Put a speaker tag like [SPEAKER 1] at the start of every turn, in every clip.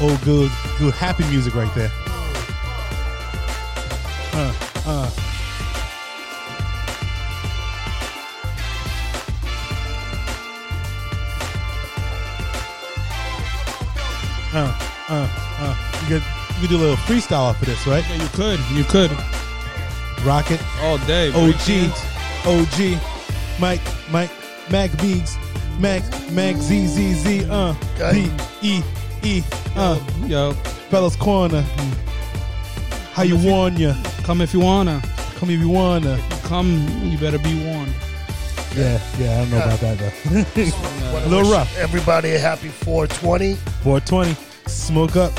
[SPEAKER 1] old good, good happy music right there. Uh, uh. Uh, uh, uh. You could you could do a little freestyle off of this, right?
[SPEAKER 2] Yeah, you could. You could.
[SPEAKER 1] Rocket,
[SPEAKER 2] All day. bro.
[SPEAKER 1] OG, OG, Mike, Mike, Mac Beats, Mac, Mac Z Z Z, uh, D E E, uh,
[SPEAKER 2] Yo,
[SPEAKER 1] Fellas Corner. How you warn ya?
[SPEAKER 2] come if you wanna.
[SPEAKER 1] Come if you wanna.
[SPEAKER 2] Come, you better be warned.
[SPEAKER 1] Yeah, yeah, I don't know about that though.
[SPEAKER 3] Wanna
[SPEAKER 1] Lil
[SPEAKER 3] wish
[SPEAKER 1] Ruff.
[SPEAKER 3] Everybody a happy 420.
[SPEAKER 1] 420, smoke up,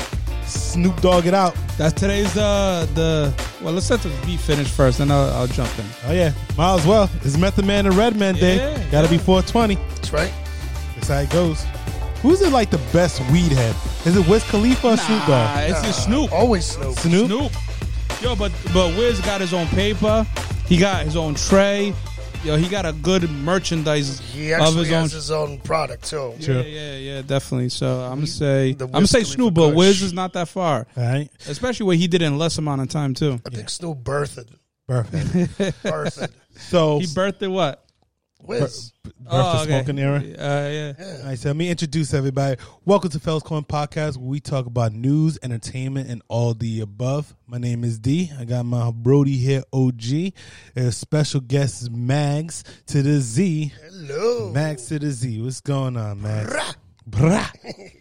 [SPEAKER 1] Snoop Dogg it out.
[SPEAKER 2] That's today's uh the well. Let's let the beat finish first, then I'll, I'll jump in.
[SPEAKER 1] Oh yeah, might as well. It's Method Man and Red Man Day.
[SPEAKER 2] Yeah,
[SPEAKER 1] Gotta be
[SPEAKER 2] yeah.
[SPEAKER 1] 420.
[SPEAKER 3] That's right.
[SPEAKER 1] That's how it goes. Who's it like the best weed head? Is it Wiz Khalifa or Snoop
[SPEAKER 2] Nah,
[SPEAKER 1] Dogg?
[SPEAKER 2] Ah, it's just Snoop.
[SPEAKER 3] Always Snoop.
[SPEAKER 1] Snoop?
[SPEAKER 2] Snoop. Yo, but but Wiz got his own paper. He got his own tray. Yo, he got a good merchandise
[SPEAKER 3] He
[SPEAKER 2] of
[SPEAKER 3] actually
[SPEAKER 2] his own.
[SPEAKER 3] has his own product too.
[SPEAKER 2] yeah, yeah, yeah, definitely. So I'm gonna say
[SPEAKER 3] The
[SPEAKER 2] I'm gonna say
[SPEAKER 3] Wiz
[SPEAKER 2] Snoop,
[SPEAKER 3] Khalifa
[SPEAKER 2] but Wiz
[SPEAKER 3] Kush.
[SPEAKER 2] is not that far,
[SPEAKER 1] All right.
[SPEAKER 2] especially what he did in less amount of time too.
[SPEAKER 3] I think Snoop birthed.
[SPEAKER 1] Perfect.
[SPEAKER 3] Birthed.
[SPEAKER 1] So
[SPEAKER 2] He birthed what?
[SPEAKER 3] Wiz.
[SPEAKER 1] Breakfast
[SPEAKER 2] Oh, okay.
[SPEAKER 1] smoking era.
[SPEAKER 2] Uh, yeah.
[SPEAKER 1] All right, so let me introduce everybody. Welcome to Fellas Coin Podcast, where we talk about news, entertainment, and all the above. My name is D. I got my Brody here, OG. And special guest is Mags to the Z.
[SPEAKER 3] Hello.
[SPEAKER 1] Mags to the Z. What's going on, Mags? Brah.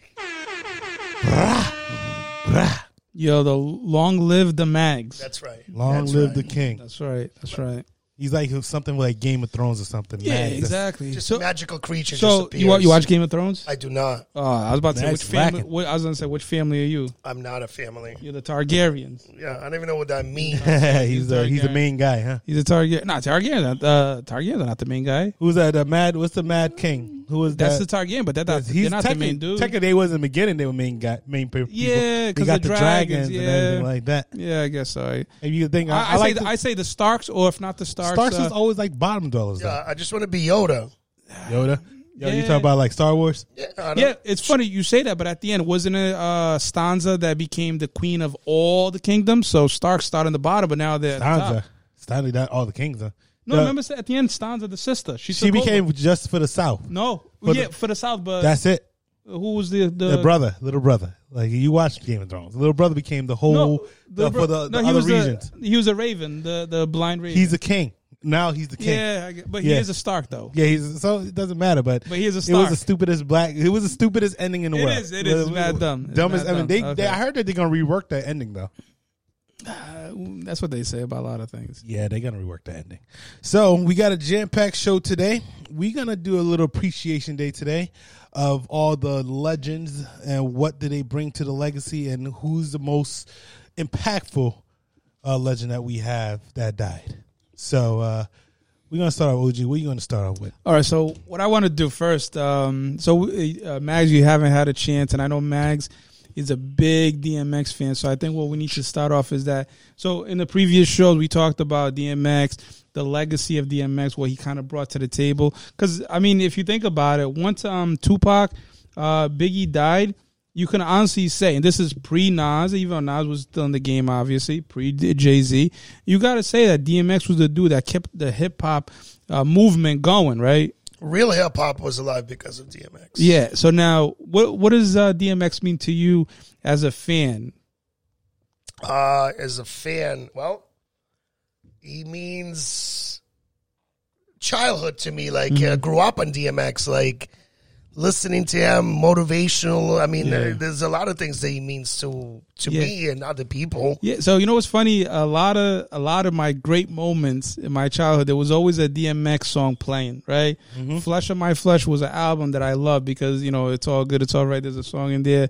[SPEAKER 2] Yo, the long live the mags.
[SPEAKER 3] That's right.
[SPEAKER 1] Long
[SPEAKER 3] That's
[SPEAKER 1] live
[SPEAKER 3] right.
[SPEAKER 1] the king.
[SPEAKER 2] That's right. That's right.
[SPEAKER 1] He's like something like Game of Thrones or something.
[SPEAKER 2] Yeah,
[SPEAKER 1] Mags.
[SPEAKER 2] exactly.
[SPEAKER 3] Just
[SPEAKER 2] so,
[SPEAKER 3] magical creature.
[SPEAKER 2] so
[SPEAKER 3] just
[SPEAKER 2] you wa-
[SPEAKER 3] appears.
[SPEAKER 2] you watch Game of Thrones?
[SPEAKER 3] I do not.
[SPEAKER 2] Oh, I was about to say
[SPEAKER 1] That's
[SPEAKER 2] which family.
[SPEAKER 1] lacking.
[SPEAKER 2] What, I was gonna say which family are you?
[SPEAKER 3] I'm not a family.
[SPEAKER 2] You're the Targaryens.
[SPEAKER 3] Yeah, I don't even know what that means.
[SPEAKER 1] he's the he's the main guy, huh?
[SPEAKER 2] He's a Targaryen. Nah, Targaryen. Uh, Targaryen are not the main guy.
[SPEAKER 1] Who's that? The mad? What's the mad king? Who was
[SPEAKER 2] That's
[SPEAKER 1] that?
[SPEAKER 2] the Targaryen, but that, that
[SPEAKER 1] He's
[SPEAKER 2] they're not the
[SPEAKER 1] technically-
[SPEAKER 2] main dude.
[SPEAKER 1] Technically, they was in the beginning. They were main guy, main pe- people.
[SPEAKER 2] Yeah,
[SPEAKER 1] they
[SPEAKER 2] 'cause
[SPEAKER 1] got
[SPEAKER 2] the
[SPEAKER 1] the dragons,
[SPEAKER 2] dragons,
[SPEAKER 1] and everything
[SPEAKER 2] yeah.
[SPEAKER 1] like that.
[SPEAKER 2] yeah, I guess so. I,
[SPEAKER 1] And you think
[SPEAKER 2] I,
[SPEAKER 1] I,
[SPEAKER 2] I, say
[SPEAKER 1] like
[SPEAKER 2] the,
[SPEAKER 1] the,
[SPEAKER 2] I say the Starks, or if not the Starks,
[SPEAKER 1] Starks
[SPEAKER 2] uh,
[SPEAKER 1] is always like bottom dwellers.
[SPEAKER 3] Yeah, I just want to be Yoda.
[SPEAKER 1] Though. Yoda, yo, you
[SPEAKER 2] Yeah.
[SPEAKER 1] talking about like Star Wars?
[SPEAKER 3] Yeah, I don't,
[SPEAKER 2] yeah, it's funny you say that, but at the end, wasn't it uh, Stanza that became the queen of all the kingdoms? So Stark started on the bottom, but now they're at the top.
[SPEAKER 1] Stanza, Stanley, that all the kings. Huh?
[SPEAKER 2] No,
[SPEAKER 1] The-
[SPEAKER 2] remember at the end, Stanza, the sister, she
[SPEAKER 1] she
[SPEAKER 2] took
[SPEAKER 1] became
[SPEAKER 2] over.
[SPEAKER 1] just for the South.
[SPEAKER 2] no,
[SPEAKER 1] for the-
[SPEAKER 2] yeah, for the South, but
[SPEAKER 1] That's it.
[SPEAKER 2] who was the
[SPEAKER 1] The
[SPEAKER 2] the,
[SPEAKER 1] brother, little brother, like you watched Game of Thrones. Little brother became the whole the-
[SPEAKER 2] bro-
[SPEAKER 1] for the,
[SPEAKER 2] no,
[SPEAKER 1] the
[SPEAKER 2] he
[SPEAKER 1] other
[SPEAKER 2] was
[SPEAKER 1] regions.
[SPEAKER 2] The, he was a Raven, the the blind Raven.
[SPEAKER 1] he's a king now. He's the king.
[SPEAKER 2] yeah, I get- but
[SPEAKER 1] Yeah.
[SPEAKER 2] he is a Stark though.
[SPEAKER 1] Yeah, he's so it doesn't matter, but
[SPEAKER 2] But he is a
[SPEAKER 1] It was
[SPEAKER 2] Stark.
[SPEAKER 1] the stupidest black. It was the stupidest ending in the
[SPEAKER 2] It
[SPEAKER 1] world.
[SPEAKER 2] is, it is. It's mad dumb. It's
[SPEAKER 1] Dumbest.
[SPEAKER 2] mad
[SPEAKER 1] I mean, they,
[SPEAKER 2] dumb.
[SPEAKER 1] they.
[SPEAKER 2] Okay.
[SPEAKER 1] I heard that they're gonna rework that ending though.
[SPEAKER 2] That's what they say about a lot of things.
[SPEAKER 1] Yeah, they're gonna rework the ending. So we got a jam packed show today. We're gonna do a little appreciation day today of all the legends and what do they bring to the legacy and who's the most impactful uh, legend that we have that died. So uh, we're gonna start off. OG, what are you gonna start off with?
[SPEAKER 2] All right, so what I want to do first, um, so uh, Mags, you haven't had a chance, and I know Mags is a big DMX fan, so I think what we need to start off is that. So in the previous shows, we talked about DMX, the legacy of DMX, what he kind of brought to the table. Because I mean, if you think about it, once um, Tupac, uh, Biggie died, you can honestly say, and this is pre Nas, even though Nas was still in the game, obviously, pre Jay Z, you got to say that DMX was the dude that kept the hip hop uh, movement going, right?
[SPEAKER 3] real hip hop was alive because of DMX.
[SPEAKER 2] Yeah. So now, what what does uh, DMX mean to you as a fan?
[SPEAKER 3] Uh, as a fan, well, he means childhood to me. Like,
[SPEAKER 2] Mm-hmm.
[SPEAKER 3] uh, grew up on DMX, like listening to him, motivational. I mean, there- there's a lot of things that he means to to
[SPEAKER 2] Yeah.
[SPEAKER 3] me and other people.
[SPEAKER 2] Yeah. So you know what's funny? A lot of a lot of my great moments in my childhood, there was always a DMX song playing. Right. Flesh of My Flesh was an album that I loved because you know it's all good, it's all right. There's a song in there.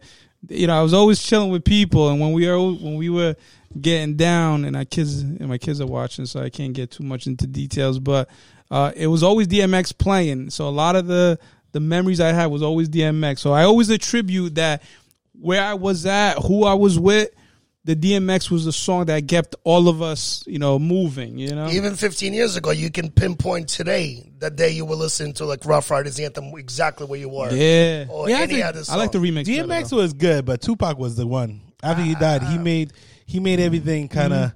[SPEAKER 2] You know, I was always chilling with people, and when we are when we were getting down, and our kids and my kids are watching, so I can't get too much into details, but uh, it was always DMX playing. So a lot of the the memories I had was always DMX. So I always attribute that where I was at, who I was with the DMX was the song that kept all of us, you know, moving. You know,
[SPEAKER 3] Even 15 years ago, you can pinpoint today the day you were listening to like Rough Riders anthem exactly where you were.
[SPEAKER 2] yeah,
[SPEAKER 3] Or
[SPEAKER 2] yeah. I,
[SPEAKER 3] any
[SPEAKER 2] think-
[SPEAKER 3] other
[SPEAKER 2] I like the
[SPEAKER 3] song.
[SPEAKER 2] remix. better,
[SPEAKER 1] DMX
[SPEAKER 2] though.
[SPEAKER 1] was good, but Tupac was the one. After he died,
[SPEAKER 2] Ah.
[SPEAKER 1] he made he made
[SPEAKER 2] Mm-hmm.
[SPEAKER 1] everything kind of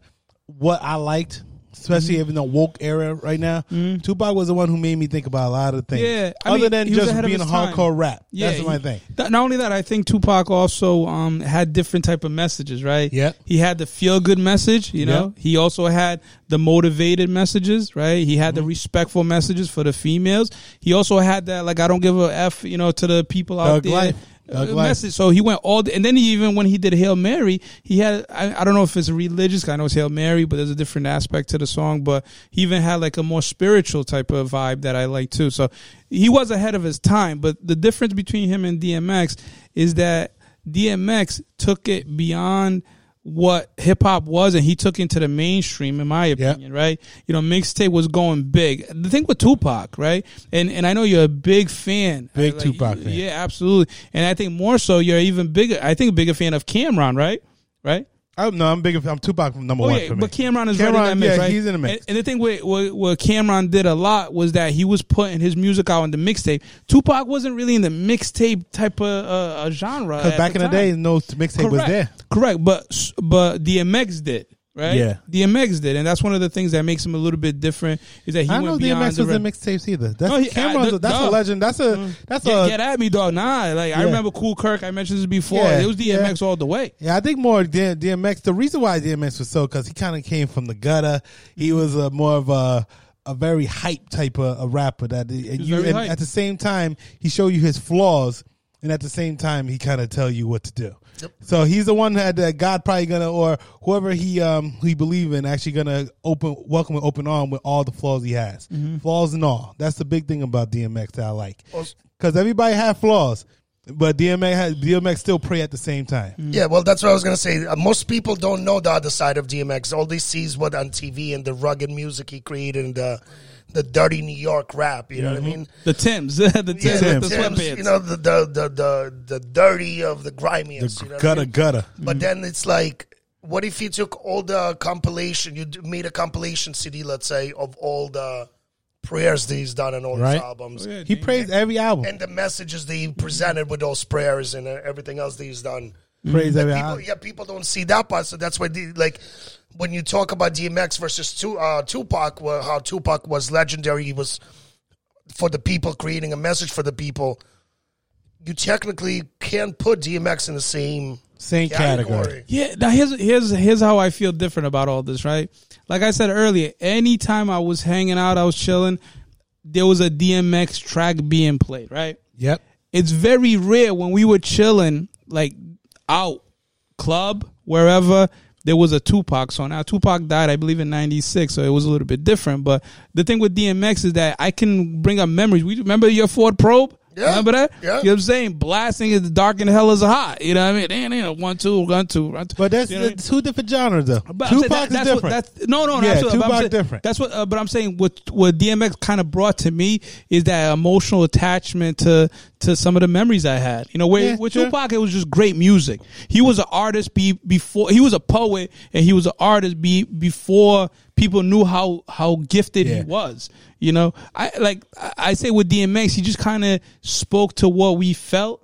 [SPEAKER 1] what I liked, especially
[SPEAKER 2] Mm-hmm.
[SPEAKER 1] even the woke era right now. Tupac was the one who made me think about a lot of things.
[SPEAKER 2] Yeah, I
[SPEAKER 1] other
[SPEAKER 2] mean,
[SPEAKER 1] than
[SPEAKER 2] he was
[SPEAKER 1] just
[SPEAKER 2] ahead of
[SPEAKER 1] being a
[SPEAKER 2] his time.
[SPEAKER 1] hardcore rap. That's
[SPEAKER 2] he-
[SPEAKER 1] my thing.
[SPEAKER 2] th- not only that, I think Tupac also um, had different type of messages, right?
[SPEAKER 1] Yeah.
[SPEAKER 2] He had the feel good message, you know. He also had the motivated messages, right? He
[SPEAKER 1] Mm-hmm.
[SPEAKER 2] had the respectful messages for the females. He also had that like I don't give a f, you know, to the people out
[SPEAKER 1] Thug
[SPEAKER 2] there.
[SPEAKER 1] life.
[SPEAKER 2] uh,
[SPEAKER 1] Thug life.
[SPEAKER 2] Message. So he went all, the, and then he even when he did Hail Mary, he had I, I don't know if it's religious. 'cause I know it's Hail Mary, but there's a different aspect to the song. But he even had like a more spiritual type of vibe that I like too. So he was ahead of his time. But the difference between him and DMX is that DMX took it beyond what hip hop was, and he took into the mainstream, in my
[SPEAKER 1] Yeah.
[SPEAKER 2] opinion right? You know, mixtape was going big. The thing with Tupac, right? And and I know you're a big fan,
[SPEAKER 1] Big
[SPEAKER 2] Like,
[SPEAKER 1] Tupac fan.
[SPEAKER 2] Yeah, absolutely. And I think more so, you're even bigger. I think a bigger fan of Cameron, right? Right.
[SPEAKER 1] I'm, no, I'm big. I'm Tupac from number
[SPEAKER 2] Oh
[SPEAKER 1] one
[SPEAKER 2] yeah,
[SPEAKER 1] for me.
[SPEAKER 2] but Cameron is
[SPEAKER 1] Cameron,
[SPEAKER 2] right in that mix,
[SPEAKER 1] yeah,
[SPEAKER 2] right?
[SPEAKER 1] he's in the mix.
[SPEAKER 2] And, and the thing with what, what Cameron did a lot was that he was putting his music out in the mixtape. Tupac wasn't really in the mixtape type of uh, uh, genre.
[SPEAKER 1] Because
[SPEAKER 2] at
[SPEAKER 1] back in the
[SPEAKER 2] time.
[SPEAKER 1] day, no mixtape was there.
[SPEAKER 2] Correct, but but DMX did. Right?
[SPEAKER 1] Yeah.
[SPEAKER 2] DMX did, and that's one of the things that makes him a little bit different is that he
[SPEAKER 1] I
[SPEAKER 2] went
[SPEAKER 1] don't know
[SPEAKER 2] beyond
[SPEAKER 1] DMX
[SPEAKER 2] the Oh,
[SPEAKER 1] was in
[SPEAKER 2] rep-
[SPEAKER 1] mixtapes either. That's
[SPEAKER 2] No, he- I-
[SPEAKER 1] Cameron's. a- that's a
[SPEAKER 2] no.
[SPEAKER 1] legend. That's a that's
[SPEAKER 2] Mm. Get,
[SPEAKER 1] a
[SPEAKER 2] get at me, dog. Nah, like I
[SPEAKER 1] Yeah.
[SPEAKER 2] remember Cool Kirk. I mentioned this before.
[SPEAKER 1] Yeah,
[SPEAKER 2] It was DMX all the way.
[SPEAKER 1] Yeah, I think more D- DMX. The reason why DMX was so because he kind of came from the gutter.
[SPEAKER 2] Mm-hmm.
[SPEAKER 1] He was a more of a a very hype type of a rapper that and
[SPEAKER 2] was
[SPEAKER 1] you
[SPEAKER 2] very
[SPEAKER 1] and
[SPEAKER 2] hype.
[SPEAKER 1] at the same time he showed you his flaws and at the same time he kind of tell you what to do.
[SPEAKER 3] Yep.
[SPEAKER 1] So he's the one that, that God probably gonna or whoever he um who he believe in actually gonna open welcome with open arm with all the flaws he has,
[SPEAKER 2] Mm-hmm.
[SPEAKER 1] flaws and all. That's the big thing about DMX that I like
[SPEAKER 3] Also-
[SPEAKER 1] because everybody had flaws. But DMX had, DMX still pray at the same time.
[SPEAKER 3] Yeah, well, that's what I was gonna say. Uh, most people don't know the other side of DMX. All they see is what on TV and the rugged music he created and the the dirty New York rap. You know what I mean?
[SPEAKER 2] The Tims, the Tims,
[SPEAKER 3] Yeah,
[SPEAKER 2] with the
[SPEAKER 3] Tim's,
[SPEAKER 2] sweatpants.
[SPEAKER 3] you know the the, the the the dirty of the grimiest. you know what I
[SPEAKER 1] gutter
[SPEAKER 3] mean?
[SPEAKER 1] gutter.
[SPEAKER 3] But then it's like, what if you took all the compilation, you d- made a compilation CD, let's say, of all the prayers that he's done in all
[SPEAKER 1] Right.
[SPEAKER 3] his albums,
[SPEAKER 2] yeah.
[SPEAKER 1] He praised every album.
[SPEAKER 3] and the messages that he presented with those prayers and uh, everything else that he's done.
[SPEAKER 1] praised every
[SPEAKER 3] People,
[SPEAKER 1] album.
[SPEAKER 3] yeah, people don't see that part, so that's why, the, like, when you talk about DMX versus tu- uh, Tupac, well, how Tupac was legendary, he was for the people, creating a message for the people. You technically can't put DMX in the same
[SPEAKER 1] Same category.
[SPEAKER 3] category.
[SPEAKER 2] Yeah, now here's here's here's how I feel different about all this, right? Like I said earlier, anytime I was hanging out, I was chilling, there was a DMX track being played, right?
[SPEAKER 1] Yep.
[SPEAKER 2] it's very rare when we were chilling, like out club wherever there was a Tupac song. Now Tupac died, I believe, in '96, so it was a little bit different. But the thing with DMX is that I can bring up memories. We remember your Ford Probe.
[SPEAKER 3] Yeah.
[SPEAKER 2] Remember that?
[SPEAKER 3] Yeah.
[SPEAKER 2] You know what I'm saying? Blasting is dark and hell is hot. You know what I mean? Damn, you know, one, two, one, two, one, two.
[SPEAKER 1] But that's
[SPEAKER 2] You know what I mean?
[SPEAKER 1] that's two different genres, though.
[SPEAKER 2] But I'm saying
[SPEAKER 1] Tupac
[SPEAKER 2] that-
[SPEAKER 1] is
[SPEAKER 2] that's what-
[SPEAKER 1] different.
[SPEAKER 2] that's- no, no, no,
[SPEAKER 1] Yeah,
[SPEAKER 2] absolutely. But I'm
[SPEAKER 1] Tupac
[SPEAKER 2] saying-
[SPEAKER 1] different.
[SPEAKER 2] That's what. Uh, but I'm saying what what DMX kind of brought to me is that emotional attachment to to some of the memories I had. You know, where
[SPEAKER 1] Yeah,
[SPEAKER 2] with
[SPEAKER 1] sure.
[SPEAKER 2] Tupac it was just great music. He was an artist be, before he was a poet, and he was an artist be, before people knew how how gifted
[SPEAKER 1] Yeah.
[SPEAKER 2] he was. You know, I like I I say with DMX, he just kind of spoke to what we felt.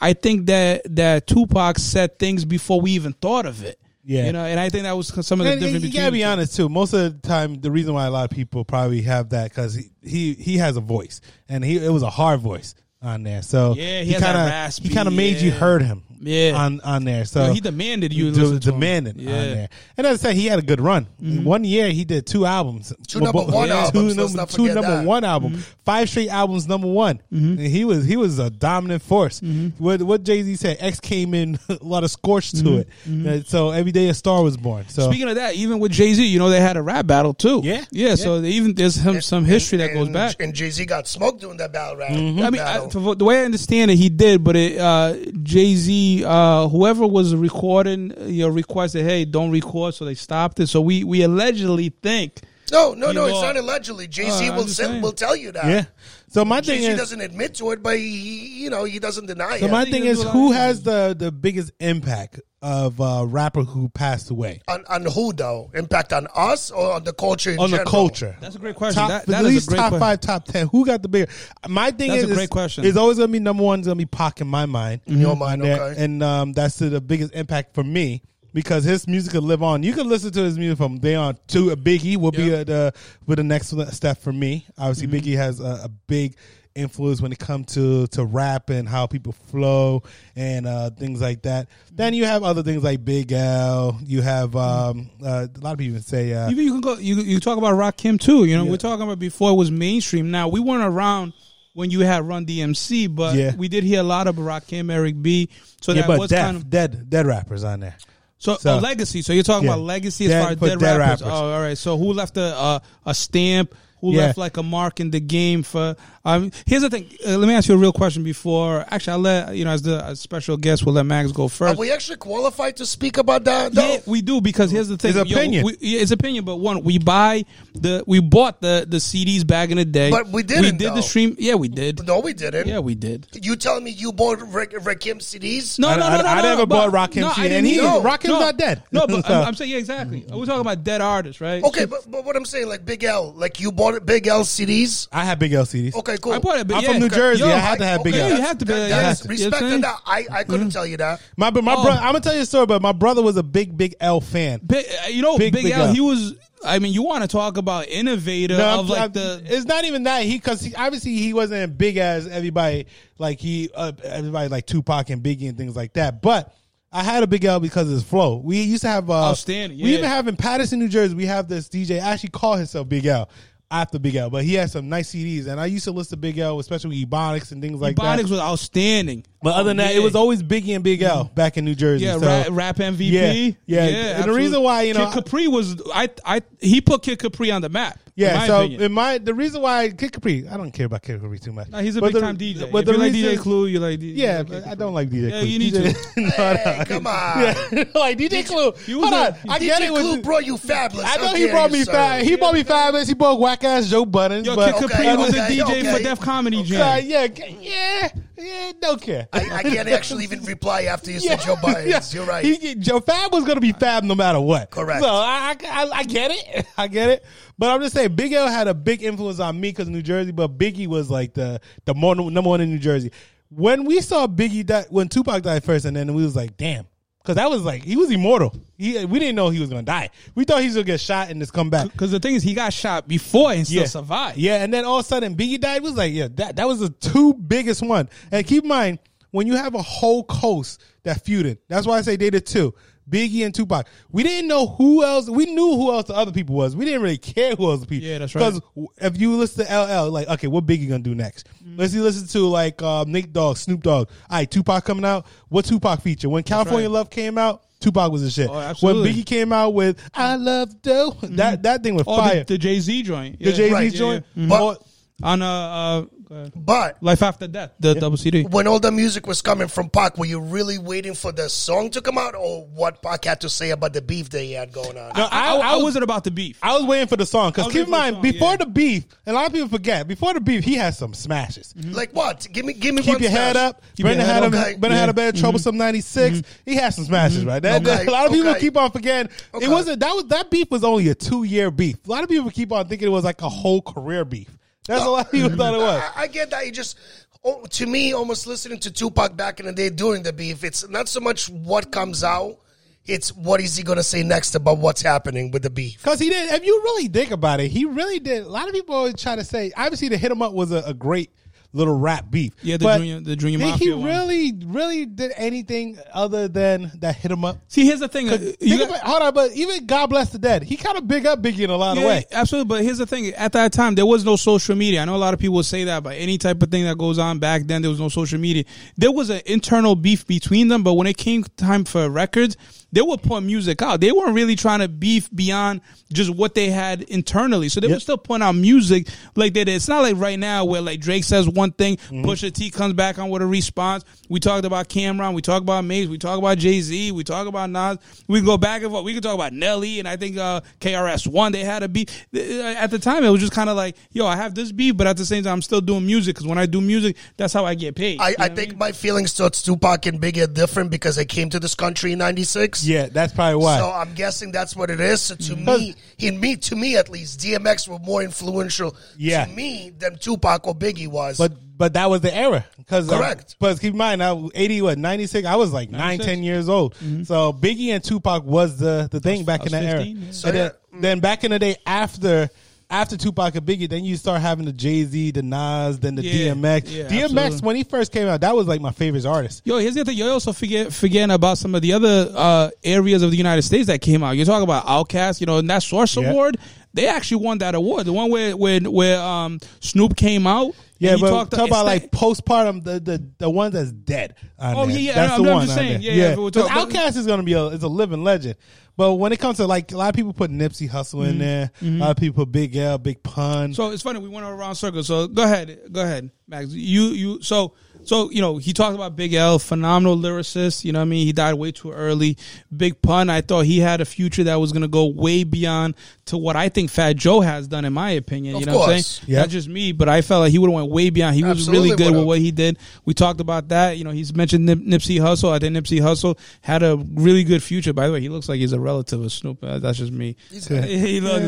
[SPEAKER 2] I think that that Tupac said things before we even thought of it.
[SPEAKER 1] Yeah.
[SPEAKER 2] you know, and I think that was some of the
[SPEAKER 1] And
[SPEAKER 2] difference
[SPEAKER 1] you
[SPEAKER 2] between.
[SPEAKER 1] gotta
[SPEAKER 2] the
[SPEAKER 1] be
[SPEAKER 2] two.
[SPEAKER 1] honest too. Most of the time, the reason why a lot of people probably have that because he, he he has a voice, and he it was a hard voice on there. So
[SPEAKER 2] Yeah, he has that
[SPEAKER 1] kind of
[SPEAKER 2] raspy,
[SPEAKER 1] he kind of made you
[SPEAKER 2] yeah.
[SPEAKER 1] herd him.
[SPEAKER 2] Yeah.
[SPEAKER 1] on on there. So
[SPEAKER 2] No, he demanded you
[SPEAKER 1] de-
[SPEAKER 2] listen to him.
[SPEAKER 1] demanded
[SPEAKER 2] Yeah. Mm-hmm.
[SPEAKER 1] on there. And as I said, he had a good run. In One year, he did two albums,
[SPEAKER 3] Two number
[SPEAKER 1] bo-
[SPEAKER 3] one albums,
[SPEAKER 1] two
[SPEAKER 3] let's
[SPEAKER 1] number,
[SPEAKER 3] not
[SPEAKER 1] two
[SPEAKER 3] forget
[SPEAKER 1] number
[SPEAKER 3] that.
[SPEAKER 1] one album,
[SPEAKER 2] Mm-hmm.
[SPEAKER 1] five straight albums, number one. And he was he was a dominant force.
[SPEAKER 2] Mm-hmm.
[SPEAKER 1] What what Jay Z said, X came in a lot of scorch to it. Uh, So every day a star was born. So
[SPEAKER 2] Mm-hmm. Speaking of that, even with Jay Z, you know they had a rap battle too.
[SPEAKER 1] Yeah.
[SPEAKER 2] yeah. So they even there's some, some history that
[SPEAKER 3] And-
[SPEAKER 2] goes
[SPEAKER 3] and-
[SPEAKER 2] back. Mm-hmm.
[SPEAKER 3] And Jay Z got smoked doing that battle rap.
[SPEAKER 2] I mean, I,
[SPEAKER 3] battle.
[SPEAKER 2] for- the way I understand it, he did, but it, uh, Jay Z, uh, whoever was recording, uh, you know, requested, "Hey, don't record," so they stopped it. So we we allegedly think
[SPEAKER 3] no, no, no,
[SPEAKER 2] You
[SPEAKER 3] it's
[SPEAKER 2] are-
[SPEAKER 3] not allegedly. Jay
[SPEAKER 2] Oh,
[SPEAKER 3] Z
[SPEAKER 2] I'm
[SPEAKER 3] will
[SPEAKER 2] just
[SPEAKER 3] say,
[SPEAKER 2] saying.
[SPEAKER 3] will tell you that.
[SPEAKER 1] yeah. So my
[SPEAKER 3] Jay
[SPEAKER 1] thing
[SPEAKER 3] Z
[SPEAKER 1] is
[SPEAKER 3] doesn't admit to it, but he, you know, he doesn't deny
[SPEAKER 1] So
[SPEAKER 3] it.
[SPEAKER 1] my
[SPEAKER 2] think
[SPEAKER 1] thing
[SPEAKER 2] there's
[SPEAKER 1] is,
[SPEAKER 2] a lot
[SPEAKER 1] who
[SPEAKER 2] of-
[SPEAKER 1] has the the biggest impact of a rapper who passed away
[SPEAKER 3] On, on who though? Impact on us or on the culture? In
[SPEAKER 1] on the
[SPEAKER 3] general?
[SPEAKER 1] culture?
[SPEAKER 2] That's a great question.
[SPEAKER 1] Top,
[SPEAKER 2] That-
[SPEAKER 1] at
[SPEAKER 2] that is a
[SPEAKER 1] least
[SPEAKER 2] great
[SPEAKER 1] top
[SPEAKER 2] question.
[SPEAKER 1] five, top ten. Who got the bigger? My thing
[SPEAKER 2] That's
[SPEAKER 1] is
[SPEAKER 2] a great question.
[SPEAKER 1] It's always gonna be number one. Is gonna be Pac in my mind.
[SPEAKER 3] In your mind,
[SPEAKER 1] and, that-
[SPEAKER 3] okay.
[SPEAKER 1] and um, that's the, the biggest impact for me because his music could live on. You can listen to his music from day on. To a Biggie will be uh the with the next step for me. Obviously,
[SPEAKER 2] Mm-hmm.
[SPEAKER 1] Biggie has a, a big influence when it comes to to rap and how people flow and uh, things like that. Then you have other things like Big L. You have um, uh, a lot of people say uh,
[SPEAKER 2] Even you can go. You you talk about Rakim too. You know, we're talking about before it was mainstream. Now we weren't around when you had Run DMC, but
[SPEAKER 1] Yeah.
[SPEAKER 2] we did hear a lot of Rakim, Eric B. So
[SPEAKER 1] yeah,
[SPEAKER 2] that
[SPEAKER 1] but
[SPEAKER 2] was
[SPEAKER 1] dead,
[SPEAKER 2] kind of
[SPEAKER 1] dead, dead rappers on there.
[SPEAKER 2] so,
[SPEAKER 1] so-
[SPEAKER 2] oh, legacy. So you're talking
[SPEAKER 1] Yeah.
[SPEAKER 2] about legacy as
[SPEAKER 1] Dead-
[SPEAKER 2] far as
[SPEAKER 1] but
[SPEAKER 2] dead,
[SPEAKER 1] dead
[SPEAKER 2] rappers.
[SPEAKER 1] rappers.
[SPEAKER 2] Oh, all right. So who left a a, a stamp? Who
[SPEAKER 1] Yeah.
[SPEAKER 2] left like a mark in the game for? Um, here's the thing. Uh, let me ask you a real question before. Actually, I'll let you know as the as special guest. We'll let Max go
[SPEAKER 3] Are
[SPEAKER 2] first.
[SPEAKER 3] we actually qualified to speak about that? though?
[SPEAKER 2] Yeah, we do because here's the thing.
[SPEAKER 1] It's opinion.
[SPEAKER 2] we, yeah, it's opinion, but one, we buy the we bought the the CDs back in the day.
[SPEAKER 3] But we
[SPEAKER 2] We
[SPEAKER 3] didn't,
[SPEAKER 2] did
[SPEAKER 3] though.
[SPEAKER 2] the stream. Yeah, we did.
[SPEAKER 3] No, we didn't.
[SPEAKER 2] Yeah, we did.
[SPEAKER 3] You telling me you bought Rick, Rakim CDs?
[SPEAKER 2] No,
[SPEAKER 1] I-
[SPEAKER 2] no,
[SPEAKER 1] I-
[SPEAKER 2] no, no.
[SPEAKER 1] I
[SPEAKER 2] no,
[SPEAKER 1] never
[SPEAKER 2] no,
[SPEAKER 1] bought
[SPEAKER 2] but-
[SPEAKER 1] Rakim
[SPEAKER 2] no,
[SPEAKER 1] C,
[SPEAKER 2] I didn't
[SPEAKER 1] and he-
[SPEAKER 2] either.
[SPEAKER 1] Rakim's
[SPEAKER 2] No.
[SPEAKER 1] not dead. Mm-hmm.
[SPEAKER 2] No, but
[SPEAKER 1] So-
[SPEAKER 2] I'm, I'm saying yeah, exactly. We're talking about dead artists, right?
[SPEAKER 3] Okay, but, but what I'm saying, like Big L, like you bought Big L CDs.
[SPEAKER 1] I have Big L CDs.
[SPEAKER 3] Okay, cool.
[SPEAKER 2] I bought it. But
[SPEAKER 1] I'm
[SPEAKER 2] yeah,
[SPEAKER 1] from New
[SPEAKER 2] okay.
[SPEAKER 1] Jersey.
[SPEAKER 2] Yo,
[SPEAKER 1] I had to have Big
[SPEAKER 2] okay,
[SPEAKER 1] L.
[SPEAKER 2] you have to be.
[SPEAKER 3] That-
[SPEAKER 2] yeah,
[SPEAKER 3] that's-
[SPEAKER 2] you know what
[SPEAKER 3] Respect
[SPEAKER 2] I'm
[SPEAKER 3] on
[SPEAKER 2] saying?
[SPEAKER 3] that. I, I couldn't tell you that.
[SPEAKER 1] My but my
[SPEAKER 2] Oh.
[SPEAKER 1] brother. I'm gonna tell you a story. But my brother was a big Big L fan.
[SPEAKER 2] Big, you know,
[SPEAKER 1] Big,
[SPEAKER 2] Big,
[SPEAKER 1] Big
[SPEAKER 2] Al,
[SPEAKER 1] Al.
[SPEAKER 2] he was. I mean, you want to talk about innovator
[SPEAKER 1] No, I'm-
[SPEAKER 2] of like
[SPEAKER 1] I'm-
[SPEAKER 2] the.
[SPEAKER 1] it's not even that he because he, obviously he wasn't big as everybody like he uh, everybody like Tupac and Biggie and things like that. But I had a big L because of his flow. We used to have uh,
[SPEAKER 2] Outstanding,
[SPEAKER 1] We
[SPEAKER 2] yeah.
[SPEAKER 1] even have in Patterson, New Jersey. We have this DJ I actually call himself Big L after Big L, but he has some nice CDs. And I used to listen to Big L, especially with Ebonics and things like that.
[SPEAKER 2] Bonics was outstanding.
[SPEAKER 1] But other than that, it was always Biggie and Big L back in New Jersey.
[SPEAKER 2] Yeah,
[SPEAKER 1] so-
[SPEAKER 2] rap, rap MVP.
[SPEAKER 1] Yeah, yeah. And the
[SPEAKER 2] absolutely.
[SPEAKER 1] reason why, you know,
[SPEAKER 2] Kid Capri was I I he put Kid Capri on the map.
[SPEAKER 1] Yeah,
[SPEAKER 2] in my
[SPEAKER 1] so
[SPEAKER 2] opinion.
[SPEAKER 1] in my the reason why Kid Capri, I don't care about Kid Capri too much.
[SPEAKER 2] Nah, he's a
[SPEAKER 1] But
[SPEAKER 2] big
[SPEAKER 1] the-
[SPEAKER 2] time DJ.
[SPEAKER 1] But
[SPEAKER 2] But
[SPEAKER 1] the
[SPEAKER 2] you like
[SPEAKER 1] reason,
[SPEAKER 2] DJ Clue, you like DJ.
[SPEAKER 1] yeah,
[SPEAKER 2] you like
[SPEAKER 1] but
[SPEAKER 2] Kid
[SPEAKER 1] I
[SPEAKER 2] Capri.
[SPEAKER 1] don't like DJ.
[SPEAKER 2] Yeah,
[SPEAKER 1] Clue.
[SPEAKER 2] you need
[SPEAKER 1] DJ
[SPEAKER 2] to.
[SPEAKER 1] No,
[SPEAKER 3] Hey,
[SPEAKER 1] no.
[SPEAKER 3] come on.
[SPEAKER 1] Yeah, like DJ Clue.
[SPEAKER 2] you
[SPEAKER 1] Hold
[SPEAKER 2] was
[SPEAKER 1] on,
[SPEAKER 2] a-
[SPEAKER 1] I get it.
[SPEAKER 3] DJ
[SPEAKER 1] with
[SPEAKER 3] Clue
[SPEAKER 1] the-
[SPEAKER 3] brought you fabulous.
[SPEAKER 1] I know
[SPEAKER 3] How
[SPEAKER 1] he
[SPEAKER 3] dare
[SPEAKER 1] brought
[SPEAKER 3] you,
[SPEAKER 1] me
[SPEAKER 3] sir.
[SPEAKER 1] five. He brought me five minutes. He brought whack ass Joe Buttons.
[SPEAKER 2] Yo,
[SPEAKER 1] but,
[SPEAKER 2] Kid Capri
[SPEAKER 3] okay,
[SPEAKER 2] was a
[SPEAKER 3] okay,
[SPEAKER 2] DJ for
[SPEAKER 3] okay.
[SPEAKER 2] Def Comedy Jam.
[SPEAKER 1] Sorry, yeah, ca- yeah, yeah. Don't care.
[SPEAKER 3] I, I can't actually even reply after you said Joe Biden.
[SPEAKER 1] Yeah.
[SPEAKER 3] You're right.
[SPEAKER 1] He, Joe Fab was going to be Fab no matter what.
[SPEAKER 3] Correct.
[SPEAKER 1] So I, I, I- I get it. I get it. But I'm just saying, Big L had a big influence on me because New Jersey, but Biggie was like the the more, number one in New Jersey. When we saw Biggie die, when Tupac died first, and then we was like, damn. Because that was like, he was immortal. He, we didn't know he was going to die. We thought he was going to get shot and just come back.
[SPEAKER 2] Because the thing is, he got shot before and still
[SPEAKER 1] Yeah.
[SPEAKER 2] survived.
[SPEAKER 1] Yeah, and then all of a sudden Biggie died. It was like, yeah, that, that was the two biggest one. And keep in mind, when you have a whole coast that feuded, that's why I say they did two. Biggie and Tupac. We didn't know who else. We knew who else the other people was. We didn't really care who else the people.
[SPEAKER 2] Yeah, that's right.
[SPEAKER 1] Because if you listen to LL, like, okay, what Biggie gonna do next?
[SPEAKER 2] Mm.
[SPEAKER 1] Let's see, listen to like uh, Nick Dogg, Snoop Dogg. All right, Tupac coming out. What Tupac feature? When California
[SPEAKER 2] right.
[SPEAKER 1] Love came out, Tupac was the shit.
[SPEAKER 2] Oh,
[SPEAKER 1] when
[SPEAKER 2] absolutely.
[SPEAKER 1] Biggie came out with I Love Dough, that that thing was
[SPEAKER 2] Or
[SPEAKER 1] fire.
[SPEAKER 2] the, the Jay Z joint.
[SPEAKER 1] The
[SPEAKER 2] Yeah.
[SPEAKER 1] Jay Z
[SPEAKER 3] Right,
[SPEAKER 2] yeah,
[SPEAKER 1] joint.
[SPEAKER 2] yeah.
[SPEAKER 3] Mhm.
[SPEAKER 1] Or-
[SPEAKER 2] On uh, uh, go ahead.
[SPEAKER 3] But
[SPEAKER 2] Life After Death, the double CD.
[SPEAKER 3] when all the music was coming from Pac, were you really waiting for the song to come out or what Pac had to say about the beef that he had going on?
[SPEAKER 1] No,
[SPEAKER 2] I, I, I wasn't about the beef.
[SPEAKER 1] I was waiting for the song
[SPEAKER 2] I
[SPEAKER 1] because
[SPEAKER 2] was
[SPEAKER 1] keep in
[SPEAKER 2] waiting for the
[SPEAKER 1] mind,
[SPEAKER 2] song,
[SPEAKER 1] before
[SPEAKER 2] yeah.
[SPEAKER 1] the beef, and a lot of people forget. Before the beef, he had some smashes.
[SPEAKER 3] like what? Give me, give me
[SPEAKER 1] Keep
[SPEAKER 3] one
[SPEAKER 1] your head
[SPEAKER 3] smash.
[SPEAKER 1] up.
[SPEAKER 2] Mm-hmm. Keep
[SPEAKER 1] Brendan
[SPEAKER 2] your
[SPEAKER 1] had
[SPEAKER 2] head
[SPEAKER 1] him.
[SPEAKER 3] up.
[SPEAKER 1] Brendan had a bad
[SPEAKER 2] Mm-hmm.
[SPEAKER 1] troublesome '96. He had some smashes, right? That, that-
[SPEAKER 3] Okay,
[SPEAKER 1] a lot of people
[SPEAKER 3] okay.
[SPEAKER 1] keep on forgetting.
[SPEAKER 3] Okay.
[SPEAKER 1] It wasn't that was that beef was only a two year beef. A lot of people keep on thinking it was like a whole career beef. That's a lot of people thought it was.
[SPEAKER 3] I, I get that. You just, oh, to me, almost listening to Tupac back in the day during the beef, it's not so much what comes out, it's what is he going to say next about what's happening with the beef.
[SPEAKER 1] Because he did. If you really think about it, he really did. A lot of people always try to say, obviously, the hit him up was a, a great little rap beef.
[SPEAKER 2] Yeah, the
[SPEAKER 1] But
[SPEAKER 2] Junior- the Junior
[SPEAKER 1] did He
[SPEAKER 2] Mafia one.
[SPEAKER 1] really, really did anything other than that hit him up.
[SPEAKER 2] See, here's the thing. uh, You
[SPEAKER 1] Think
[SPEAKER 2] got,
[SPEAKER 1] about, hold on, but even God bless the dead, he kind of big up Biggie in a lot of
[SPEAKER 2] Yeah,
[SPEAKER 1] ways.
[SPEAKER 2] Absolutely. But here's the thing. At that time, there was no social media. I know a lot of people say that, but any type of thing that goes on back then, there was no social media. There was an internal beef between them, but when it came time for records, they would put music out. They weren't really trying to beef beyond just what they had internally. So they were still putting out music like they did. It's not like right now where like Drake says one one thing. Pusha T comes back on with a response. We talked about Cameron. We talked about Maze. We talk about Jay Z. We talk about Nas. We go back and forth. We can talk about Nelly and I think uh, KRS One. They had a beat uh, at the time. It was just kind of like, yo, I have this beat, but at the same time, I'm still doing music because when I do music, that's how I get paid.
[SPEAKER 3] I,
[SPEAKER 2] You know
[SPEAKER 3] I
[SPEAKER 2] what
[SPEAKER 3] think my feelings towards Tupac and Biggie are different because I came to this country in '96.
[SPEAKER 1] Yeah, that's probably why.
[SPEAKER 3] So I'm guessing that's what it is. So to
[SPEAKER 2] Mm-hmm.
[SPEAKER 3] me, in me, to me at least, DMX were more influential
[SPEAKER 1] Yeah.
[SPEAKER 3] to me than Tupac or Biggie was.
[SPEAKER 1] but but that was the era because
[SPEAKER 3] Correct.
[SPEAKER 1] But keep in mind, I was eighty what ninety six. I was like nine,
[SPEAKER 2] 96.
[SPEAKER 1] ten years old. So Biggie and Tupac was the the thing back in
[SPEAKER 2] Mm-hmm. was
[SPEAKER 1] that
[SPEAKER 2] 15,
[SPEAKER 1] era.
[SPEAKER 2] yeah.
[SPEAKER 3] So,
[SPEAKER 1] and then,
[SPEAKER 3] yeah. Mm.
[SPEAKER 1] then back in the day after. After Tupac and Biggie, then you start having the Jay Z, the Nas, then the
[SPEAKER 2] Yeah,
[SPEAKER 1] DMX.
[SPEAKER 2] yeah,
[SPEAKER 1] DMX,
[SPEAKER 2] absolutely.
[SPEAKER 1] when he first came out, that was like my favorite artist.
[SPEAKER 2] Yo, here's the thing. You're also forget, forgetting about some of the other uh, areas of the United States that came out. You're talking about Outcast, you know, and that Source
[SPEAKER 1] Yeah.
[SPEAKER 2] Award. They actually won that award. The one where where, where um, Snoop came out.
[SPEAKER 1] Yeah,
[SPEAKER 2] and he
[SPEAKER 1] but
[SPEAKER 2] talked-
[SPEAKER 1] talk about like
[SPEAKER 2] it's-
[SPEAKER 1] postpartum, the the, the ones that's dead. on
[SPEAKER 2] Oh,
[SPEAKER 1] there.
[SPEAKER 2] yeah, yeah,
[SPEAKER 1] that's
[SPEAKER 2] I-
[SPEAKER 1] the
[SPEAKER 2] I'm- I'm
[SPEAKER 1] one.
[SPEAKER 2] just
[SPEAKER 1] on
[SPEAKER 2] saying,
[SPEAKER 1] there.
[SPEAKER 2] yeah, yeah, but we're talking about-
[SPEAKER 1] Outcast is gonna be a it's a living legend. But when it comes to like a lot of people put Nipsey Hussle in there, a lot of people put Big L, Big Pun.
[SPEAKER 2] Mm-hmm. So it's funny. We went around circles. So go ahead, go ahead, Max. You you so so you know he talked about Big L, phenomenal lyricist. You know what I mean. He died way too early. Big pun. I thought he had a future that was gonna go way beyond to what I think Fat Joe has done, in my opinion.
[SPEAKER 3] Of
[SPEAKER 2] you know what I'm
[SPEAKER 3] course.
[SPEAKER 2] saying?
[SPEAKER 1] Yeah.
[SPEAKER 2] Not just me, but I felt like he would have went way beyond. He was
[SPEAKER 3] Absolutely
[SPEAKER 2] really good with
[SPEAKER 3] would've.
[SPEAKER 2] what he did. We talked about that. You know, he's mentioned Nip- Nipsey Hussle. I think Nipsey Hussle had a really good future. By the way, he looks like he's a relative of Snoop. Uh, That's just me. he looks.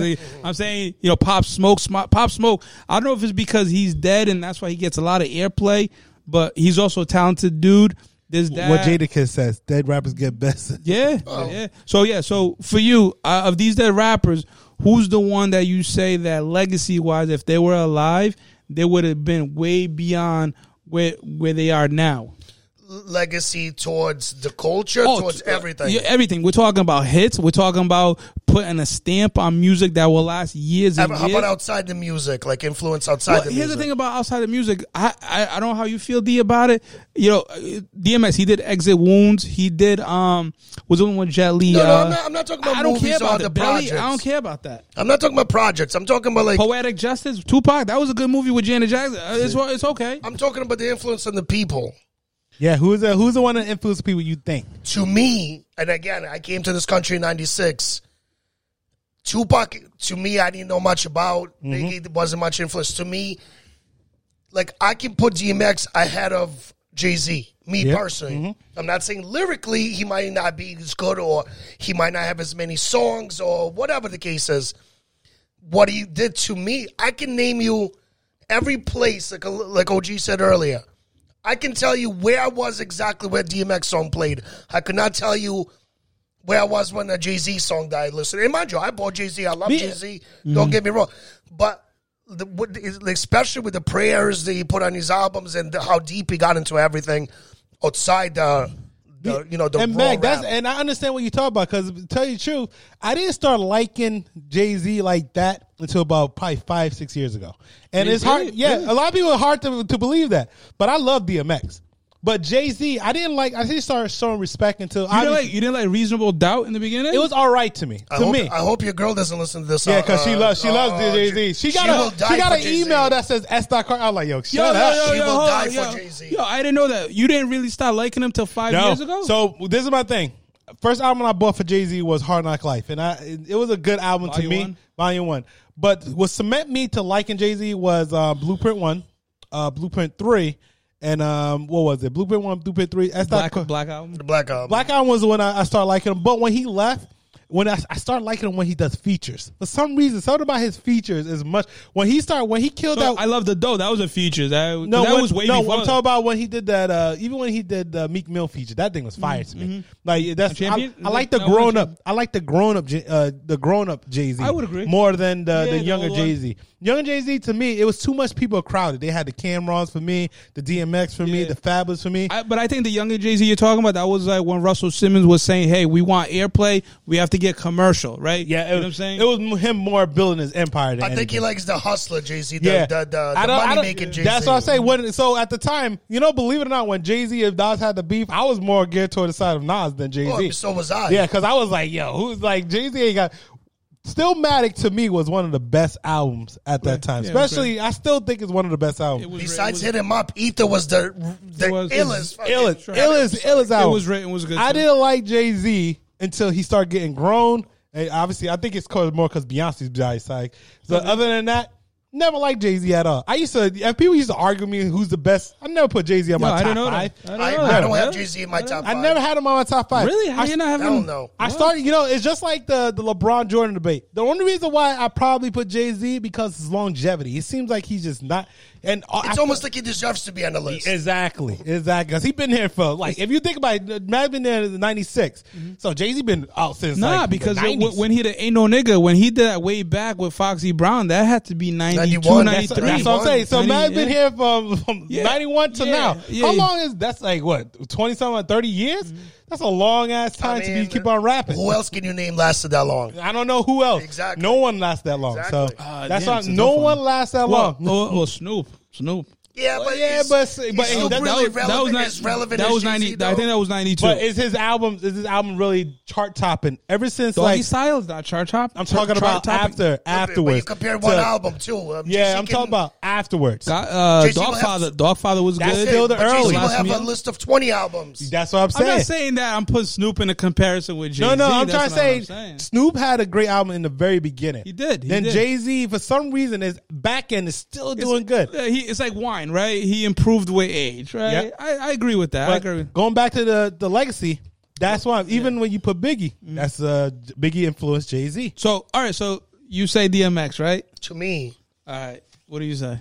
[SPEAKER 2] I'm saying, you know, Pop Smoke, Sm- Pop Smoke. I don't know if it's because he's dead and that's why he gets a lot of airplay, but he's also a talented dude. There's that.
[SPEAKER 1] what Jadakiss says, dead rappers get best.
[SPEAKER 2] Yeah, yeah. So yeah, so for you, uh, of these dead rappers, who's the one that you say that legacy wise, if they were alive, they would have been way beyond where where they are now.
[SPEAKER 3] legacy towards the culture, towards
[SPEAKER 2] Oh, t- uh,
[SPEAKER 3] everything.
[SPEAKER 2] yeah, everything. We're talking about hits. We're talking about putting a stamp on music that will last years and
[SPEAKER 3] How
[SPEAKER 2] years.
[SPEAKER 3] about outside the music, like influence outside
[SPEAKER 2] Well,
[SPEAKER 3] the
[SPEAKER 2] here's
[SPEAKER 3] music?
[SPEAKER 2] the thing about outside of music. I, I I don't know how you feel D about it. You know, uh, DMX he did Exit Wounds. He did um was the one with Jet Li.
[SPEAKER 3] No, no,
[SPEAKER 2] uh,
[SPEAKER 3] I'm not- I'm not talking about
[SPEAKER 2] I don't
[SPEAKER 3] movies
[SPEAKER 2] care
[SPEAKER 3] or
[SPEAKER 2] about
[SPEAKER 3] the
[SPEAKER 2] that. Belly,
[SPEAKER 3] projects.
[SPEAKER 2] I don't care about that.
[SPEAKER 3] I'm not talking about projects. I'm talking about like
[SPEAKER 2] Poetic Justice, Tupac. That was a good movie with Janet Jackson. Uh, It's it's okay.
[SPEAKER 3] I'm talking about the influence on the people.
[SPEAKER 1] Yeah, who's the who's the one that influenced people you think?
[SPEAKER 3] To me, and again, I came to this country in '96. Tupac, to me, I didn't know much about. Biggie wasn't much influence to me. Like I can put DMX ahead of Jay Z. Me
[SPEAKER 1] Yeah.
[SPEAKER 3] personally, I'm not saying lyrically he might not be as good, or he might not have as many songs, or whatever the case is. What he did to me, I can name you every place, like like OG said earlier. I can tell you where I was exactly where DMX song played. I could not tell you where I was when the Jay Z song died. Listen, and mind you, I bought Jay Z. I love Jay Z.
[SPEAKER 1] Mm-hmm.
[SPEAKER 3] Don't get me wrong, but the, what, especially with the prayers that he put on his albums and how deep he got into everything outside the, the you know the
[SPEAKER 1] and
[SPEAKER 3] raw
[SPEAKER 1] Mac, that's
[SPEAKER 3] rap.
[SPEAKER 1] and I understand what you talk about because tell you the truth, I didn't start liking Jay Z like that until about probably five six years ago, and it's hard.
[SPEAKER 2] Really?
[SPEAKER 1] Yeah, a lot of people are hard to, to believe that, but I love DMX. But Jay Z, I didn't like. I didn't start showing respect until
[SPEAKER 2] You didn't,
[SPEAKER 1] obviously-
[SPEAKER 2] like, you didn't like Reasonable Doubt in the beginning.
[SPEAKER 1] it was all right to me. To
[SPEAKER 3] I hope,
[SPEAKER 1] me,
[SPEAKER 3] I hope your girl doesn't listen to this.
[SPEAKER 1] yeah, because
[SPEAKER 3] uh,
[SPEAKER 1] she loves she
[SPEAKER 3] uh,
[SPEAKER 1] loves
[SPEAKER 3] uh,
[SPEAKER 1] Jay Z. She got
[SPEAKER 3] will
[SPEAKER 1] a
[SPEAKER 3] die
[SPEAKER 1] she got
[SPEAKER 3] for
[SPEAKER 1] an
[SPEAKER 3] Jay-Z.
[SPEAKER 1] email that says S. Dot Car. I'm like, yo, shut
[SPEAKER 2] yo,
[SPEAKER 1] up.
[SPEAKER 2] yo, yo,
[SPEAKER 3] She
[SPEAKER 2] yo,
[SPEAKER 3] will
[SPEAKER 2] hold
[SPEAKER 3] die
[SPEAKER 2] on,
[SPEAKER 3] for
[SPEAKER 2] yo.
[SPEAKER 3] Jay-Z.
[SPEAKER 2] Yo, I didn't know that. You didn't really start liking him till five
[SPEAKER 1] No.
[SPEAKER 2] years ago.
[SPEAKER 1] So this is my thing. First album I bought for Jay Z was Hard Knock Life, and I it, it was a good album to
[SPEAKER 2] Volume
[SPEAKER 1] me,
[SPEAKER 2] one?
[SPEAKER 1] Volume One. But what cement me to liking Jay Z was uh, Blueprint One, uh, Blueprint Three, and um, what was it? Blueprint One, Blueprint Three. That's
[SPEAKER 2] black
[SPEAKER 1] not,
[SPEAKER 2] black album.
[SPEAKER 3] The black uh, album.
[SPEAKER 1] Black Album was when I, I started liking him. But when he left, when I, I started liking him when he does features, for some reason, something about his features is much. When he started, when he killed
[SPEAKER 2] So,
[SPEAKER 1] that,
[SPEAKER 2] I love the dough. That was a feature. That,
[SPEAKER 1] no,
[SPEAKER 2] that
[SPEAKER 1] when-
[SPEAKER 2] was way
[SPEAKER 1] no.
[SPEAKER 2] before.
[SPEAKER 1] I'm talking about when he did that. Uh, even when he did the Meek Mill feature, that thing was fire to me. Like that's
[SPEAKER 2] Mm-hmm. A
[SPEAKER 1] I,
[SPEAKER 2] champion?
[SPEAKER 1] I like the
[SPEAKER 2] No,
[SPEAKER 1] grown
[SPEAKER 2] not
[SPEAKER 1] up. I like the grown up. J- Uh, the grown up Jay Z.
[SPEAKER 2] I would agree.
[SPEAKER 1] more than the,
[SPEAKER 2] Yeah,
[SPEAKER 1] the
[SPEAKER 2] the
[SPEAKER 1] younger
[SPEAKER 2] old one.
[SPEAKER 1] Jay Z. Young Jay Z to me, it was too much people crowded. They had the Camrons for me, the DMX for me,
[SPEAKER 2] Yeah.
[SPEAKER 1] the Fabulous for me.
[SPEAKER 2] I, but I think the younger Jay Z you're talking about that was like when Russell Simmons was saying, "Hey, we want airplay. We have to get commercial, right?"
[SPEAKER 1] yeah, it,
[SPEAKER 2] you know
[SPEAKER 1] was,
[SPEAKER 2] what I'm saying.
[SPEAKER 1] it was m- him more building his empire. Than
[SPEAKER 3] I think
[SPEAKER 1] anything.
[SPEAKER 3] he likes the hustler Jay Z, the,
[SPEAKER 1] yeah,
[SPEAKER 3] the, the,
[SPEAKER 1] I
[SPEAKER 3] the
[SPEAKER 1] don't- I
[SPEAKER 3] money
[SPEAKER 1] don't-
[SPEAKER 3] making Jay Z.
[SPEAKER 1] That's what I say. When so at the time, you know, believe it or not, when Jay Z and Nas had the beef, I was more geared toward the side of Nas than Jay Z.
[SPEAKER 3] Oh, so was I.
[SPEAKER 1] Yeah, because I was like, yo, who's like Jay Z ain't got Stillmatic to me was one of the best albums at that time.
[SPEAKER 2] Yeah, it was
[SPEAKER 1] Especially, I still think it's one of the best albums.
[SPEAKER 2] It was
[SPEAKER 3] Besides
[SPEAKER 2] it
[SPEAKER 3] hit him up, eat there was the the
[SPEAKER 2] It was-
[SPEAKER 3] illest. fucking-
[SPEAKER 1] illest,
[SPEAKER 2] Sure.
[SPEAKER 1] illest, illest
[SPEAKER 2] was, it
[SPEAKER 1] album.
[SPEAKER 2] was written was good.
[SPEAKER 1] I
[SPEAKER 2] too.
[SPEAKER 1] didn't like Jay Z until he started getting grown. And obviously, I think it's cause more because Beyonce's died. Like, so
[SPEAKER 2] Mm-hmm.
[SPEAKER 1] other than that, never liked Jay Z at all. I used to, if people used to argue me who's the best, I never put Jay Z on
[SPEAKER 2] No,
[SPEAKER 1] my
[SPEAKER 2] I
[SPEAKER 1] top
[SPEAKER 2] didn't know
[SPEAKER 1] five.
[SPEAKER 2] that.
[SPEAKER 3] I,
[SPEAKER 2] know
[SPEAKER 3] I
[SPEAKER 2] that.
[SPEAKER 3] don't have
[SPEAKER 2] Yeah.
[SPEAKER 3] Jay Z in my top.
[SPEAKER 1] I
[SPEAKER 3] Five.
[SPEAKER 1] never had him on my top five.
[SPEAKER 2] Really? How
[SPEAKER 1] I,
[SPEAKER 2] you not have
[SPEAKER 3] I don't
[SPEAKER 2] him?
[SPEAKER 3] know.
[SPEAKER 1] I started, you know, it's just like the the LeBron Jordan debate. The only reason why I probably put Jay Z because his longevity. It seems like he's just not, and uh,
[SPEAKER 3] It's almost like he deserves to be on the list.
[SPEAKER 1] Exactly, exactly. Because he been here for like, if you think about it, Mac been there in '96,
[SPEAKER 3] Mm-hmm.
[SPEAKER 1] so Jay Z been out since
[SPEAKER 2] Nah,
[SPEAKER 1] like,
[SPEAKER 2] because
[SPEAKER 1] the
[SPEAKER 2] when-
[SPEAKER 1] 90s.
[SPEAKER 2] when he did Ain't No Nigga, when he did that way back with Foxy Brown, that had to be 92,
[SPEAKER 3] 91. That's-
[SPEAKER 1] so
[SPEAKER 2] 93.
[SPEAKER 1] that's what I'm saying. So
[SPEAKER 2] 90,
[SPEAKER 1] Mac been
[SPEAKER 2] yeah.
[SPEAKER 1] here from, from
[SPEAKER 2] Yeah.
[SPEAKER 1] '91 to
[SPEAKER 2] Yeah.
[SPEAKER 1] now.
[SPEAKER 2] Yeah,
[SPEAKER 1] How
[SPEAKER 2] yeah.
[SPEAKER 1] long is that's like what twenty something, thirty years? That's a long ass time
[SPEAKER 3] Mm-hmm. I
[SPEAKER 1] to be
[SPEAKER 3] mean,
[SPEAKER 1] keep on rapping.
[SPEAKER 3] Who else can you name lasted that long?
[SPEAKER 1] I don't know who else.
[SPEAKER 3] Exactly.
[SPEAKER 1] No one lasts that long. So
[SPEAKER 3] Exactly.
[SPEAKER 1] that's
[SPEAKER 2] damn,
[SPEAKER 1] why
[SPEAKER 2] it's a
[SPEAKER 1] no
[SPEAKER 2] tough
[SPEAKER 1] one
[SPEAKER 2] one.
[SPEAKER 1] lasts that
[SPEAKER 2] Well,
[SPEAKER 1] long.
[SPEAKER 2] or, or Snoop. Snoop.
[SPEAKER 3] Yeah,
[SPEAKER 1] Well,
[SPEAKER 3] but
[SPEAKER 1] yeah,
[SPEAKER 3] he's-
[SPEAKER 1] but-
[SPEAKER 3] he's
[SPEAKER 1] but
[SPEAKER 3] still
[SPEAKER 1] that-
[SPEAKER 3] really
[SPEAKER 2] was- that was
[SPEAKER 3] relevant
[SPEAKER 2] not-
[SPEAKER 3] as relevant.
[SPEAKER 2] That
[SPEAKER 3] as
[SPEAKER 2] was
[SPEAKER 3] Jay-Z,
[SPEAKER 2] 90. I
[SPEAKER 3] though.
[SPEAKER 2] think that was 92.
[SPEAKER 1] But is his album? Is his album really chart topping? Ever since
[SPEAKER 2] Doggy
[SPEAKER 1] like
[SPEAKER 2] Styles, not chart top.
[SPEAKER 1] I'm talking about after
[SPEAKER 3] But you
[SPEAKER 1] afterwards.
[SPEAKER 3] compare
[SPEAKER 1] to-
[SPEAKER 3] one album too. Um,
[SPEAKER 1] Yeah,
[SPEAKER 3] Jay-Z
[SPEAKER 1] I'm
[SPEAKER 3] can-
[SPEAKER 1] talking about afterwards.
[SPEAKER 2] Uh,
[SPEAKER 3] Jay-Z will have-
[SPEAKER 2] Dogfather. Dogfather was
[SPEAKER 1] That's
[SPEAKER 2] good.
[SPEAKER 1] still the
[SPEAKER 3] But Jay-Z
[SPEAKER 1] early.
[SPEAKER 3] will
[SPEAKER 2] Last
[SPEAKER 3] have a
[SPEAKER 2] meal.
[SPEAKER 3] list of 20 albums.
[SPEAKER 1] That's what I'm
[SPEAKER 2] I'm
[SPEAKER 1] saying.
[SPEAKER 2] not saying that I'm putting Snoop in a comparison with Jay Z.
[SPEAKER 1] no, no, I'm trying to say, Snoop had a great album in the very beginning.
[SPEAKER 2] He did, he
[SPEAKER 1] then
[SPEAKER 2] did.
[SPEAKER 1] Jay Z, for some reason, his back end is still doing good.
[SPEAKER 2] Yeah, he, it's like wine, right? He improved with age, right?
[SPEAKER 1] Yeah.
[SPEAKER 2] I, I agree with that. I
[SPEAKER 1] But
[SPEAKER 2] agree. with-
[SPEAKER 1] going back to the the legacy, that's why even when you put Biggie,
[SPEAKER 2] Mm-hmm.
[SPEAKER 1] that's uh, Biggie influenced Jay Z.
[SPEAKER 2] So, all right. So you say DMX, right?
[SPEAKER 3] To me,
[SPEAKER 2] All right. What do you say?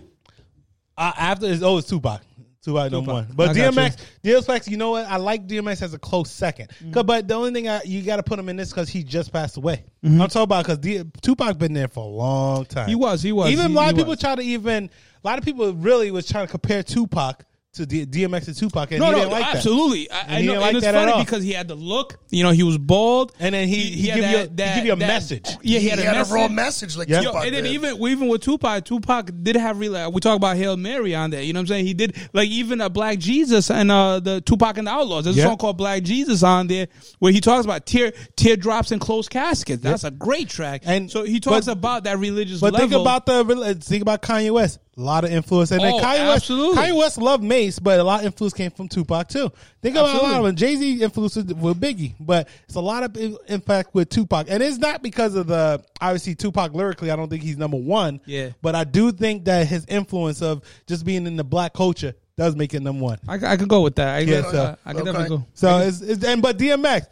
[SPEAKER 1] Uh, after is oh, it's Tupac. Tupac number one, but
[SPEAKER 2] I got
[SPEAKER 1] DMX, DMX, you know what? I like DMX as a close second.
[SPEAKER 2] Mm.
[SPEAKER 1] 'Cause- but the only thing I, you got to put him in this because he just passed away. I'm talking about because D, Tupac been there for a long time.
[SPEAKER 2] Mm-hmm. He was, he was,
[SPEAKER 1] Even
[SPEAKER 2] he-
[SPEAKER 1] a lot
[SPEAKER 2] he
[SPEAKER 1] of people
[SPEAKER 2] was.
[SPEAKER 1] try to even a lot of people really was trying to compare Tupac to D, DMX and Tupac, and he didn't like that.
[SPEAKER 2] absolutely. I, I
[SPEAKER 1] he didn't
[SPEAKER 2] know, and
[SPEAKER 1] like
[SPEAKER 2] it's
[SPEAKER 1] that at all.
[SPEAKER 2] funny because he had the look. You know, he was bald,
[SPEAKER 1] And then he- he
[SPEAKER 2] had
[SPEAKER 1] give you a- he give you a message.
[SPEAKER 2] Yeah, he,
[SPEAKER 3] he,
[SPEAKER 2] had, a, message.
[SPEAKER 3] raw message like
[SPEAKER 1] Yeah.
[SPEAKER 2] Yo,
[SPEAKER 3] Tupac
[SPEAKER 2] and then
[SPEAKER 3] did.
[SPEAKER 2] even even with Tupac, Tupac did have real. We talk about Hail Mary on there. You know what I'm saying? He did like even a Black Jesus and uh the Tupac and the Outlaws. There's
[SPEAKER 1] Yeah.
[SPEAKER 2] a song called Black Jesus on there where he talks about tear teardrops and closed caskets. That's a great track.
[SPEAKER 1] And-
[SPEAKER 2] And so he talks
[SPEAKER 1] but-
[SPEAKER 2] about that religious.
[SPEAKER 1] But
[SPEAKER 2] level.
[SPEAKER 1] think about the rel- think about Kanye West. A lot of influence, and then
[SPEAKER 2] Oh,
[SPEAKER 1] Kanye West.
[SPEAKER 2] absolutely.
[SPEAKER 1] Kanye West loved Mace, but a lot of influence came from Tupac too. Think about a lot of
[SPEAKER 2] Absolutely.
[SPEAKER 1] them. Jay Z influences with Biggie, but it's a lot of in- impact with Tupac, and it's not because of the obviously Tupac lyrically. I don't think he's number one.
[SPEAKER 2] Yeah.
[SPEAKER 1] but I do think that his influence of just being in the black culture does make it number one.
[SPEAKER 2] I, I could go with that. I,
[SPEAKER 1] Yeah,
[SPEAKER 2] could-
[SPEAKER 1] so-
[SPEAKER 2] I could
[SPEAKER 3] Okay.
[SPEAKER 2] definitely go.
[SPEAKER 1] So it's, it's and but DMX,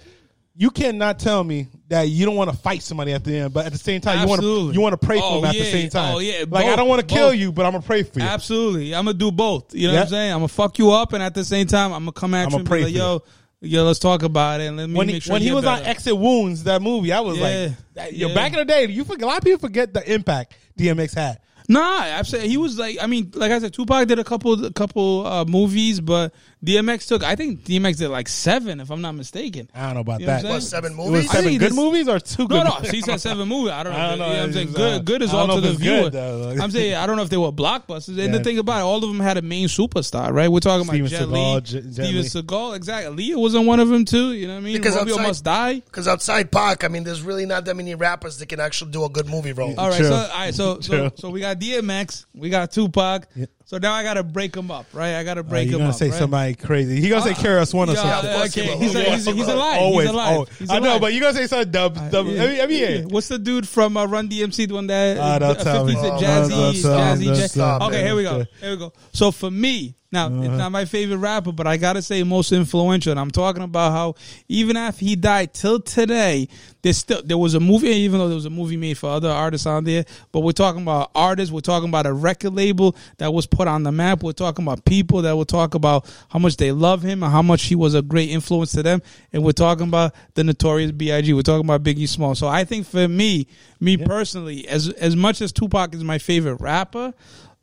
[SPEAKER 1] you cannot tell me that you don't want to fight somebody at the end, but at the same time you want
[SPEAKER 2] Absolutely.
[SPEAKER 1] to you want to pray for
[SPEAKER 2] Oh,
[SPEAKER 1] them at the
[SPEAKER 2] yeah.
[SPEAKER 1] same time.
[SPEAKER 2] Oh, yeah.
[SPEAKER 1] like I
[SPEAKER 2] Both.
[SPEAKER 1] don't want to kill
[SPEAKER 2] Both.
[SPEAKER 1] you, but I'm gonna pray for you.
[SPEAKER 2] Absolutely. I'm gonna do both. You know what
[SPEAKER 1] Yeah.
[SPEAKER 2] I'm saying? I'm gonna fuck you up and at the same time I'm gonna come at
[SPEAKER 1] I'ma
[SPEAKER 2] you and
[SPEAKER 1] pray
[SPEAKER 2] be like,
[SPEAKER 1] for
[SPEAKER 2] yo, yo, let's talk about it and let me
[SPEAKER 1] when he,
[SPEAKER 2] make sure
[SPEAKER 1] when
[SPEAKER 2] you
[SPEAKER 1] he
[SPEAKER 2] get
[SPEAKER 1] was on
[SPEAKER 2] better.
[SPEAKER 1] Exit Wounds, that movie, I was
[SPEAKER 2] uh, Yeah.
[SPEAKER 1] like, that- yo,
[SPEAKER 2] Yeah.
[SPEAKER 1] back in the day, you forget, a lot of people forget the impact DMX had.
[SPEAKER 2] Nah, absolutely. He was like, I mean, like I said, Tupac did a couple, a couple uh, movies, but DMX took. I think DMX did like seven, if I'm not mistaken.
[SPEAKER 1] I don't know about
[SPEAKER 2] You know
[SPEAKER 1] that.
[SPEAKER 2] what I'm
[SPEAKER 1] It
[SPEAKER 2] saying?
[SPEAKER 3] seven
[SPEAKER 1] was
[SPEAKER 3] movies.
[SPEAKER 2] I
[SPEAKER 1] seven
[SPEAKER 2] think
[SPEAKER 1] good
[SPEAKER 2] this-
[SPEAKER 1] movies or two
[SPEAKER 2] No,
[SPEAKER 1] good
[SPEAKER 2] no,
[SPEAKER 1] movies?
[SPEAKER 2] he said seven movies. I don't know.
[SPEAKER 1] I don't know.
[SPEAKER 2] You know what I'm saying?
[SPEAKER 1] It's, uh,
[SPEAKER 2] Good, good is
[SPEAKER 1] I don't
[SPEAKER 2] all
[SPEAKER 1] know
[SPEAKER 2] to
[SPEAKER 1] if
[SPEAKER 2] the
[SPEAKER 1] it's good,
[SPEAKER 2] viewer.
[SPEAKER 1] though.
[SPEAKER 2] I'm saying I don't know if they were blockbusters. And
[SPEAKER 1] Yeah.
[SPEAKER 2] the thing about it, all of them had a main superstar, right? We're talking
[SPEAKER 1] Steven
[SPEAKER 2] about
[SPEAKER 1] Seagal, J-
[SPEAKER 2] Jet Li,
[SPEAKER 1] Jet
[SPEAKER 2] Steven
[SPEAKER 1] Li.
[SPEAKER 2] Seagal, exactly. Leah was in one of them too. You know what I mean?
[SPEAKER 3] Because
[SPEAKER 2] Romeo
[SPEAKER 3] outside-
[SPEAKER 2] must die.
[SPEAKER 3] Because outside Pac, I mean, there's really not that many rappers that can actually do a good movie role.
[SPEAKER 2] All right,
[SPEAKER 1] True.
[SPEAKER 2] so all right, so,
[SPEAKER 1] True.
[SPEAKER 2] so so we got DMX, we got Tupac. So now I gotta break them up, right? I gotta
[SPEAKER 1] Like,
[SPEAKER 2] break
[SPEAKER 1] Uh, you're gonna
[SPEAKER 2] them up.
[SPEAKER 1] say
[SPEAKER 2] right?
[SPEAKER 1] somebody crazy. He gonna say Kara Swan or
[SPEAKER 2] yeah,
[SPEAKER 1] something.
[SPEAKER 3] of course he
[SPEAKER 2] Okay,
[SPEAKER 3] will.
[SPEAKER 2] Ah, he's,
[SPEAKER 3] Of
[SPEAKER 2] a,
[SPEAKER 3] course
[SPEAKER 2] he's,
[SPEAKER 3] he
[SPEAKER 2] a, he's
[SPEAKER 3] will.
[SPEAKER 2] alive.
[SPEAKER 1] Always,
[SPEAKER 2] he's alive.
[SPEAKER 1] always.
[SPEAKER 2] He's
[SPEAKER 1] I know,
[SPEAKER 2] alive.
[SPEAKER 1] but you gonna say something dumb. dumb
[SPEAKER 2] Uh, Yeah.
[SPEAKER 1] I mean, I mean, yeah.
[SPEAKER 2] Yeah. What's the dude from uh, Run DMC? The one that
[SPEAKER 1] Ah, don't tell me.
[SPEAKER 2] 50s,
[SPEAKER 1] Oh,
[SPEAKER 2] Jazzy,
[SPEAKER 1] don't tell me.
[SPEAKER 2] Jazzy,
[SPEAKER 1] Don't
[SPEAKER 2] Jazzy.
[SPEAKER 1] tell
[SPEAKER 3] me.
[SPEAKER 2] Okay, here we go.
[SPEAKER 1] Okay.
[SPEAKER 2] Here we go. So for me, now it's not my favorite rapper, but I gotta say most influential. And I'm talking about how even after he died till today, there's still there was a movie. Even though there was a movie made for other artists on there, but we're talking about artists. We're talking about a record label that was put on the map. We're talking about people that will talk about how much they love him and how much he was a great influence to them. And we're talking about the notorious B.I.G. We're talking about Biggie Small. So I think for me, me personally, as as much as Tupac is my favorite rapper,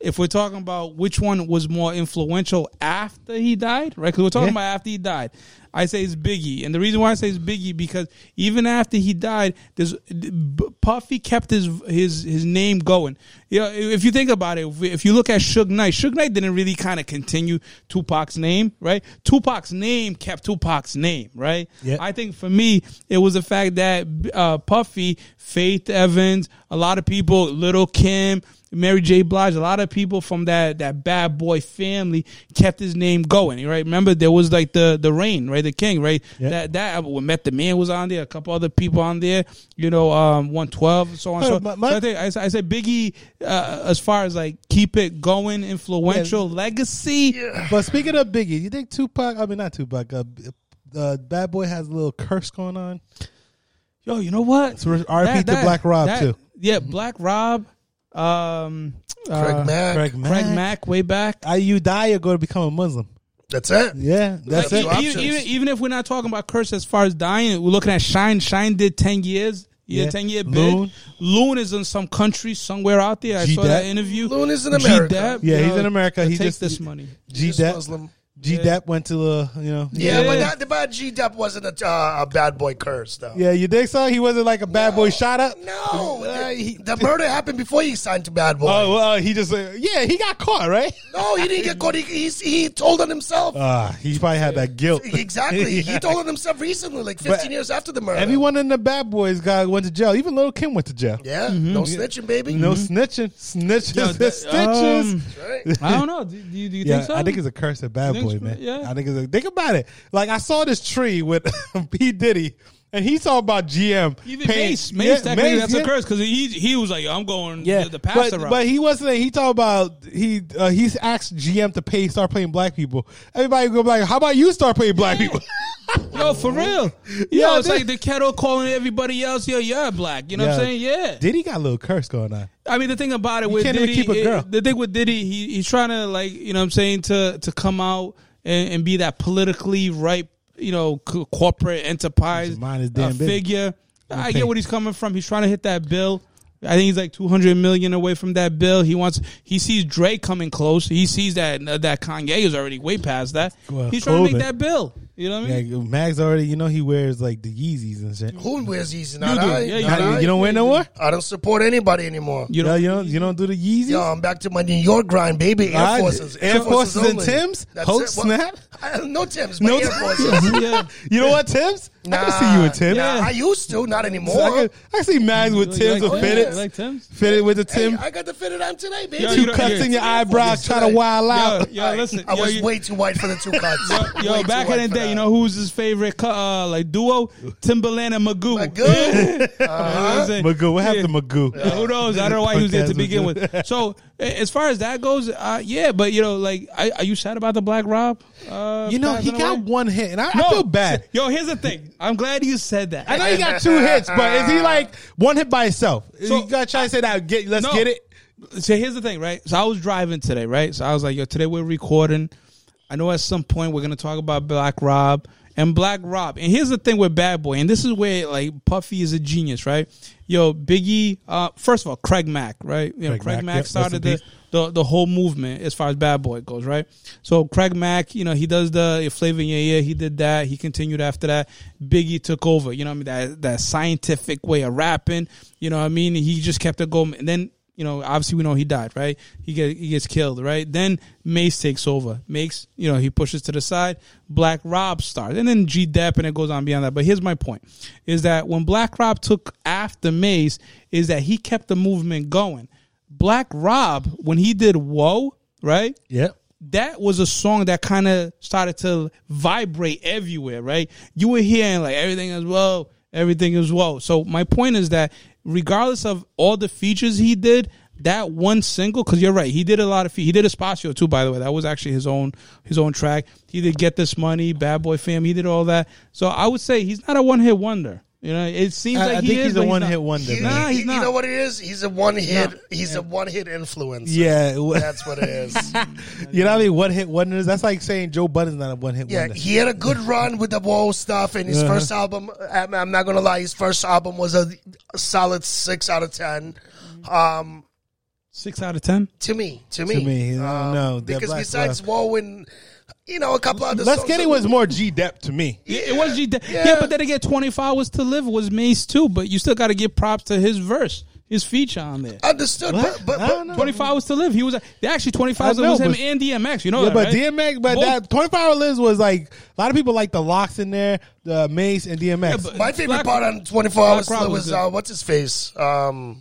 [SPEAKER 2] if we're talking about which one was more influential after he died, right? Because we're talking
[SPEAKER 1] Yeah.
[SPEAKER 2] about after he died. I say it's Biggie, and the reason why I say it's Biggie because even after he died, there's B- Puffy kept his his his name going. You know, if you think about it, if, if you look at Suge Knight, Suge Knight didn't really kind of continue Tupac's name, right? Tupac's name kept Tupac's name, right?
[SPEAKER 1] Yeah.
[SPEAKER 2] I think for me, it was the fact that uh, Puffy, Faith Evans, a lot of people, Little Kim, Mary J. Blige, a lot of people from that that bad boy family kept his name going. Right? Remember, there was like the the reign, right? The king, right?
[SPEAKER 1] Yeah.
[SPEAKER 2] That that when Met the Man was on there, a couple other people on there. You know, um, one twelve, so on.
[SPEAKER 1] Hey,
[SPEAKER 2] so,
[SPEAKER 1] my- my-
[SPEAKER 2] so I think I, I said Biggie, uh, as far as like keep it going, influential, legacy.
[SPEAKER 1] But speaking of Biggie, you think Tupac? I mean, not Tupac. Uh, uh, Bad Boy has a little curse going on.
[SPEAKER 2] Yo, you know what?
[SPEAKER 1] So we're- RIP to Black Rob, too.
[SPEAKER 2] Yeah, Black Rob, um,
[SPEAKER 3] Craig
[SPEAKER 2] uh,
[SPEAKER 3] Mack.
[SPEAKER 1] Craig Mack.
[SPEAKER 2] Craig Mack, way back.
[SPEAKER 1] Are you die or going to become a Muslim?
[SPEAKER 3] That's it.
[SPEAKER 1] Yeah, that's
[SPEAKER 3] Like,
[SPEAKER 1] it.
[SPEAKER 3] you-
[SPEAKER 2] Even,
[SPEAKER 3] Options.
[SPEAKER 2] E-, even, even, even if we're not talking about curse as far as dying, we're looking at Shine. Shine did ten years. Yeah,
[SPEAKER 1] Yeah.
[SPEAKER 2] ten year bid.
[SPEAKER 1] Loon.
[SPEAKER 2] Loon. is in some country somewhere out there. I saw that
[SPEAKER 1] G-Dep.
[SPEAKER 2] interview.
[SPEAKER 3] Loon is in America.
[SPEAKER 2] G-Dep,
[SPEAKER 1] Yeah,
[SPEAKER 2] you
[SPEAKER 1] he's in America. He
[SPEAKER 2] take
[SPEAKER 1] just-
[SPEAKER 2] this money.
[SPEAKER 1] G
[SPEAKER 3] Just
[SPEAKER 1] Dep.
[SPEAKER 3] Muslim.
[SPEAKER 1] G Dep went to the you know.
[SPEAKER 3] Yeah,
[SPEAKER 2] Yeah.
[SPEAKER 3] but not the bad G Dep wasn't a, uh, a bad boy curse though.
[SPEAKER 1] Yeah, you think so? He wasn't like a bad boy shot up.
[SPEAKER 3] No, uh, he- the murder happened before he signed to Bad Boy.
[SPEAKER 1] Oh well, he just uh, yeah, he got caught right.
[SPEAKER 3] no, he didn't get caught. He, he, he told on himself.
[SPEAKER 1] Ah, he probably had that guilt.
[SPEAKER 3] exactly. He told on himself recently, like 15
[SPEAKER 1] But
[SPEAKER 3] years after the murder.
[SPEAKER 1] Everyone in the Bad Boys guy went to jail. Even Little Kim went to jail.
[SPEAKER 3] Yeah, no snitching, baby.
[SPEAKER 1] Mm-hmm. No snitching, snitches,
[SPEAKER 2] Yo, Mm-hmm. that-
[SPEAKER 1] stitches.
[SPEAKER 2] um,
[SPEAKER 3] Right?
[SPEAKER 2] I don't know. Do, do you, do you
[SPEAKER 1] yeah,
[SPEAKER 2] think so?
[SPEAKER 1] I think it's a curse at Bad
[SPEAKER 2] You
[SPEAKER 1] Boy,
[SPEAKER 2] think so?
[SPEAKER 1] man.
[SPEAKER 2] Yeah.
[SPEAKER 1] I think it's a, think about it. Like I saw this tree with P Diddy, and he talked about GM.
[SPEAKER 2] even
[SPEAKER 1] paying-
[SPEAKER 2] Mace. Mace,
[SPEAKER 1] Yeah,
[SPEAKER 2] technically, that's a
[SPEAKER 1] yeah.
[SPEAKER 2] curse because he he was like, I'm going
[SPEAKER 1] Yeah,
[SPEAKER 2] the, the pastor
[SPEAKER 1] but,
[SPEAKER 2] route.
[SPEAKER 1] but he wasn't. He talked about he uh, he's asked GM to pay start playing black people. Everybody go like, how about you start playing black people?
[SPEAKER 2] Yo, for real. Yo,
[SPEAKER 1] Yeah,
[SPEAKER 2] it's
[SPEAKER 1] dude.
[SPEAKER 2] like the kettle calling everybody else, yo, you're black. You know what I'm saying? Yeah.
[SPEAKER 1] Diddy got a little curse going on.
[SPEAKER 2] I mean, the thing about it with
[SPEAKER 1] can't even
[SPEAKER 2] Diddy,
[SPEAKER 1] keep a
[SPEAKER 2] it-
[SPEAKER 1] girl.
[SPEAKER 2] the thing with Diddy, he, he's trying to like, you know what I'm saying, to, to come out and, and be that politically right, you know, co- corporate enterprise
[SPEAKER 1] Just mind his
[SPEAKER 2] uh,
[SPEAKER 1] damn business.
[SPEAKER 2] figure. I
[SPEAKER 1] pay.
[SPEAKER 2] get what he's coming from. He's trying to hit that bill. I think he's like 200 million away from that bill. He wants, he sees Drake coming close. He sees that, that Kanye is already way past that.
[SPEAKER 1] Well,
[SPEAKER 2] he's trying to
[SPEAKER 1] clothing.
[SPEAKER 2] make that bill. You know what I mean?
[SPEAKER 1] Yeah, Mags already, you know, he wears like the Yeezys and shit.
[SPEAKER 3] Who wears these? Not
[SPEAKER 2] You do.
[SPEAKER 3] I.
[SPEAKER 2] Yeah,
[SPEAKER 3] not
[SPEAKER 1] Not-
[SPEAKER 3] I.
[SPEAKER 1] you don't wear no more.
[SPEAKER 3] I don't support anybody anymore.
[SPEAKER 2] You
[SPEAKER 1] You
[SPEAKER 2] know,
[SPEAKER 1] don't, you don't, you don't do the Yeezys.
[SPEAKER 3] Yo, I'm back to my New York grind, baby. Air
[SPEAKER 1] I-
[SPEAKER 3] Forces.
[SPEAKER 1] Air Forces and
[SPEAKER 3] only.
[SPEAKER 1] Tims?
[SPEAKER 3] That's
[SPEAKER 1] Hulk
[SPEAKER 3] it. Well,
[SPEAKER 1] snap?
[SPEAKER 3] I- no Tims, but
[SPEAKER 1] No
[SPEAKER 3] Air
[SPEAKER 1] Tims.
[SPEAKER 3] Forces.
[SPEAKER 2] yeah.
[SPEAKER 1] You know what, Tim's? I can see you with Tim's.
[SPEAKER 3] Yeah, I used to, not anymore.
[SPEAKER 1] I, can, I can see Mags with Tim's
[SPEAKER 2] You
[SPEAKER 1] or
[SPEAKER 2] like
[SPEAKER 1] fitted,
[SPEAKER 2] Tim's? You like Tim's?
[SPEAKER 1] fitted with the
[SPEAKER 3] Hey,
[SPEAKER 1] Tim.
[SPEAKER 3] I got the fitted on today, baby.
[SPEAKER 2] Yo, you
[SPEAKER 1] two
[SPEAKER 2] don't-
[SPEAKER 1] cuts
[SPEAKER 2] yeah.
[SPEAKER 1] in your eyebrows, trying to wild out.
[SPEAKER 2] Yo, yo, listen.
[SPEAKER 3] I
[SPEAKER 2] yo,
[SPEAKER 3] was
[SPEAKER 2] you-
[SPEAKER 3] way too white for the two cuts. Way
[SPEAKER 2] Yo,
[SPEAKER 3] too
[SPEAKER 2] back in
[SPEAKER 3] white
[SPEAKER 2] the
[SPEAKER 3] for
[SPEAKER 2] day,
[SPEAKER 3] that.
[SPEAKER 2] you know who was his favorite co- uh, like duo? Timbaland and Magoo.
[SPEAKER 3] Like, good.
[SPEAKER 2] Uh-huh.
[SPEAKER 1] Magoo, what happened to Magoo?
[SPEAKER 2] Yeah, who knows? I don't know why he was there to
[SPEAKER 1] Podcast
[SPEAKER 2] begin
[SPEAKER 1] was-
[SPEAKER 2] with. So, a- as far as that goes, uh, yeah. But you know, like, I, are you sad about the Black Rob? Uh,
[SPEAKER 1] You know, he
[SPEAKER 2] passing
[SPEAKER 1] got
[SPEAKER 2] away?
[SPEAKER 1] one hit, and I, I feel bad.
[SPEAKER 2] Yo, here's the thing. I'm glad you said that.
[SPEAKER 1] I know he got two hits, but is he like one hit by himself?
[SPEAKER 2] So-
[SPEAKER 1] you gotta try to say that. Get, let's
[SPEAKER 2] No.
[SPEAKER 1] get it.
[SPEAKER 2] So here's the thing, right? So I was driving today, right? So I was like, yo, today we're recording. I know at some point we're gonna talk about Black Rob and Black Rob. And here's the thing with Bad Boy, and this is where like Puffy is a genius, right? Yo, Biggie, uh, first of all, Craig Mack, right? You know,
[SPEAKER 1] Craig
[SPEAKER 2] Craig,
[SPEAKER 1] Mack,
[SPEAKER 2] Mack
[SPEAKER 1] yep, rest in
[SPEAKER 2] started
[SPEAKER 1] peace.
[SPEAKER 2] the, the the whole movement as far as Bad Boy goes, right? So Craig Mack, you know, he does the Flavor in Your Ear, he did that, he continued after that. Biggie took over, you know what I mean? That that scientific way of rapping, you know what I mean? He just kept it going. And then, you know, obviously we know he died, right? He get he gets killed, right? Then Mace takes over. Makes, you know, he pushes to the side. Black Rob starts. And then G Dep and it goes on beyond that. But here's my point is that when Black Rob took after Mace, is that he kept the movement going. Black Rob, when he did Whoa, right?
[SPEAKER 1] Yep.
[SPEAKER 2] That was a song that kind of started to vibrate everywhere, right? You were hearing like everything is whoa, everything is whoa. So my point is that regardless of all the features he did, that one single, because you're right, he did a lot of fe- he did Espacio too, by the way. That was actually his own his own track. He did Get This Money, Bad Boy Fam. He did all that. So I would say he's not a one hit wonder. You know, it seems
[SPEAKER 1] I,
[SPEAKER 2] like
[SPEAKER 1] I
[SPEAKER 2] he
[SPEAKER 1] think
[SPEAKER 2] is,
[SPEAKER 1] he's
[SPEAKER 2] but
[SPEAKER 1] a one
[SPEAKER 2] not.
[SPEAKER 1] hit wonder.
[SPEAKER 3] He-
[SPEAKER 1] man.
[SPEAKER 2] Nah, he's
[SPEAKER 3] you
[SPEAKER 2] not.
[SPEAKER 3] know what it is? He's a one hit. He's a one hit influencer.
[SPEAKER 1] Yeah, it wa-
[SPEAKER 3] That's what it is.
[SPEAKER 1] you know what I mean? One hit wonders. That's like saying Joe Budden's not a one hit
[SPEAKER 3] Yeah,
[SPEAKER 1] wonder.
[SPEAKER 3] he had a good run with the whoa stuff, and his
[SPEAKER 2] Uh-huh.
[SPEAKER 3] first album. I'm, I'm not gonna lie, his first album was a, a solid six out of ten. Um,
[SPEAKER 2] Six out of ten.
[SPEAKER 3] to me, to me,
[SPEAKER 1] To me, Uh, I don't
[SPEAKER 3] Um,
[SPEAKER 1] know, that
[SPEAKER 3] because
[SPEAKER 1] Black
[SPEAKER 3] besides
[SPEAKER 1] Rob-
[SPEAKER 3] whoa and you know, a couple other
[SPEAKER 1] Let's
[SPEAKER 3] songs
[SPEAKER 1] Get It
[SPEAKER 3] that-
[SPEAKER 1] was more G Dep to me.
[SPEAKER 2] Yeah, it was G. Yeah.
[SPEAKER 3] yeah.
[SPEAKER 2] but then again, 24 Hours to Live was Mace too, but you still got to give props to his verse, his feature on there.
[SPEAKER 3] understood. But,
[SPEAKER 1] What?
[SPEAKER 3] but,
[SPEAKER 1] I
[SPEAKER 3] but,
[SPEAKER 1] don't know.
[SPEAKER 2] 25 Hours to Live, he was they actually 25 Hours
[SPEAKER 1] I know,
[SPEAKER 2] was him
[SPEAKER 1] but-
[SPEAKER 2] and DMX, you know
[SPEAKER 1] Yeah,
[SPEAKER 2] that,
[SPEAKER 1] but
[SPEAKER 2] right?
[SPEAKER 1] DMX, but
[SPEAKER 2] Both-
[SPEAKER 1] that 24 Hour Liz was like a lot of people like the locks in there, the Mace and DMX.
[SPEAKER 2] Yeah, but-
[SPEAKER 3] my
[SPEAKER 2] Black-
[SPEAKER 3] favorite part on 24
[SPEAKER 2] Black
[SPEAKER 3] Hours
[SPEAKER 2] Rob
[SPEAKER 3] was,
[SPEAKER 2] was
[SPEAKER 3] was
[SPEAKER 2] good.
[SPEAKER 3] uh, what's his face? Um,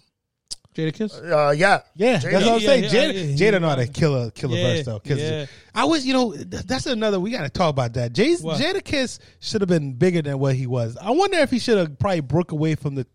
[SPEAKER 2] Jada Kiss.
[SPEAKER 3] uh, yeah.
[SPEAKER 1] Yeah,
[SPEAKER 3] Jada.
[SPEAKER 1] that's what I'm
[SPEAKER 2] Yeah,
[SPEAKER 1] saying.
[SPEAKER 2] yeah,
[SPEAKER 1] Jada,
[SPEAKER 2] yeah,
[SPEAKER 1] Jada know how to kill a kill a
[SPEAKER 2] Yeah,
[SPEAKER 1] verse though. 'cause
[SPEAKER 2] yeah.
[SPEAKER 1] I was, you know, th- that's another. We got to talk about that. Jay's,
[SPEAKER 2] What?
[SPEAKER 1] Jada Kiss should have been bigger than what he was. I wonder if he should have probably broke away from the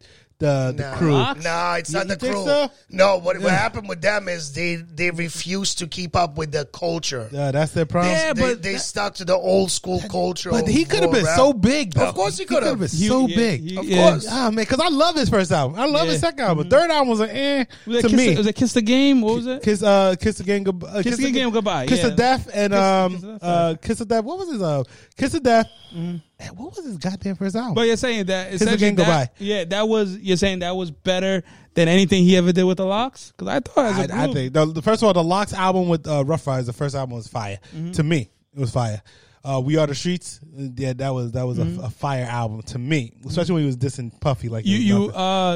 [SPEAKER 1] the, the
[SPEAKER 3] Nah.
[SPEAKER 1] crew. Uh,
[SPEAKER 2] Locks?
[SPEAKER 3] Nah, it's
[SPEAKER 1] You-
[SPEAKER 3] not
[SPEAKER 1] you
[SPEAKER 3] the
[SPEAKER 1] think
[SPEAKER 3] crew.
[SPEAKER 1] so?
[SPEAKER 3] No, what, what happened with them is they they refused to keep up with the culture.
[SPEAKER 1] Yeah, that's their problem.
[SPEAKER 2] Yeah,
[SPEAKER 3] they,
[SPEAKER 2] but
[SPEAKER 3] they
[SPEAKER 2] that-
[SPEAKER 3] stuck to the old school culture.
[SPEAKER 1] but he
[SPEAKER 3] of
[SPEAKER 1] could have been
[SPEAKER 3] rap.
[SPEAKER 1] so big. Though.
[SPEAKER 3] Of course he
[SPEAKER 1] could
[SPEAKER 3] coulda.
[SPEAKER 1] have been
[SPEAKER 2] He-
[SPEAKER 1] so
[SPEAKER 2] yeah,
[SPEAKER 1] big.
[SPEAKER 2] he-
[SPEAKER 3] Of
[SPEAKER 2] yeah.
[SPEAKER 3] course.
[SPEAKER 1] Ah man, because I love his first album. I love his
[SPEAKER 2] Yeah.
[SPEAKER 1] second album. Third album was like eh
[SPEAKER 2] Was
[SPEAKER 1] to
[SPEAKER 2] that kiss,
[SPEAKER 1] me.
[SPEAKER 2] was that Kiss the Game? What was it?
[SPEAKER 1] Kiss, uh, kiss again, goodbye. Uh,
[SPEAKER 2] Kiss Again, Goodbye,
[SPEAKER 1] Kiss
[SPEAKER 2] yeah.
[SPEAKER 1] of death, and
[SPEAKER 2] Kiss-
[SPEAKER 1] um,
[SPEAKER 2] Kiss of Death, Mm-hmm.
[SPEAKER 1] uh, kiss of death. What was his uh, kiss of death? And What was his goddamn first album?
[SPEAKER 2] But you're saying that
[SPEAKER 1] the
[SPEAKER 2] essentially
[SPEAKER 1] game
[SPEAKER 2] that,
[SPEAKER 1] go by.
[SPEAKER 2] yeah, that was you're saying that was better than anything he ever did with the locks because I thought as a
[SPEAKER 1] I, I
[SPEAKER 2] group-
[SPEAKER 1] think the, the first of all, the Locks album with uh, Rough Riders, the first album was fire.
[SPEAKER 2] Mm-hmm.
[SPEAKER 1] To me, it was fire. Uh, we are the streets. uh, Yeah, that was that was a, a fire album to me, especially when he was dissing Puffy. Like it
[SPEAKER 2] Mm-hmm. you
[SPEAKER 1] was
[SPEAKER 2] you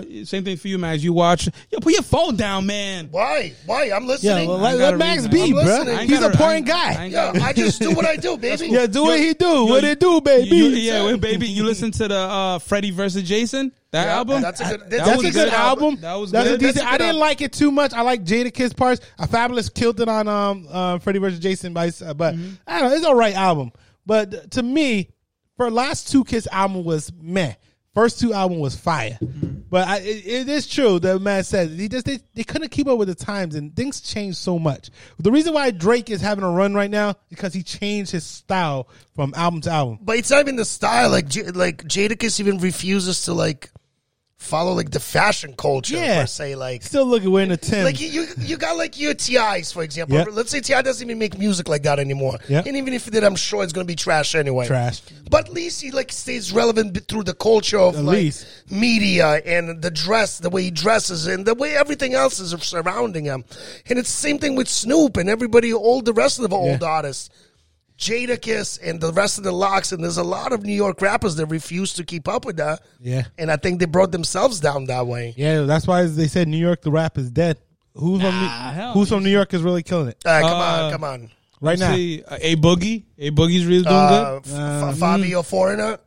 [SPEAKER 1] nothing.
[SPEAKER 2] uh same thing for you, Max. You watch yo put your phone down, man.
[SPEAKER 3] Why? Why? I'm
[SPEAKER 1] yeah,
[SPEAKER 3] listening.
[SPEAKER 1] well,
[SPEAKER 2] I
[SPEAKER 1] let,
[SPEAKER 2] gotta
[SPEAKER 1] let Max
[SPEAKER 2] read, man.
[SPEAKER 1] be,
[SPEAKER 3] I'm listening.
[SPEAKER 1] bro.
[SPEAKER 3] I ain't
[SPEAKER 1] He's
[SPEAKER 2] gotta-
[SPEAKER 1] a pouring
[SPEAKER 2] I ain't- I
[SPEAKER 1] guy.
[SPEAKER 2] ain't
[SPEAKER 3] yeah,
[SPEAKER 2] gotta-
[SPEAKER 3] I just do what I do, baby.
[SPEAKER 1] yeah, do what
[SPEAKER 2] Yo,
[SPEAKER 1] he do. what
[SPEAKER 2] yo,
[SPEAKER 1] it do, baby?
[SPEAKER 2] You- yeah, wait, baby. You listen to the uh, Freddie versus Jason that
[SPEAKER 3] Yeah,
[SPEAKER 2] album.
[SPEAKER 3] That's a good.
[SPEAKER 1] That's
[SPEAKER 2] was
[SPEAKER 1] a good album.
[SPEAKER 2] That was
[SPEAKER 1] That's
[SPEAKER 2] good.
[SPEAKER 1] a decent.
[SPEAKER 2] That's a
[SPEAKER 1] I
[SPEAKER 2] good
[SPEAKER 1] didn't
[SPEAKER 2] album.
[SPEAKER 1] like it too much. I like Jada Kiss parts. A Fabulous killed it on um uh, Freddie vs Jason, by, uh, but
[SPEAKER 2] Mm-hmm.
[SPEAKER 1] I don't know. It's all right album, but to me, for last two Kiss album was meh. First two album was fire,
[SPEAKER 2] Mm-hmm.
[SPEAKER 1] but I, it, it is true that man said he just they, they couldn't keep up with the times and things changed so much. The reason why Drake is having a run right now is because he changed his style from album to album.
[SPEAKER 3] But it's not even the style. Like J- like Jadakiss even refuses to like follow like the fashion culture
[SPEAKER 1] Yeah.
[SPEAKER 3] per se. Like
[SPEAKER 1] Still looking wearing the Tim.
[SPEAKER 3] like you you- you got like your TIs for example.
[SPEAKER 1] Yeah.
[SPEAKER 3] Let's say Ti doesn't even make music like that anymore.
[SPEAKER 1] Yeah.
[SPEAKER 3] And even if it did, I'm sure it's gonna be trash anyway.
[SPEAKER 1] Trash.
[SPEAKER 3] But at least he like stays relevant b- through the culture of
[SPEAKER 1] At
[SPEAKER 3] like
[SPEAKER 1] least.
[SPEAKER 3] media and the dress, the way he dresses, and the way everything else is surrounding him. And it's the same thing with Snoop and everybody, all the rest of the old artists. Jada Kiss and the rest of the locks, and there's a lot of New York rappers that refuse to keep up with that.
[SPEAKER 1] Yeah.
[SPEAKER 3] and I think they brought themselves down that way.
[SPEAKER 1] Yeah, that's why they said New York the rap is dead. Who's from
[SPEAKER 2] Nah, hell
[SPEAKER 1] New, who's from New York is really killing it
[SPEAKER 3] Uh, come
[SPEAKER 2] Uh,
[SPEAKER 3] on, come on.
[SPEAKER 1] right now.
[SPEAKER 2] See, uh, a boogie, a boogie's really doing
[SPEAKER 3] Uh,
[SPEAKER 2] good.
[SPEAKER 3] F- F- Fabio Foreigner.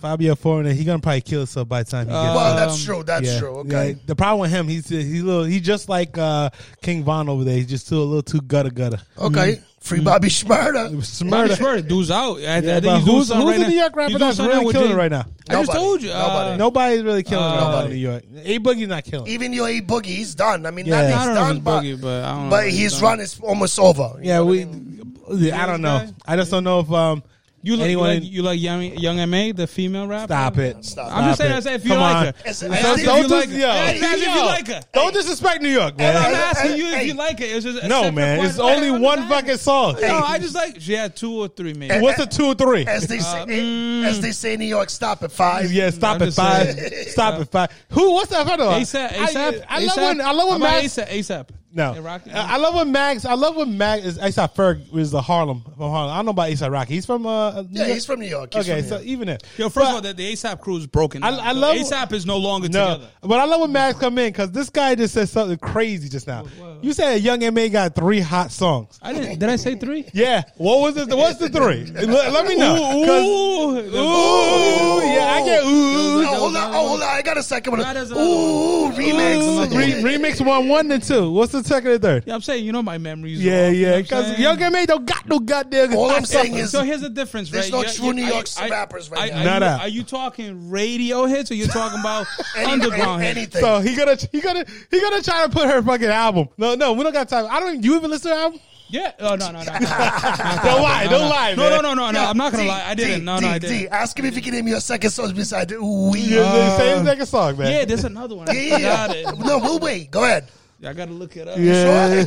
[SPEAKER 1] Fabio Foreigner, he gonna probably kill himself by the time he gets.
[SPEAKER 3] Well,
[SPEAKER 2] Um,
[SPEAKER 3] that's true. Oh, That's
[SPEAKER 1] yeah,
[SPEAKER 3] true. Okay.
[SPEAKER 1] yeah. The problem with him, he's he's little, he's just like uh, King Von over there. He's just still a little too gutter gutter.
[SPEAKER 2] Mm.
[SPEAKER 3] Okay. Free Bobby Schmurda.
[SPEAKER 2] Bobby
[SPEAKER 1] Smurda.
[SPEAKER 2] Shmurda, dude's out. I, I
[SPEAKER 1] Yeah,
[SPEAKER 2] think
[SPEAKER 1] but
[SPEAKER 2] he's doing
[SPEAKER 1] who's,
[SPEAKER 2] something
[SPEAKER 1] who's
[SPEAKER 2] right
[SPEAKER 1] a New
[SPEAKER 2] now.
[SPEAKER 1] York rapper
[SPEAKER 2] He's doing
[SPEAKER 1] that's
[SPEAKER 2] something
[SPEAKER 1] really
[SPEAKER 2] with
[SPEAKER 1] killing
[SPEAKER 2] Jay-
[SPEAKER 1] it right now?
[SPEAKER 2] I just
[SPEAKER 3] Nobody.
[SPEAKER 2] told you. uh,
[SPEAKER 3] Nobody.
[SPEAKER 1] Nobody's really killing it right now in
[SPEAKER 3] Nobody.
[SPEAKER 1] New York. A Boogie's not killing. it.
[SPEAKER 3] Even your A Boogie, he's done. I mean,
[SPEAKER 1] Yeah.
[SPEAKER 3] not
[SPEAKER 2] I
[SPEAKER 3] he's
[SPEAKER 2] don't know if
[SPEAKER 3] done,
[SPEAKER 2] it's
[SPEAKER 3] but,
[SPEAKER 2] boogie, but I don't
[SPEAKER 3] but
[SPEAKER 2] know.
[SPEAKER 3] his run is almost over.
[SPEAKER 1] Yeah, we. I don't know.
[SPEAKER 2] guy?
[SPEAKER 1] I just don't know if um
[SPEAKER 2] You like, you
[SPEAKER 1] anyone.
[SPEAKER 2] like you like young, young Ma, the female rapper.
[SPEAKER 1] Stop it.
[SPEAKER 3] Stop.
[SPEAKER 2] I'm
[SPEAKER 1] Stop
[SPEAKER 2] just saying,
[SPEAKER 1] it.
[SPEAKER 2] I said if you
[SPEAKER 1] Come
[SPEAKER 2] like
[SPEAKER 1] on.
[SPEAKER 2] her.
[SPEAKER 3] It's-
[SPEAKER 2] I'm
[SPEAKER 3] it's-
[SPEAKER 2] asking
[SPEAKER 3] don't
[SPEAKER 2] if you
[SPEAKER 1] dis-
[SPEAKER 2] like her.
[SPEAKER 1] yo.
[SPEAKER 2] Hey, it's asking if you
[SPEAKER 1] Yo.
[SPEAKER 2] like her.
[SPEAKER 1] Don't disrespect New York, man.
[SPEAKER 2] I'm
[SPEAKER 3] Hey,
[SPEAKER 2] asking you if
[SPEAKER 3] hey.
[SPEAKER 2] you like her. It's just a
[SPEAKER 1] No,
[SPEAKER 2] separate
[SPEAKER 1] man.
[SPEAKER 2] point.
[SPEAKER 1] It's
[SPEAKER 2] Like,
[SPEAKER 1] only
[SPEAKER 2] I'm
[SPEAKER 1] one
[SPEAKER 2] just
[SPEAKER 1] fucking
[SPEAKER 2] asking.
[SPEAKER 1] song.
[SPEAKER 2] No, I just like she had two or three maybe.
[SPEAKER 1] What's a two or three?
[SPEAKER 3] As they say,
[SPEAKER 2] Uh,
[SPEAKER 3] as
[SPEAKER 2] mm.
[SPEAKER 3] they say in New York, stop at five.
[SPEAKER 1] Yeah, stop
[SPEAKER 2] I'm
[SPEAKER 1] at
[SPEAKER 2] just
[SPEAKER 1] five.
[SPEAKER 2] saying.
[SPEAKER 1] Stop at five. Who? What's that other one?
[SPEAKER 2] ASAP,
[SPEAKER 1] I-
[SPEAKER 2] ASAP.
[SPEAKER 1] I, love when I love when Max.
[SPEAKER 2] ASAP, ASAP.
[SPEAKER 1] No,
[SPEAKER 2] And Rocky.
[SPEAKER 1] I I love when Max. I love when Max is ASAP Ferg is the Harlem from Harlem. I don't know about ASAP Rocky. He's from uh. New
[SPEAKER 3] Yeah,
[SPEAKER 1] York?
[SPEAKER 3] he's from New York. He's
[SPEAKER 1] Okay,
[SPEAKER 3] from
[SPEAKER 1] so even if
[SPEAKER 2] Yo, first of all, the, the ASAP crew is broken.
[SPEAKER 1] I-
[SPEAKER 2] now.
[SPEAKER 1] I
[SPEAKER 2] So
[SPEAKER 1] love-
[SPEAKER 2] ASAP is no longer
[SPEAKER 1] no,
[SPEAKER 2] together.
[SPEAKER 1] but I love when Max come in because this guy just said something crazy just now. You said Young Ma got three hot songs.
[SPEAKER 2] I didn't. Did I say three?
[SPEAKER 1] Yeah, what was it? What's the three? Let, let me know. 'cause-
[SPEAKER 2] Ooh,
[SPEAKER 1] Ooh, yeah, I get ooh.
[SPEAKER 3] Oh, hold on, oh, hold on. I got a second one.
[SPEAKER 2] That is another
[SPEAKER 3] Ooh, remix.
[SPEAKER 1] Re- remix one, one, and two. What's the second and third?
[SPEAKER 2] Yeah, I'm saying you know my memories.
[SPEAKER 1] Yeah, yeah. Because Young M.A. don't got no goddamn.
[SPEAKER 3] All I'm saying is,
[SPEAKER 2] So here's the difference,
[SPEAKER 3] There's
[SPEAKER 2] right?
[SPEAKER 3] no
[SPEAKER 2] Yeah,
[SPEAKER 3] true
[SPEAKER 2] yeah,
[SPEAKER 3] New
[SPEAKER 2] are
[SPEAKER 3] York
[SPEAKER 2] you- are-
[SPEAKER 3] rappers right
[SPEAKER 2] are-
[SPEAKER 3] now.
[SPEAKER 2] are
[SPEAKER 1] Nah,
[SPEAKER 2] you-
[SPEAKER 1] nah.
[SPEAKER 2] Are you talking radio hits or you're talking about
[SPEAKER 3] any-
[SPEAKER 2] underground
[SPEAKER 3] any-
[SPEAKER 2] hits?
[SPEAKER 3] anything.
[SPEAKER 1] so he gonna he gonna he gonna try to put her fucking album. No, no, we don't got time. I don't. even You even listen to her album?
[SPEAKER 2] Yeah. Oh no no no. no.
[SPEAKER 1] Don't lie. Don't
[SPEAKER 2] No, no.
[SPEAKER 1] lie. man.
[SPEAKER 2] No, no, no, no, no. I'm not gonna
[SPEAKER 3] D,
[SPEAKER 2] lie. I didn't.
[SPEAKER 3] D,
[SPEAKER 2] No,
[SPEAKER 3] D,
[SPEAKER 2] no, I
[SPEAKER 3] D.
[SPEAKER 2] didn't.
[SPEAKER 3] Ask him if he can name your second song beside
[SPEAKER 1] You
[SPEAKER 3] we.
[SPEAKER 1] the same second song, man.
[SPEAKER 2] Yeah, there's another one. I
[SPEAKER 3] Yeah.
[SPEAKER 2] forgot it.
[SPEAKER 3] No, we'll wait. Go ahead.
[SPEAKER 2] I gotta look it up.
[SPEAKER 1] Yeah.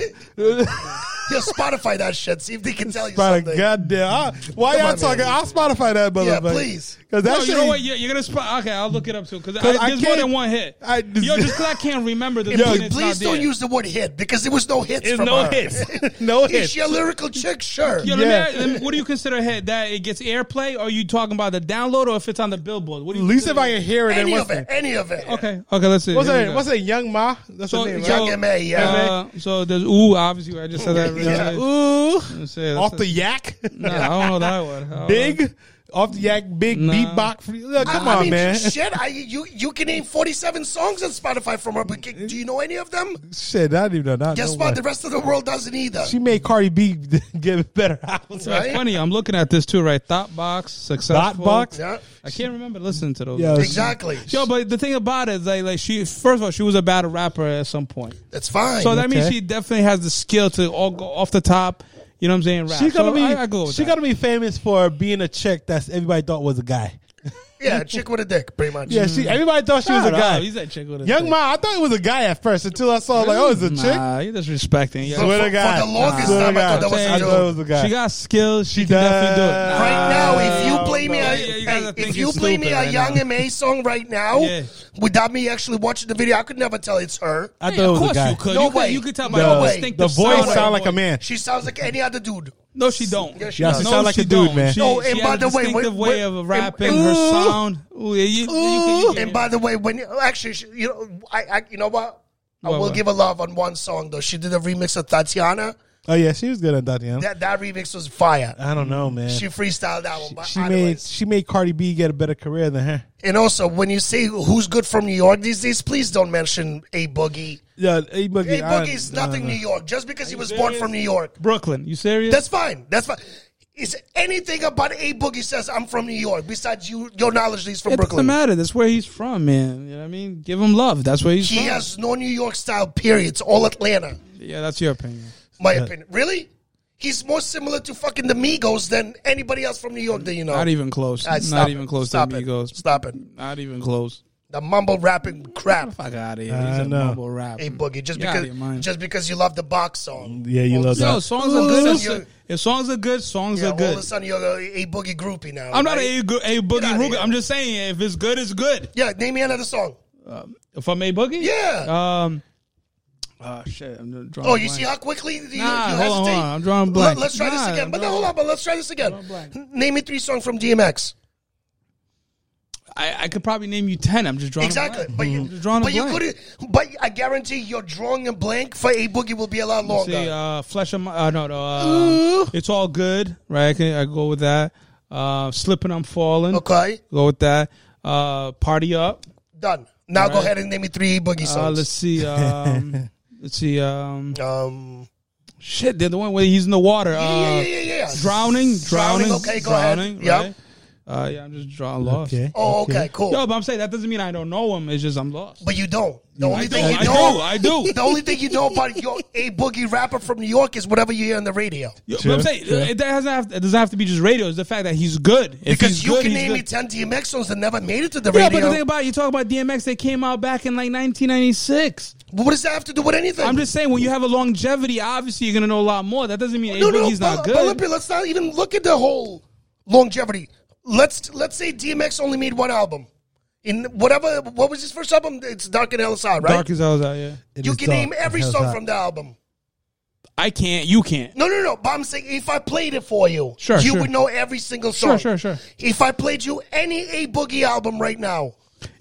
[SPEAKER 3] Yo, Spotify that shit. See if they can tell you
[SPEAKER 1] Spotify,
[SPEAKER 3] something.
[SPEAKER 1] goddamn. I, why
[SPEAKER 3] Come
[SPEAKER 1] y'all
[SPEAKER 3] on,
[SPEAKER 1] talking?
[SPEAKER 3] man.
[SPEAKER 1] I'll Spotify that motherfucker.
[SPEAKER 3] Yeah, please.
[SPEAKER 1] Because
[SPEAKER 2] No,
[SPEAKER 1] that
[SPEAKER 2] you
[SPEAKER 1] shit
[SPEAKER 2] know
[SPEAKER 1] ain't-
[SPEAKER 2] what? You're, you're gonna spot. Okay, I'll look it up too. Because
[SPEAKER 1] 'Cause I
[SPEAKER 2] there's more
[SPEAKER 1] can't-
[SPEAKER 2] than one hit.
[SPEAKER 1] I-
[SPEAKER 2] Yo, just because I can't remember the.
[SPEAKER 3] If
[SPEAKER 2] tune,
[SPEAKER 3] you-
[SPEAKER 2] it's
[SPEAKER 3] please
[SPEAKER 2] not
[SPEAKER 3] don't
[SPEAKER 2] there.
[SPEAKER 3] use the word hit because there was no hits.
[SPEAKER 2] There's
[SPEAKER 3] from
[SPEAKER 2] no
[SPEAKER 3] her.
[SPEAKER 2] hits.
[SPEAKER 1] No
[SPEAKER 3] Is
[SPEAKER 1] hits.
[SPEAKER 3] she a lyrical chick? Sure.
[SPEAKER 2] Yo, let me
[SPEAKER 1] Yeah.
[SPEAKER 2] ask- let me- what do you consider hit? That it gets airplay? Or are you talking about the download or if it's on the billboard? What do
[SPEAKER 1] At
[SPEAKER 2] you
[SPEAKER 1] least if I
[SPEAKER 2] consider-
[SPEAKER 1] can hear it, and
[SPEAKER 3] Any
[SPEAKER 1] what's
[SPEAKER 3] of it.
[SPEAKER 1] that?
[SPEAKER 3] Any of it.
[SPEAKER 2] Okay, okay, let's see.
[SPEAKER 1] What's
[SPEAKER 2] Here we
[SPEAKER 1] that?
[SPEAKER 2] go.
[SPEAKER 1] What's that? Young Ma. That's her
[SPEAKER 2] So,
[SPEAKER 1] name,
[SPEAKER 2] yo,
[SPEAKER 1] right?
[SPEAKER 3] Young M.A., yeah.
[SPEAKER 2] Uh, so there's ooh. Obviously, I just said that. Right
[SPEAKER 3] Yeah.
[SPEAKER 1] Ooh,
[SPEAKER 2] Let's see,
[SPEAKER 1] off
[SPEAKER 2] that's
[SPEAKER 1] the yak.
[SPEAKER 2] a- Nah, I don't know that one. I don't know.
[SPEAKER 1] Big. Off the yak, big
[SPEAKER 2] Nah.
[SPEAKER 1] beatbox. Free. Look, come
[SPEAKER 3] I
[SPEAKER 1] on,
[SPEAKER 3] mean,
[SPEAKER 1] man.
[SPEAKER 3] Shit, I, you you can name forty seven songs on Spotify from her, but can- do you know any of them?
[SPEAKER 1] Shit, I didn't even know. Not
[SPEAKER 3] Guess
[SPEAKER 1] no
[SPEAKER 3] what?
[SPEAKER 1] one.
[SPEAKER 3] The rest of the world doesn't either.
[SPEAKER 1] She made Cardi B get better albums.
[SPEAKER 2] That's
[SPEAKER 3] right?
[SPEAKER 2] funny. I'm looking at this too, right? Thought box, successful.
[SPEAKER 1] Thoughtbox?
[SPEAKER 3] Yeah,
[SPEAKER 2] I can't remember listening to those.
[SPEAKER 1] Yo,
[SPEAKER 3] exactly.
[SPEAKER 2] Yo, but the thing about it is like, like she first of all she was a battle rapper at some point,
[SPEAKER 3] That's fine.
[SPEAKER 2] so that means
[SPEAKER 1] Okay.
[SPEAKER 2] she definitely has the skill to all go off the top. You know what I'm saying? Rap.
[SPEAKER 1] She's gonna
[SPEAKER 2] So
[SPEAKER 1] be.
[SPEAKER 2] I, I go with
[SPEAKER 1] she
[SPEAKER 2] that.
[SPEAKER 1] gonna be famous for being a chick that's everybody thought was a guy.
[SPEAKER 3] yeah, chick with a dick, pretty much.
[SPEAKER 1] Yeah, she. Everybody thought she was a
[SPEAKER 2] Shut up.
[SPEAKER 1] guy.
[SPEAKER 2] Mm. He's that chick with a
[SPEAKER 1] Young
[SPEAKER 2] thing.
[SPEAKER 1] Ma, I thought it was a guy at first until I saw like, oh, it's a chick.
[SPEAKER 2] Nah, you disrespecting. Yeah.
[SPEAKER 3] So
[SPEAKER 1] Swear
[SPEAKER 3] for-
[SPEAKER 1] to God.
[SPEAKER 3] for the longest
[SPEAKER 1] Swear to
[SPEAKER 3] time, I
[SPEAKER 1] God.
[SPEAKER 3] thought that was a
[SPEAKER 1] I thought it was a
[SPEAKER 3] dude.
[SPEAKER 1] guy.
[SPEAKER 2] She got skills. She,
[SPEAKER 1] She
[SPEAKER 2] can definitely do it.
[SPEAKER 1] does.
[SPEAKER 3] Right now, if
[SPEAKER 1] Oh,
[SPEAKER 3] you play me,
[SPEAKER 2] no.
[SPEAKER 3] a,
[SPEAKER 2] Yeah, you guys are
[SPEAKER 3] hey, if
[SPEAKER 2] thinking
[SPEAKER 3] you play me
[SPEAKER 2] stupid
[SPEAKER 3] a
[SPEAKER 2] right
[SPEAKER 3] Young
[SPEAKER 2] now.
[SPEAKER 3] M.A. song right now,
[SPEAKER 2] Yeah.
[SPEAKER 3] without me actually watching the video, I could never tell it's her.
[SPEAKER 1] I
[SPEAKER 2] Hey,
[SPEAKER 1] thought
[SPEAKER 2] of
[SPEAKER 1] it was a
[SPEAKER 2] course
[SPEAKER 1] guy.
[SPEAKER 2] you could.
[SPEAKER 3] No
[SPEAKER 2] you, could
[SPEAKER 3] way.
[SPEAKER 2] you could tell by
[SPEAKER 1] The,
[SPEAKER 2] the
[SPEAKER 3] way.
[SPEAKER 1] the
[SPEAKER 2] distinctive
[SPEAKER 1] voice
[SPEAKER 2] sound
[SPEAKER 3] way.
[SPEAKER 1] sound like a
[SPEAKER 2] voice.
[SPEAKER 1] man.
[SPEAKER 3] She sounds like any other dude.
[SPEAKER 2] No, she don't.
[SPEAKER 3] Yeah, she
[SPEAKER 1] Yeah,
[SPEAKER 3] does.
[SPEAKER 1] she sound like a
[SPEAKER 2] she
[SPEAKER 1] dude,
[SPEAKER 2] don't.
[SPEAKER 1] man.
[SPEAKER 2] She,
[SPEAKER 1] No,
[SPEAKER 2] she
[SPEAKER 3] and
[SPEAKER 2] has
[SPEAKER 3] by the
[SPEAKER 2] a
[SPEAKER 3] way,
[SPEAKER 2] distinctive
[SPEAKER 3] what-
[SPEAKER 2] way
[SPEAKER 3] what-
[SPEAKER 2] of rapping,
[SPEAKER 1] Ooh.
[SPEAKER 2] her sound. Ooh, yeah, you, you, can- you can-
[SPEAKER 3] And by the way, when actually, she- you know, I, I you know what? I
[SPEAKER 2] What,
[SPEAKER 3] will
[SPEAKER 2] what?
[SPEAKER 3] give a love on one song though. She did a remix of Tatiana.
[SPEAKER 1] Oh yeah, she was good at that. Yeah,
[SPEAKER 3] That that remix was fire.
[SPEAKER 1] I don't know, man.
[SPEAKER 3] She
[SPEAKER 1] She,
[SPEAKER 3] freestyled that one. But
[SPEAKER 1] made
[SPEAKER 3] anyways.
[SPEAKER 1] she made Cardi B get a better career than her.
[SPEAKER 3] and also, when you say who's good from New York these days, please don't mention a boogie.
[SPEAKER 1] Yeah, A Boogie.
[SPEAKER 3] A
[SPEAKER 1] I-
[SPEAKER 3] boogie is
[SPEAKER 1] I don't
[SPEAKER 3] nothing
[SPEAKER 1] know.
[SPEAKER 3] New York. Just because he was born from New York,
[SPEAKER 2] Brooklyn. You serious?
[SPEAKER 3] that's fine. That's fine. Is anything about a boogie says I'm from New York? Besides you, your knowledge is from
[SPEAKER 2] it doesn't
[SPEAKER 3] Brooklyn.
[SPEAKER 2] matter. That's where he's from, man. You know what I mean? Give him love. That's where he's
[SPEAKER 3] He
[SPEAKER 2] from.
[SPEAKER 3] has no New York style. Period. It's all Atlanta.
[SPEAKER 2] Yeah, that's your opinion.
[SPEAKER 3] my opinion. Really? He's more similar to fucking the Migos than anybody else from New York that you know.
[SPEAKER 2] Not even close.
[SPEAKER 3] Oh. All right, stop
[SPEAKER 2] Not
[SPEAKER 3] it.
[SPEAKER 2] even close
[SPEAKER 3] stop
[SPEAKER 2] to
[SPEAKER 3] it.
[SPEAKER 2] Amigos.
[SPEAKER 3] Stop it.
[SPEAKER 2] Not even close.
[SPEAKER 3] The mumble rapping crap.
[SPEAKER 2] Fuck out of here.
[SPEAKER 1] I
[SPEAKER 2] He's a
[SPEAKER 1] know.
[SPEAKER 2] mumble rap.
[SPEAKER 3] Hey Boogie, just
[SPEAKER 2] Get outta your
[SPEAKER 3] because
[SPEAKER 2] mind.
[SPEAKER 3] just because you love the box song.
[SPEAKER 1] Yeah, you
[SPEAKER 3] All
[SPEAKER 1] love
[SPEAKER 3] of a
[SPEAKER 2] Yo,
[SPEAKER 1] that.
[SPEAKER 2] songs are good.
[SPEAKER 3] Ooh.
[SPEAKER 2] If- If songs are good, songs are
[SPEAKER 3] Yeah, all of a
[SPEAKER 2] good.
[SPEAKER 3] sudden you're a, a Boogie groupie now.
[SPEAKER 2] I'm not
[SPEAKER 3] right?
[SPEAKER 2] a, a
[SPEAKER 3] Get
[SPEAKER 2] boogie
[SPEAKER 3] outta
[SPEAKER 2] Ruger.
[SPEAKER 3] here.
[SPEAKER 2] I'm just saying, if it's good, it's good. Um,
[SPEAKER 3] Yeah, name me another song.
[SPEAKER 2] If I'm a boogie,
[SPEAKER 3] Yeah.
[SPEAKER 2] Um, oh shit, I'm gonna draw.
[SPEAKER 3] Oh,
[SPEAKER 2] a
[SPEAKER 3] you
[SPEAKER 2] blank.
[SPEAKER 3] see how quickly you, you
[SPEAKER 2] Nah,
[SPEAKER 3] hesitate?
[SPEAKER 2] hold on, hold on. I'm drawing
[SPEAKER 3] Let-
[SPEAKER 2] blank.
[SPEAKER 3] Let's try
[SPEAKER 2] Nah,
[SPEAKER 3] this again.
[SPEAKER 2] I'm
[SPEAKER 3] But no,
[SPEAKER 2] drawing
[SPEAKER 3] hold on, but let's try this again.
[SPEAKER 2] blank.
[SPEAKER 3] N- Name me three songs from DMX.
[SPEAKER 2] I, I could probably name you ten. I'm just drawing. a
[SPEAKER 3] Exactly.
[SPEAKER 2] blank.
[SPEAKER 3] But you,
[SPEAKER 2] I'm just drawing a
[SPEAKER 3] but you
[SPEAKER 2] blank.
[SPEAKER 3] couldn't but I guarantee your drawing a blank for a boogie will be a lot longer.
[SPEAKER 2] See, uh, flesh of my. Uh, no, no. Uh, it's all good, right? I can I go with that. Uh, slipping, I'm falling.
[SPEAKER 3] Okay,
[SPEAKER 2] Go with that. Uh, party up.
[SPEAKER 3] done. Now go
[SPEAKER 2] Alright.
[SPEAKER 3] ahead and name me three boogie
[SPEAKER 2] Uh,
[SPEAKER 3] songs.
[SPEAKER 2] let's see. Um, let's see. Um,
[SPEAKER 3] um,
[SPEAKER 2] shit, they're the one where he's in the water.
[SPEAKER 3] yeah, yeah,
[SPEAKER 2] Uh,
[SPEAKER 3] yeah, yeah, yeah.
[SPEAKER 2] drowning,
[SPEAKER 3] Drowning,
[SPEAKER 2] drowning,
[SPEAKER 3] okay, go ahead.
[SPEAKER 2] drowning.
[SPEAKER 3] Yeah.
[SPEAKER 2] Right? Uh, yeah, I'm just drawing lost.
[SPEAKER 1] Okay.
[SPEAKER 3] Oh, okay, cool.
[SPEAKER 2] Yo, but I'm saying that doesn't mean I don't know him. It's just I'm lost.
[SPEAKER 3] but you don't. The only
[SPEAKER 2] I do.
[SPEAKER 3] thing you
[SPEAKER 2] I
[SPEAKER 3] know,
[SPEAKER 2] do. I do.
[SPEAKER 3] the only thing you know about your a boogie rapper from New York is whatever you hear on the radio.
[SPEAKER 2] Yo, but
[SPEAKER 1] Sure,
[SPEAKER 2] I'm saying
[SPEAKER 1] sure.
[SPEAKER 2] it, doesn't have, it doesn't have to be just radio. It's the fact that he's good. If
[SPEAKER 3] Because
[SPEAKER 2] he's
[SPEAKER 3] you
[SPEAKER 2] good,
[SPEAKER 3] can
[SPEAKER 2] he's
[SPEAKER 3] name
[SPEAKER 2] good.
[SPEAKER 3] me ten DMX songs that never made it to the
[SPEAKER 2] Yeah, but
[SPEAKER 3] radio.
[SPEAKER 2] the thing about it, you talk about DMX, they came out back in like 1996.
[SPEAKER 3] But what does that have to do with anything?
[SPEAKER 2] I'm just saying, when you have a longevity, obviously you're gonna know a lot more. That doesn't mean
[SPEAKER 3] no,
[SPEAKER 2] A
[SPEAKER 3] no,
[SPEAKER 2] Boogie's
[SPEAKER 3] but-
[SPEAKER 2] not
[SPEAKER 3] but let
[SPEAKER 2] good.
[SPEAKER 3] me- let's not even look at the whole longevity. Let's let's say DMX only made one album. In whatever, what was his first album? It's Dark and LSI, right?
[SPEAKER 2] Dark as hell is out, yeah.
[SPEAKER 1] It
[SPEAKER 3] you
[SPEAKER 1] is
[SPEAKER 3] can
[SPEAKER 1] dark.
[SPEAKER 3] name every
[SPEAKER 1] It has
[SPEAKER 3] song
[SPEAKER 1] that.
[SPEAKER 3] from the album.
[SPEAKER 2] I can't. You can't.
[SPEAKER 3] No, no, no. But I'm saying if I played it for you,
[SPEAKER 2] Sure,
[SPEAKER 3] you
[SPEAKER 2] sure.
[SPEAKER 3] would know every single
[SPEAKER 2] Sure,
[SPEAKER 3] song.
[SPEAKER 2] sure, sure.
[SPEAKER 3] If I played you any A Boogie album right now,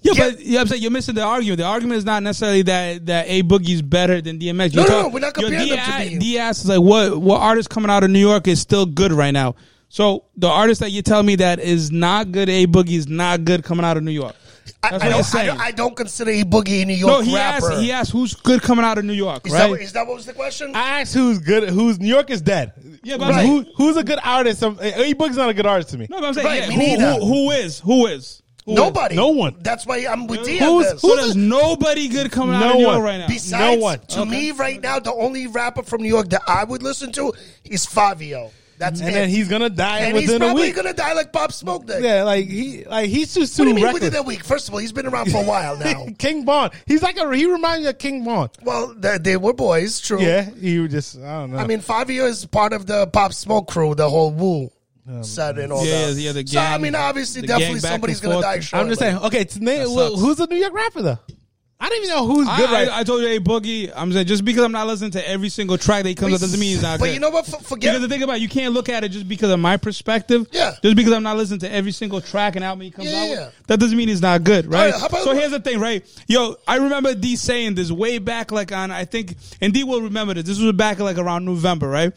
[SPEAKER 2] Yeah, but you
[SPEAKER 3] Yeah.
[SPEAKER 2] know what I'm saying you're missing the argument. The argument is not necessarily that that A Boogie's better than DMX.
[SPEAKER 3] No,
[SPEAKER 2] You're
[SPEAKER 3] no, no,
[SPEAKER 2] talk-
[SPEAKER 3] we're not
[SPEAKER 2] your
[SPEAKER 3] comparing them to
[SPEAKER 2] D-
[SPEAKER 3] B.
[SPEAKER 2] D.S. is like what what artist coming out of New York is still good right now. So the artist that you tell me that is not good, A Boogie is not good coming out of New York.
[SPEAKER 3] I, I,
[SPEAKER 2] That's what I'm
[SPEAKER 3] don't, I,
[SPEAKER 2] saying.
[SPEAKER 3] don't, I don't consider A Boogie a New York
[SPEAKER 2] No, he
[SPEAKER 3] rapper.
[SPEAKER 2] asked. He asked who's good coming out of New York,
[SPEAKER 3] is,
[SPEAKER 2] right?
[SPEAKER 3] that, is that what was the question?
[SPEAKER 1] I asked who's good. Who's New York is dead.
[SPEAKER 2] Yeah, but I'm-
[SPEAKER 1] who, who's a good artist? Um, A Boogie's not a good artist to me.
[SPEAKER 2] no, but I'm saying
[SPEAKER 3] Right,
[SPEAKER 2] yeah,
[SPEAKER 3] me
[SPEAKER 2] who,
[SPEAKER 3] neither.
[SPEAKER 2] who, who is who is who is?
[SPEAKER 3] Nobody.
[SPEAKER 1] No one.
[SPEAKER 3] That's why I'm with D on
[SPEAKER 2] Who's,
[SPEAKER 3] this.
[SPEAKER 2] so there's nobody good coming out
[SPEAKER 1] No
[SPEAKER 2] of New York
[SPEAKER 1] one.
[SPEAKER 2] right now.
[SPEAKER 3] Besides,
[SPEAKER 1] No one.
[SPEAKER 3] to me right now, the only rapper from New York that I would listen to is Fabio. That's
[SPEAKER 1] and
[SPEAKER 3] it.
[SPEAKER 1] then he's gonna die
[SPEAKER 3] and he's
[SPEAKER 1] within a
[SPEAKER 3] probably
[SPEAKER 1] week.
[SPEAKER 3] gonna die like Pop Smoke did.
[SPEAKER 1] yeah, like he like he's too
[SPEAKER 3] What do you
[SPEAKER 1] soon
[SPEAKER 3] mean
[SPEAKER 1] reckless.
[SPEAKER 3] within a week? First of all, he's been around for a while now.
[SPEAKER 1] King Bond. He's like a he reminds me of King Bond.
[SPEAKER 3] well, they, they were boys, true.
[SPEAKER 1] Yeah, he was just I don't know.
[SPEAKER 3] I mean, Fabio is part of the Pop Smoke crew, the whole Woo set and all
[SPEAKER 2] Oh, yeah,
[SPEAKER 3] that.
[SPEAKER 2] yeah, the
[SPEAKER 3] So I
[SPEAKER 2] gang-
[SPEAKER 3] mean, obviously,
[SPEAKER 2] the gang
[SPEAKER 3] definitely
[SPEAKER 2] back and
[SPEAKER 3] somebody's gonna
[SPEAKER 2] forth.
[SPEAKER 3] die.
[SPEAKER 2] I'm
[SPEAKER 1] I'm just
[SPEAKER 3] shortly.
[SPEAKER 1] saying. Okay, to name,
[SPEAKER 2] sucks.
[SPEAKER 1] who's a New York rapper though? I don't even know who's
[SPEAKER 2] I,
[SPEAKER 1] good right.
[SPEAKER 2] I, I told you, hey Boogie. I'm saying just because I'm not listening to every single track that he comes out doesn't mean he's not
[SPEAKER 3] But
[SPEAKER 2] good.
[SPEAKER 3] you know what? F-
[SPEAKER 2] because
[SPEAKER 3] forget
[SPEAKER 2] the thing about it, you can't look at it just because of my perspective.
[SPEAKER 3] Yeah.
[SPEAKER 2] Just because I'm not listening to every single track and album he comes
[SPEAKER 3] Yeah,
[SPEAKER 2] out
[SPEAKER 3] yeah.
[SPEAKER 2] with, that doesn't mean he's not good, right?
[SPEAKER 3] yeah, how about-
[SPEAKER 2] so here's the thing, right? Yo, I remember D saying this way back, like on I think, and D will remember this. This was back like around November, right?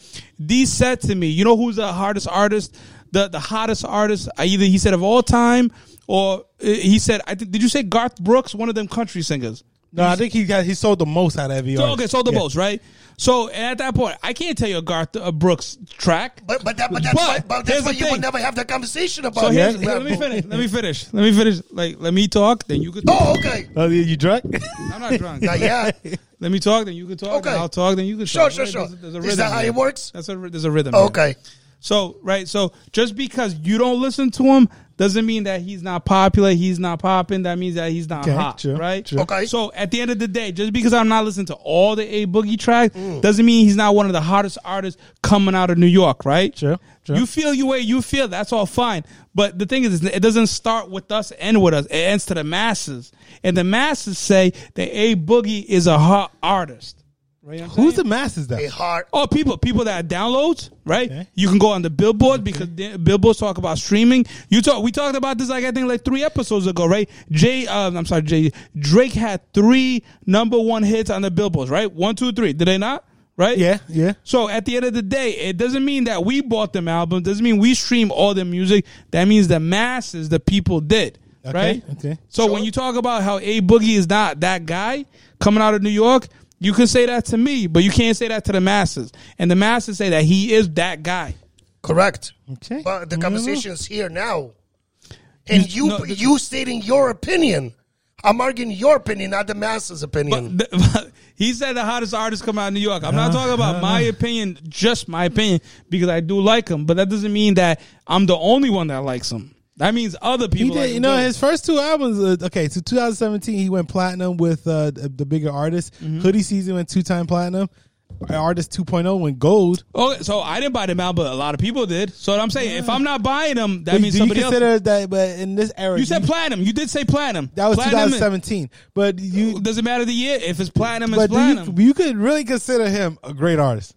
[SPEAKER 2] D said to me, "You know who's the hardest artist? The the hottest artist? I either he said of all time, or uh, he said, I think, did you say Garth Brooks, one of them country singers?"
[SPEAKER 1] no, I think he got he sold the most out of every.
[SPEAKER 2] So,
[SPEAKER 1] artist.
[SPEAKER 2] okay, so the
[SPEAKER 1] Yeah.
[SPEAKER 2] most, right? So and at that point, I can't tell you a Garth uh, Brooks track.
[SPEAKER 3] But but that but that's
[SPEAKER 2] But
[SPEAKER 3] why, but that's
[SPEAKER 2] here's
[SPEAKER 3] why
[SPEAKER 2] the
[SPEAKER 3] you
[SPEAKER 2] thing.
[SPEAKER 3] would never have that conversation about.
[SPEAKER 2] So
[SPEAKER 3] it.
[SPEAKER 2] here's,
[SPEAKER 1] Yeah.
[SPEAKER 2] let me finish. Let me finish. Let me finish. Like, let me talk, then you could talk.
[SPEAKER 3] Oh, okay.
[SPEAKER 1] Oh, yeah, you drunk?
[SPEAKER 2] I'm not drunk.
[SPEAKER 3] Now, yeah,
[SPEAKER 2] Let me talk, then you could talk.
[SPEAKER 3] Okay.
[SPEAKER 2] then I'll talk, then you could
[SPEAKER 3] sure,
[SPEAKER 2] talk.
[SPEAKER 3] sure,
[SPEAKER 2] Right?
[SPEAKER 3] sure.
[SPEAKER 2] There's a- there's a
[SPEAKER 3] Is
[SPEAKER 2] rhythm
[SPEAKER 3] that how
[SPEAKER 2] here.
[SPEAKER 3] it works?
[SPEAKER 2] That's a, there's a rhythm. here.
[SPEAKER 3] Okay.
[SPEAKER 2] So, right. So, just because you don't listen to him doesn't mean that he's not popular. He's not popping. That means that he's not
[SPEAKER 1] Okay,
[SPEAKER 2] hot.
[SPEAKER 1] true,
[SPEAKER 2] right?
[SPEAKER 1] true.
[SPEAKER 3] Okay.
[SPEAKER 2] So, at the end of the day, just because I'm not listening to all the A Boogie tracks doesn't mean he's not one of the hottest artists coming out of New York, right?
[SPEAKER 1] True, true.
[SPEAKER 2] You feel your way, you feel that's all fine. But the thing is, is it doesn't start with us, end with us. It ends to the masses. And the masses say that A Boogie is a hot artist. Right? You know what I'm
[SPEAKER 1] Who's
[SPEAKER 2] saying?
[SPEAKER 1] the masses though?
[SPEAKER 3] A heart.
[SPEAKER 2] Oh, people, people that downloads, right?
[SPEAKER 1] Okay.
[SPEAKER 2] You can go on the billboard because the billboards talk about streaming. You talk, we talked about this like I think like three episodes ago, right? Jay, uh, I'm sorry, Jay Drake had three number one hits on the billboards, right? One, two, three. Did they not? Right?
[SPEAKER 1] Yeah, yeah.
[SPEAKER 2] So at the end of the day, it doesn't mean that we bought them albums. Doesn't mean we stream all their music. That means the masses, the people did.
[SPEAKER 1] Okay,
[SPEAKER 2] Right.
[SPEAKER 1] okay.
[SPEAKER 2] So when you talk about how A Boogie is not that guy coming out of New York, you can say that to me, but you can't say that to the masses. And the masses say that he is that guy.
[SPEAKER 3] Correct.
[SPEAKER 1] Okay.
[SPEAKER 3] But the
[SPEAKER 1] Yeah.
[SPEAKER 3] conversation's here now, and you
[SPEAKER 2] no, the-
[SPEAKER 3] you stating your opinion. I'm arguing your opinion, not the masses' opinion.
[SPEAKER 2] The- he said the hottest artist come out of New York. I'm not
[SPEAKER 1] Uh-huh,
[SPEAKER 2] talking about my opinion, just my opinion, because I do like him. But that doesn't mean that I'm the only one that likes him. That means other
[SPEAKER 1] He
[SPEAKER 2] people.
[SPEAKER 1] did,
[SPEAKER 2] like
[SPEAKER 1] you
[SPEAKER 2] him
[SPEAKER 1] know,
[SPEAKER 2] too.
[SPEAKER 1] his first two albums. Uh, okay, so 2017, he went platinum with uh, the the bigger artist.
[SPEAKER 2] Mm-hmm.
[SPEAKER 1] Hoodie Season went two time platinum. Uh, Artist 2.0 went gold.
[SPEAKER 2] Okay, so I didn't buy them out, but a lot of people did. So what I'm saying, if I'm not buying them, that
[SPEAKER 1] Do
[SPEAKER 2] means
[SPEAKER 1] you
[SPEAKER 2] somebody
[SPEAKER 1] consider
[SPEAKER 2] else.
[SPEAKER 1] that? But in this era,
[SPEAKER 2] You said
[SPEAKER 1] you-
[SPEAKER 2] platinum. You did say platinum.
[SPEAKER 1] that was
[SPEAKER 2] platinum
[SPEAKER 1] 2017. But you,
[SPEAKER 2] Doesn't matter the year. If it's platinum, it's
[SPEAKER 1] but do
[SPEAKER 2] platinum.
[SPEAKER 1] you, you could really consider him a great artist.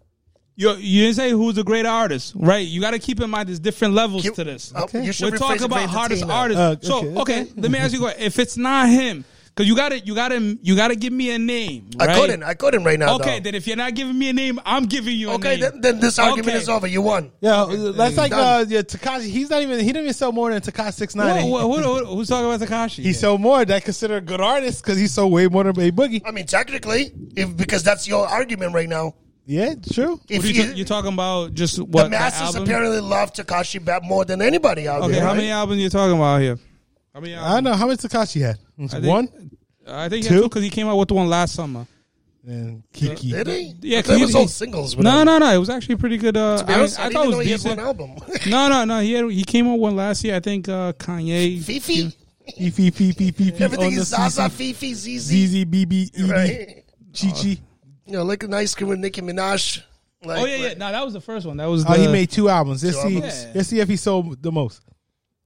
[SPEAKER 2] You, you didn't say who's a great artist, right? You got to keep in mind there's different levels
[SPEAKER 3] You-
[SPEAKER 2] to this.
[SPEAKER 3] uh, you should
[SPEAKER 2] We're
[SPEAKER 3] rephrase
[SPEAKER 2] talking
[SPEAKER 3] it
[SPEAKER 2] about
[SPEAKER 3] for
[SPEAKER 2] hardest
[SPEAKER 3] entertainer.
[SPEAKER 1] Uh,
[SPEAKER 2] artists. so
[SPEAKER 1] okay,
[SPEAKER 2] okay,
[SPEAKER 1] okay.
[SPEAKER 2] let me ask you a question. If it's not him, because you got to you got to you got to give me a name. Right?
[SPEAKER 3] I couldn't. I couldn't right now.
[SPEAKER 2] okay,
[SPEAKER 3] though.
[SPEAKER 2] then if you're not giving me a name, I'm giving you a
[SPEAKER 3] okay.
[SPEAKER 2] name.
[SPEAKER 3] Then, then this argument
[SPEAKER 2] Okay.
[SPEAKER 3] is over. You won.
[SPEAKER 1] Yeah, that's like
[SPEAKER 3] Done.
[SPEAKER 1] uh, yeah, Takashi. He's not even. He didn't even sell more than Takashi Six
[SPEAKER 2] Whoa,
[SPEAKER 1] Nine. He,
[SPEAKER 2] whoa, who- who- who's talking about Takashi?
[SPEAKER 1] he sold more. That considered a good artist because he sold way more than a boogie.
[SPEAKER 3] I mean, technically, if because that's your argument right now.
[SPEAKER 1] Yeah, true.
[SPEAKER 3] If
[SPEAKER 2] What are you,
[SPEAKER 3] you,
[SPEAKER 2] ta- you're talking about just what
[SPEAKER 3] the
[SPEAKER 2] that
[SPEAKER 3] masses
[SPEAKER 2] album?
[SPEAKER 3] apparently love Takashi Bat more than anybody out
[SPEAKER 2] Okay,
[SPEAKER 3] there.
[SPEAKER 2] how
[SPEAKER 3] right?
[SPEAKER 2] many albums you talking about here? How many?
[SPEAKER 1] I don't
[SPEAKER 2] Albums?
[SPEAKER 1] know how much Takashi had.
[SPEAKER 2] I think-
[SPEAKER 1] One
[SPEAKER 2] I think
[SPEAKER 1] Two?
[SPEAKER 2] two because he came out with the one last summer.
[SPEAKER 1] and Kiki.
[SPEAKER 3] Did he?
[SPEAKER 2] Yeah,
[SPEAKER 3] I thought it
[SPEAKER 2] he-
[SPEAKER 3] was all
[SPEAKER 2] he-
[SPEAKER 3] singles. with
[SPEAKER 2] No,
[SPEAKER 3] him.
[SPEAKER 2] no, no. It was actually pretty good. Uh,
[SPEAKER 3] To be honest, I,
[SPEAKER 2] I, I thought
[SPEAKER 3] didn't
[SPEAKER 2] it
[SPEAKER 3] even know
[SPEAKER 2] was
[SPEAKER 3] he had one
[SPEAKER 2] decent.
[SPEAKER 3] album.
[SPEAKER 2] No, no, no. He had, he came out one last year. I think uh, Kanye.
[SPEAKER 3] Fifi.
[SPEAKER 1] Fifi, Fifi, Fifi,
[SPEAKER 3] Everything
[SPEAKER 1] on the
[SPEAKER 3] is Zaza,
[SPEAKER 1] CC,
[SPEAKER 3] Fifi, ZZ.
[SPEAKER 1] ZZ, BB, EB,
[SPEAKER 3] Right?
[SPEAKER 1] Chi
[SPEAKER 2] Uh,
[SPEAKER 1] Chi.
[SPEAKER 3] You know, like an ice cream with Nicki Minaj. Like,
[SPEAKER 2] Oh yeah, yeah. No, that was the first one. That was. The,
[SPEAKER 1] Oh, he made two albums. Let's
[SPEAKER 3] Two
[SPEAKER 1] see.
[SPEAKER 2] albums. Yeah.
[SPEAKER 1] Let's see if he sold the most.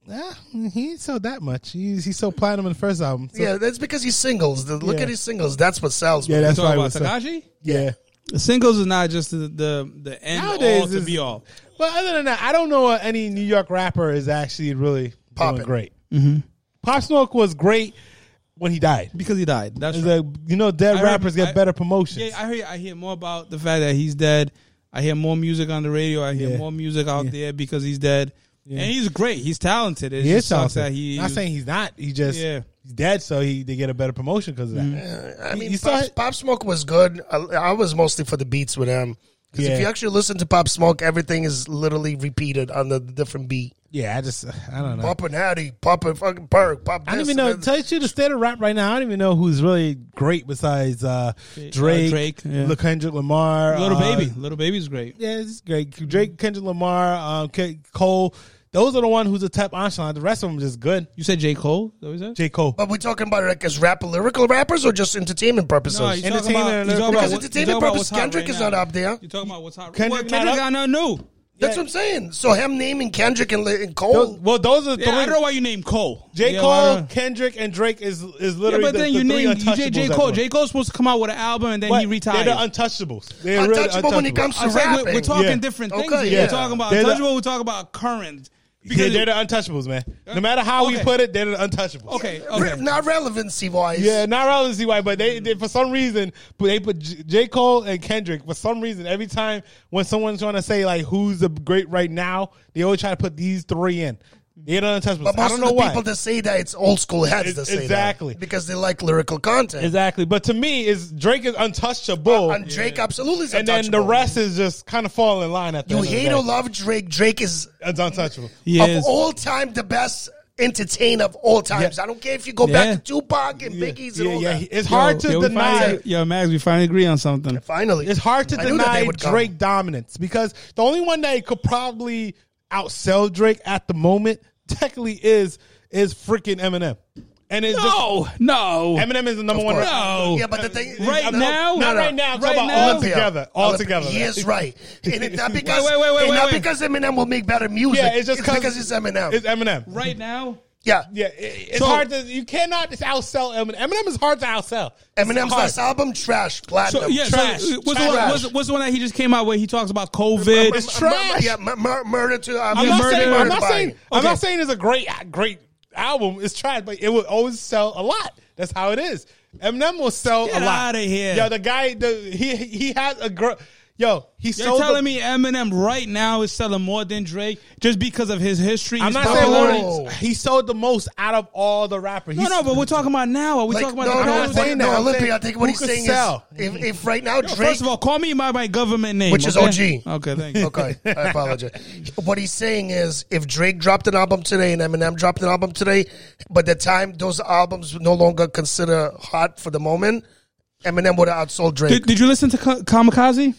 [SPEAKER 1] Nah, he ain't sold that much. He, he sold platinum in the first album. So-
[SPEAKER 3] Yeah, that's because he's singles. The- Look
[SPEAKER 1] Yeah.
[SPEAKER 3] at his singles. That's what sells.
[SPEAKER 1] yeah,
[SPEAKER 3] man.
[SPEAKER 1] that's why.
[SPEAKER 2] Talking
[SPEAKER 1] it was
[SPEAKER 2] about
[SPEAKER 1] uh, so-
[SPEAKER 2] Takashi.
[SPEAKER 1] Yeah.
[SPEAKER 2] Singles is not just the the, the end all to
[SPEAKER 1] it's-
[SPEAKER 2] be all.
[SPEAKER 1] But other than that, I don't know any New York rapper is actually really
[SPEAKER 3] Poppin'.
[SPEAKER 1] doing great. Mm-hmm. Pop Smoke was great when he died.
[SPEAKER 2] Because he died. That's
[SPEAKER 1] It's
[SPEAKER 2] right.
[SPEAKER 1] like, you know, dead
[SPEAKER 2] I
[SPEAKER 1] rappers
[SPEAKER 2] remember-
[SPEAKER 1] get
[SPEAKER 2] I-
[SPEAKER 1] better promotions.
[SPEAKER 2] Yeah, I hear. I hear more about the fact that he's dead. I hear more music on the radio. I hear
[SPEAKER 1] Yeah.
[SPEAKER 2] more music out
[SPEAKER 1] Yeah.
[SPEAKER 2] there because he's dead. And he's great. He's talented. It
[SPEAKER 1] He is
[SPEAKER 2] just sucks
[SPEAKER 1] talented.
[SPEAKER 2] that he.
[SPEAKER 1] not saying he's not. He just
[SPEAKER 2] Yeah. Mm-hmm.
[SPEAKER 1] he's dead, so he they get a better promotion because of that.
[SPEAKER 3] I
[SPEAKER 1] You-
[SPEAKER 3] mean,
[SPEAKER 1] you saw
[SPEAKER 3] Pop,
[SPEAKER 1] it?
[SPEAKER 3] Pop Smoke was good. I, I was mostly for the beats with him. Because
[SPEAKER 1] Yeah.
[SPEAKER 3] if you actually listen to Pop Smoke, everything is literally repeated on the different beat.
[SPEAKER 1] Yeah, I just I don't know.
[SPEAKER 3] Poppin' Hattie, poppin' fucking perk, pop.
[SPEAKER 1] I don't
[SPEAKER 3] this
[SPEAKER 1] even know.
[SPEAKER 3] and
[SPEAKER 1] Tell you the state of rap right now, I don't even know who's really great besides uh, Drake,
[SPEAKER 2] Drake, yeah.
[SPEAKER 1] Lil Kendrick Lamar,
[SPEAKER 2] Little
[SPEAKER 1] uh,
[SPEAKER 2] baby, little baby's great.
[SPEAKER 1] Yeah, it's great. Drake, Kendrick Lamar, um, K- Cole. Those are the one who's the top echelon. The rest of them are just good.
[SPEAKER 2] You said J Cole. Is that what you said?
[SPEAKER 1] J Cole.
[SPEAKER 3] But we're talking about like as rap lyrical rappers or just entertainment purposes.
[SPEAKER 2] you
[SPEAKER 1] Entertainment and
[SPEAKER 2] you
[SPEAKER 1] everything.
[SPEAKER 3] because
[SPEAKER 2] what- you
[SPEAKER 3] entertainment
[SPEAKER 2] about
[SPEAKER 3] purposes,
[SPEAKER 2] what's hot
[SPEAKER 3] Kendrick
[SPEAKER 2] right
[SPEAKER 3] is
[SPEAKER 2] now.
[SPEAKER 3] not up there.
[SPEAKER 2] You're talking about what's hot.
[SPEAKER 1] Kendrick
[SPEAKER 2] Kendrick,
[SPEAKER 1] not
[SPEAKER 2] Kendrick
[SPEAKER 1] up?
[SPEAKER 2] got nothing new.
[SPEAKER 3] That's what I'm saying. So him naming Kendrick and, and
[SPEAKER 1] Those-
[SPEAKER 3] Cole.
[SPEAKER 1] well, those are the
[SPEAKER 2] Yeah, I don't
[SPEAKER 1] three.
[SPEAKER 2] know why you named Cole.
[SPEAKER 1] J
[SPEAKER 2] Yeah, why
[SPEAKER 1] Cole,
[SPEAKER 2] not?
[SPEAKER 1] Kendrick, and Drake is is
[SPEAKER 2] Yeah,
[SPEAKER 1] literally
[SPEAKER 2] but
[SPEAKER 1] the,
[SPEAKER 2] then
[SPEAKER 1] the
[SPEAKER 2] you
[SPEAKER 1] three
[SPEAKER 2] named you
[SPEAKER 1] untouchables.
[SPEAKER 2] did J
[SPEAKER 1] at
[SPEAKER 2] Cole.
[SPEAKER 1] the
[SPEAKER 2] J Cole's supposed to come out with an album and then
[SPEAKER 1] moment.
[SPEAKER 2] he
[SPEAKER 1] But
[SPEAKER 2] retired.
[SPEAKER 1] They're the untouchables. They're really
[SPEAKER 3] Untouchable when it
[SPEAKER 1] untouchables.
[SPEAKER 3] comes to
[SPEAKER 2] I'm saying we're,
[SPEAKER 3] rapping.
[SPEAKER 2] we're talking
[SPEAKER 1] Yeah.
[SPEAKER 2] different
[SPEAKER 3] Okay,
[SPEAKER 2] things.
[SPEAKER 3] yeah.
[SPEAKER 2] here. We're talking about
[SPEAKER 1] They're the-
[SPEAKER 2] untouchable. We're talking about current.
[SPEAKER 1] Yeah,
[SPEAKER 2] Because
[SPEAKER 1] they're the untouchables, man. No matter how we
[SPEAKER 2] Okay.
[SPEAKER 1] put it, they're the untouchables.
[SPEAKER 2] okay,
[SPEAKER 3] Re-
[SPEAKER 2] okay.
[SPEAKER 3] Not relevancy wise.
[SPEAKER 1] Yeah, not relevancy why, but they, they for some reason but they put J-, J Cole and Kendrick for some reason every time when someone's trying to say like who's the great right now, they always try to put these three in. They're the untouchables.
[SPEAKER 3] But most
[SPEAKER 1] I don't
[SPEAKER 3] of
[SPEAKER 1] know
[SPEAKER 3] the
[SPEAKER 1] why.
[SPEAKER 3] people that say that it's old school heads
[SPEAKER 1] Ex-
[SPEAKER 3] that say
[SPEAKER 1] exactly.
[SPEAKER 3] that because they like lyrical content.
[SPEAKER 1] exactly, but to me, is Drake is untouchable,
[SPEAKER 3] And Drake absolutely is
[SPEAKER 1] and then the
[SPEAKER 3] untouchable.
[SPEAKER 1] rest is just kind of fall in line at the
[SPEAKER 3] You
[SPEAKER 1] end of the
[SPEAKER 3] hate
[SPEAKER 1] day.
[SPEAKER 3] or love Drake. Drake is
[SPEAKER 1] It's untouchable.
[SPEAKER 2] He
[SPEAKER 3] of
[SPEAKER 2] is.
[SPEAKER 3] all time the best entertainer of all times.
[SPEAKER 1] Yeah.
[SPEAKER 3] I don't care if you go
[SPEAKER 2] Yeah.
[SPEAKER 3] back to Tupac and Biggie's and
[SPEAKER 1] Yeah,
[SPEAKER 3] all
[SPEAKER 1] yeah.
[SPEAKER 3] that.
[SPEAKER 1] It's hard to
[SPEAKER 2] yo, we
[SPEAKER 1] deny.
[SPEAKER 2] Finally, yo, Max, we finally agree on something.
[SPEAKER 3] Finally,
[SPEAKER 1] It's hard to
[SPEAKER 3] I knew that they
[SPEAKER 1] deny
[SPEAKER 3] would come.
[SPEAKER 1] Drake dominance because the only one that could probably outsell Drake at the moment technically is is freaking Eminem, and it's
[SPEAKER 2] No, no.
[SPEAKER 1] just Eminem is the number one.
[SPEAKER 3] course.
[SPEAKER 1] rapper.
[SPEAKER 2] No.
[SPEAKER 3] Yeah, but the thing
[SPEAKER 2] Right
[SPEAKER 3] no,
[SPEAKER 2] now?
[SPEAKER 3] no,
[SPEAKER 1] not
[SPEAKER 3] no.
[SPEAKER 1] right now. I'm
[SPEAKER 2] Right
[SPEAKER 1] talking
[SPEAKER 2] now?
[SPEAKER 1] about all together, all together.
[SPEAKER 3] He is right, and it's not because
[SPEAKER 2] wait, wait, wait,
[SPEAKER 3] and not
[SPEAKER 2] wait.
[SPEAKER 3] because Eminem will make better music.
[SPEAKER 1] Yeah, it's just
[SPEAKER 3] because it's Eminem.
[SPEAKER 1] It's Eminem.
[SPEAKER 2] Right now,
[SPEAKER 3] yeah,
[SPEAKER 1] Yeah, it- it's
[SPEAKER 2] So-
[SPEAKER 1] hard to. You cannot just outsell Eminem. Eminem is hard to outsell. It's
[SPEAKER 3] Eminem's
[SPEAKER 1] hard.
[SPEAKER 3] last album trash platinum.
[SPEAKER 2] so yeah, so,
[SPEAKER 1] trash,
[SPEAKER 2] uh, what's, the one,
[SPEAKER 3] trash.
[SPEAKER 2] what's, what's the one that he just came out with? He talks about COVID.
[SPEAKER 1] It's
[SPEAKER 3] Mur- mur-
[SPEAKER 1] trash.
[SPEAKER 3] Yeah, mur- mur- murder to. Uh,
[SPEAKER 1] I'm
[SPEAKER 2] Yeah,
[SPEAKER 1] not
[SPEAKER 2] murder-
[SPEAKER 1] saying. I'm not
[SPEAKER 3] by-
[SPEAKER 1] saying. I'm
[SPEAKER 2] Okay.
[SPEAKER 1] not saying it's a great, great album. It's trash, but it will always sell a lot. That's how it is. Eminem will sell
[SPEAKER 2] Get
[SPEAKER 1] a lot.
[SPEAKER 2] outta here.
[SPEAKER 1] Yo, the guy, the, he he has a girl. Yo, he
[SPEAKER 2] You're
[SPEAKER 1] sold.
[SPEAKER 2] telling
[SPEAKER 1] the-
[SPEAKER 2] me Eminem right now is selling more than Drake just because of his history?
[SPEAKER 1] I'm
[SPEAKER 2] his
[SPEAKER 1] not saying
[SPEAKER 2] popularity?
[SPEAKER 1] more. than- He sold the most out of all the rappers.
[SPEAKER 2] No,
[SPEAKER 1] He's-
[SPEAKER 2] no, but we're talking about now. Are we
[SPEAKER 3] Like,
[SPEAKER 2] talking
[SPEAKER 3] no,
[SPEAKER 2] about the
[SPEAKER 3] no,
[SPEAKER 1] I'm
[SPEAKER 2] current
[SPEAKER 1] not
[SPEAKER 3] no,
[SPEAKER 1] saying that.
[SPEAKER 3] no,
[SPEAKER 1] I'm
[SPEAKER 3] Olympia.
[SPEAKER 1] saying
[SPEAKER 3] I think what
[SPEAKER 1] who
[SPEAKER 3] he's
[SPEAKER 1] could
[SPEAKER 3] saying
[SPEAKER 1] sell.
[SPEAKER 3] is, if, if right now Drake,
[SPEAKER 2] First of all, call me by my government name,
[SPEAKER 3] Which is
[SPEAKER 2] okay?
[SPEAKER 3] OG.
[SPEAKER 2] Okay, thank you.
[SPEAKER 3] okay, I apologize. What he's saying is, if Drake dropped an album today and Eminem dropped an album today, by the time those albums no longer consider hot for the moment, Eminem would have outsold Drake.
[SPEAKER 2] Did, did you listen to Ka- Kamikaze?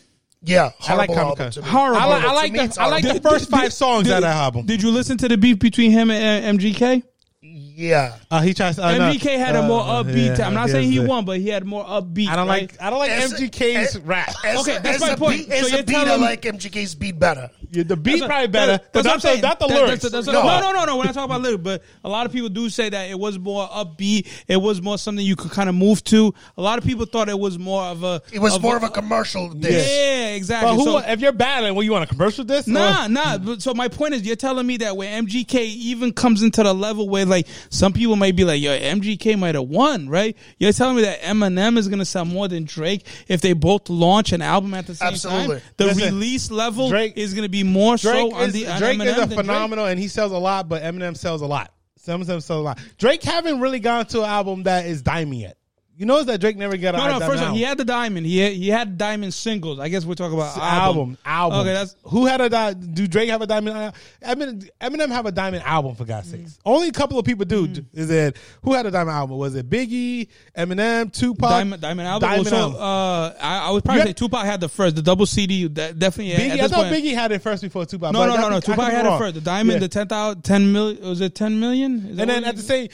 [SPEAKER 3] yeah,
[SPEAKER 1] I like
[SPEAKER 3] horrible album
[SPEAKER 1] Kamikaze.
[SPEAKER 3] to me.
[SPEAKER 2] Horrible.
[SPEAKER 1] I like, I
[SPEAKER 3] To
[SPEAKER 1] like
[SPEAKER 3] me,
[SPEAKER 1] the
[SPEAKER 3] it's
[SPEAKER 1] I like the
[SPEAKER 3] horrible.
[SPEAKER 1] first five songs
[SPEAKER 2] did,
[SPEAKER 1] out of that album.
[SPEAKER 2] Did you listen to the beef between him and uh, MGK?
[SPEAKER 3] Yeah,
[SPEAKER 1] Uh, he tries. Uh, no.
[SPEAKER 2] MGK had a
[SPEAKER 1] Uh,
[SPEAKER 2] more upbeat.
[SPEAKER 1] yeah,
[SPEAKER 2] I'm not
[SPEAKER 1] okay,
[SPEAKER 2] saying he
[SPEAKER 1] that's it.
[SPEAKER 2] won, but he had more upbeat.
[SPEAKER 1] I don't
[SPEAKER 2] right?
[SPEAKER 1] like. I don't like
[SPEAKER 3] As-
[SPEAKER 1] MGK's
[SPEAKER 3] as-
[SPEAKER 1] rap.
[SPEAKER 3] As,
[SPEAKER 2] Okay, that's
[SPEAKER 3] as
[SPEAKER 2] my
[SPEAKER 3] a
[SPEAKER 2] point.
[SPEAKER 3] Beat,
[SPEAKER 2] So
[SPEAKER 3] as
[SPEAKER 2] you're
[SPEAKER 3] a beat, I
[SPEAKER 2] telling me-
[SPEAKER 3] like MGK's beat better.
[SPEAKER 1] Yeah, the beat probably better.
[SPEAKER 2] That's-
[SPEAKER 1] but
[SPEAKER 2] that's what I'm
[SPEAKER 1] not the,
[SPEAKER 2] saying.
[SPEAKER 1] not the
[SPEAKER 2] That-
[SPEAKER 1] lyrics.
[SPEAKER 2] that's- that's-
[SPEAKER 1] No.
[SPEAKER 2] No, no, no, no. We're not talking about lyrics, but a lot of people do say that it was more upbeat. It was more something you could kind of move to. A lot of people thought it was more of a.
[SPEAKER 3] It was more of a commercial. Dish.
[SPEAKER 2] Yeah,
[SPEAKER 1] But
[SPEAKER 2] exactly.
[SPEAKER 1] who,
[SPEAKER 2] So-
[SPEAKER 1] if you're battling, what you want a commercial this?
[SPEAKER 2] Nah, nah. But so my point is, you're telling me that when MGK even comes into the level where like some people might be like, "Yo, MGK might have won," right? You're telling me that Eminem is gonna sell more than Drake if they both launch an album at the same
[SPEAKER 3] Absolutely.
[SPEAKER 2] time. The
[SPEAKER 1] Listen,
[SPEAKER 2] release level
[SPEAKER 1] Drake-
[SPEAKER 2] is gonna be more
[SPEAKER 1] Drake
[SPEAKER 2] so on
[SPEAKER 1] is
[SPEAKER 2] the on
[SPEAKER 1] Drake
[SPEAKER 2] Eminem
[SPEAKER 1] is a
[SPEAKER 2] than Drake.
[SPEAKER 1] phenomenal, and he sells a lot. But Eminem sells a lot. Some of them sells a lot. Drake haven't really gone to an album that is diamond yet. You notice that Drake never got an
[SPEAKER 2] No, no.
[SPEAKER 1] diamond
[SPEAKER 2] First of all,
[SPEAKER 1] album.
[SPEAKER 2] he had the diamond. He had, he had diamond singles. I guess we're talking about
[SPEAKER 1] album,
[SPEAKER 2] album.
[SPEAKER 1] album.
[SPEAKER 2] Okay, that's
[SPEAKER 1] who had a di- do Drake have a diamond? al- Emin- Eminem have a diamond album for God's sakes. Only a couple of people do. Is it who had a diamond album? Was it Biggie, Eminem, Tupac?
[SPEAKER 2] Diamond, Diamond album.
[SPEAKER 1] Uh, Diamond
[SPEAKER 2] so,
[SPEAKER 1] album.
[SPEAKER 2] Uh, I, I would probably
[SPEAKER 1] You had-
[SPEAKER 2] say Tupac had the first, the double CD. That definitely. at
[SPEAKER 1] Biggie, I
[SPEAKER 2] this
[SPEAKER 1] thought
[SPEAKER 2] point-
[SPEAKER 1] Biggie had it first before Tupac.
[SPEAKER 2] No,
[SPEAKER 1] but
[SPEAKER 2] no,
[SPEAKER 1] I
[SPEAKER 2] no, no.
[SPEAKER 1] think- I could
[SPEAKER 2] Tupac
[SPEAKER 1] be
[SPEAKER 2] had it
[SPEAKER 1] wrong.
[SPEAKER 2] first. The diamond,
[SPEAKER 1] Yeah.
[SPEAKER 2] the ten thousand, ten million. Was it ten million? Is that
[SPEAKER 1] And then
[SPEAKER 2] what
[SPEAKER 1] at
[SPEAKER 2] it
[SPEAKER 1] the
[SPEAKER 2] is?
[SPEAKER 1] same,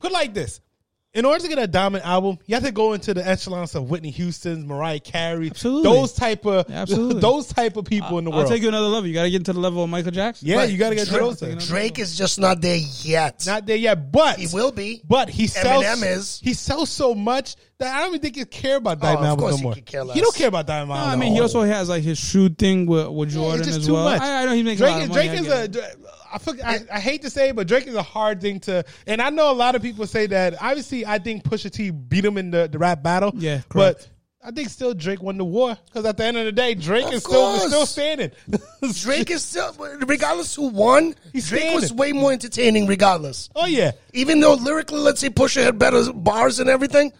[SPEAKER 1] put it like this. In order to get a diamond album, you have to go into the echelons of Whitney Houston's, Mariah Carey,
[SPEAKER 2] Absolutely.
[SPEAKER 1] those type of
[SPEAKER 2] Absolutely.
[SPEAKER 1] those type of people in the world.
[SPEAKER 2] I'll take you another level. You got to get into the level of Michael Jackson.
[SPEAKER 1] yeah,
[SPEAKER 3] Right.
[SPEAKER 1] you got to get to
[SPEAKER 3] Drake-
[SPEAKER 1] those. things.
[SPEAKER 3] Drake is just not there yet.
[SPEAKER 1] Not there yet, but
[SPEAKER 3] he will be.
[SPEAKER 1] But he sells.
[SPEAKER 3] Eminem is.
[SPEAKER 1] he sells so much that I don't even think he care about
[SPEAKER 3] Oh,
[SPEAKER 1] diamond
[SPEAKER 3] of
[SPEAKER 1] albums
[SPEAKER 3] course
[SPEAKER 1] no
[SPEAKER 3] he
[SPEAKER 1] more.
[SPEAKER 3] could care less.
[SPEAKER 1] don't care about diamond
[SPEAKER 2] No,
[SPEAKER 1] albums.
[SPEAKER 2] I mean he
[SPEAKER 1] at all.
[SPEAKER 2] also has like his shoe thing with, with
[SPEAKER 1] It's
[SPEAKER 2] Jordan
[SPEAKER 1] just
[SPEAKER 2] as
[SPEAKER 1] too
[SPEAKER 2] well.
[SPEAKER 1] much.
[SPEAKER 2] I, I know he makes a
[SPEAKER 1] Drake,
[SPEAKER 2] lot of money.
[SPEAKER 1] Drake
[SPEAKER 2] I
[SPEAKER 1] is
[SPEAKER 2] get
[SPEAKER 1] a.
[SPEAKER 2] it.
[SPEAKER 1] Dra- I, fuck- I, I hate to say, it, but Drake is a hard thing to. And I know a lot of people say that. Obviously, I think Pusha T beat him in the, the rap battle.
[SPEAKER 2] Yeah,
[SPEAKER 1] but
[SPEAKER 2] correct.
[SPEAKER 1] I think still Drake won the war because at the end of the day, Drake
[SPEAKER 3] Of
[SPEAKER 1] is still is
[SPEAKER 3] course.
[SPEAKER 1] still standing.
[SPEAKER 3] Drake is still, regardless who won,
[SPEAKER 1] He's
[SPEAKER 3] Drake was
[SPEAKER 1] standing.
[SPEAKER 3] way more entertaining regardless.
[SPEAKER 1] oh yeah,
[SPEAKER 3] Even though lyrically, let's say Pusha had better bars and everything,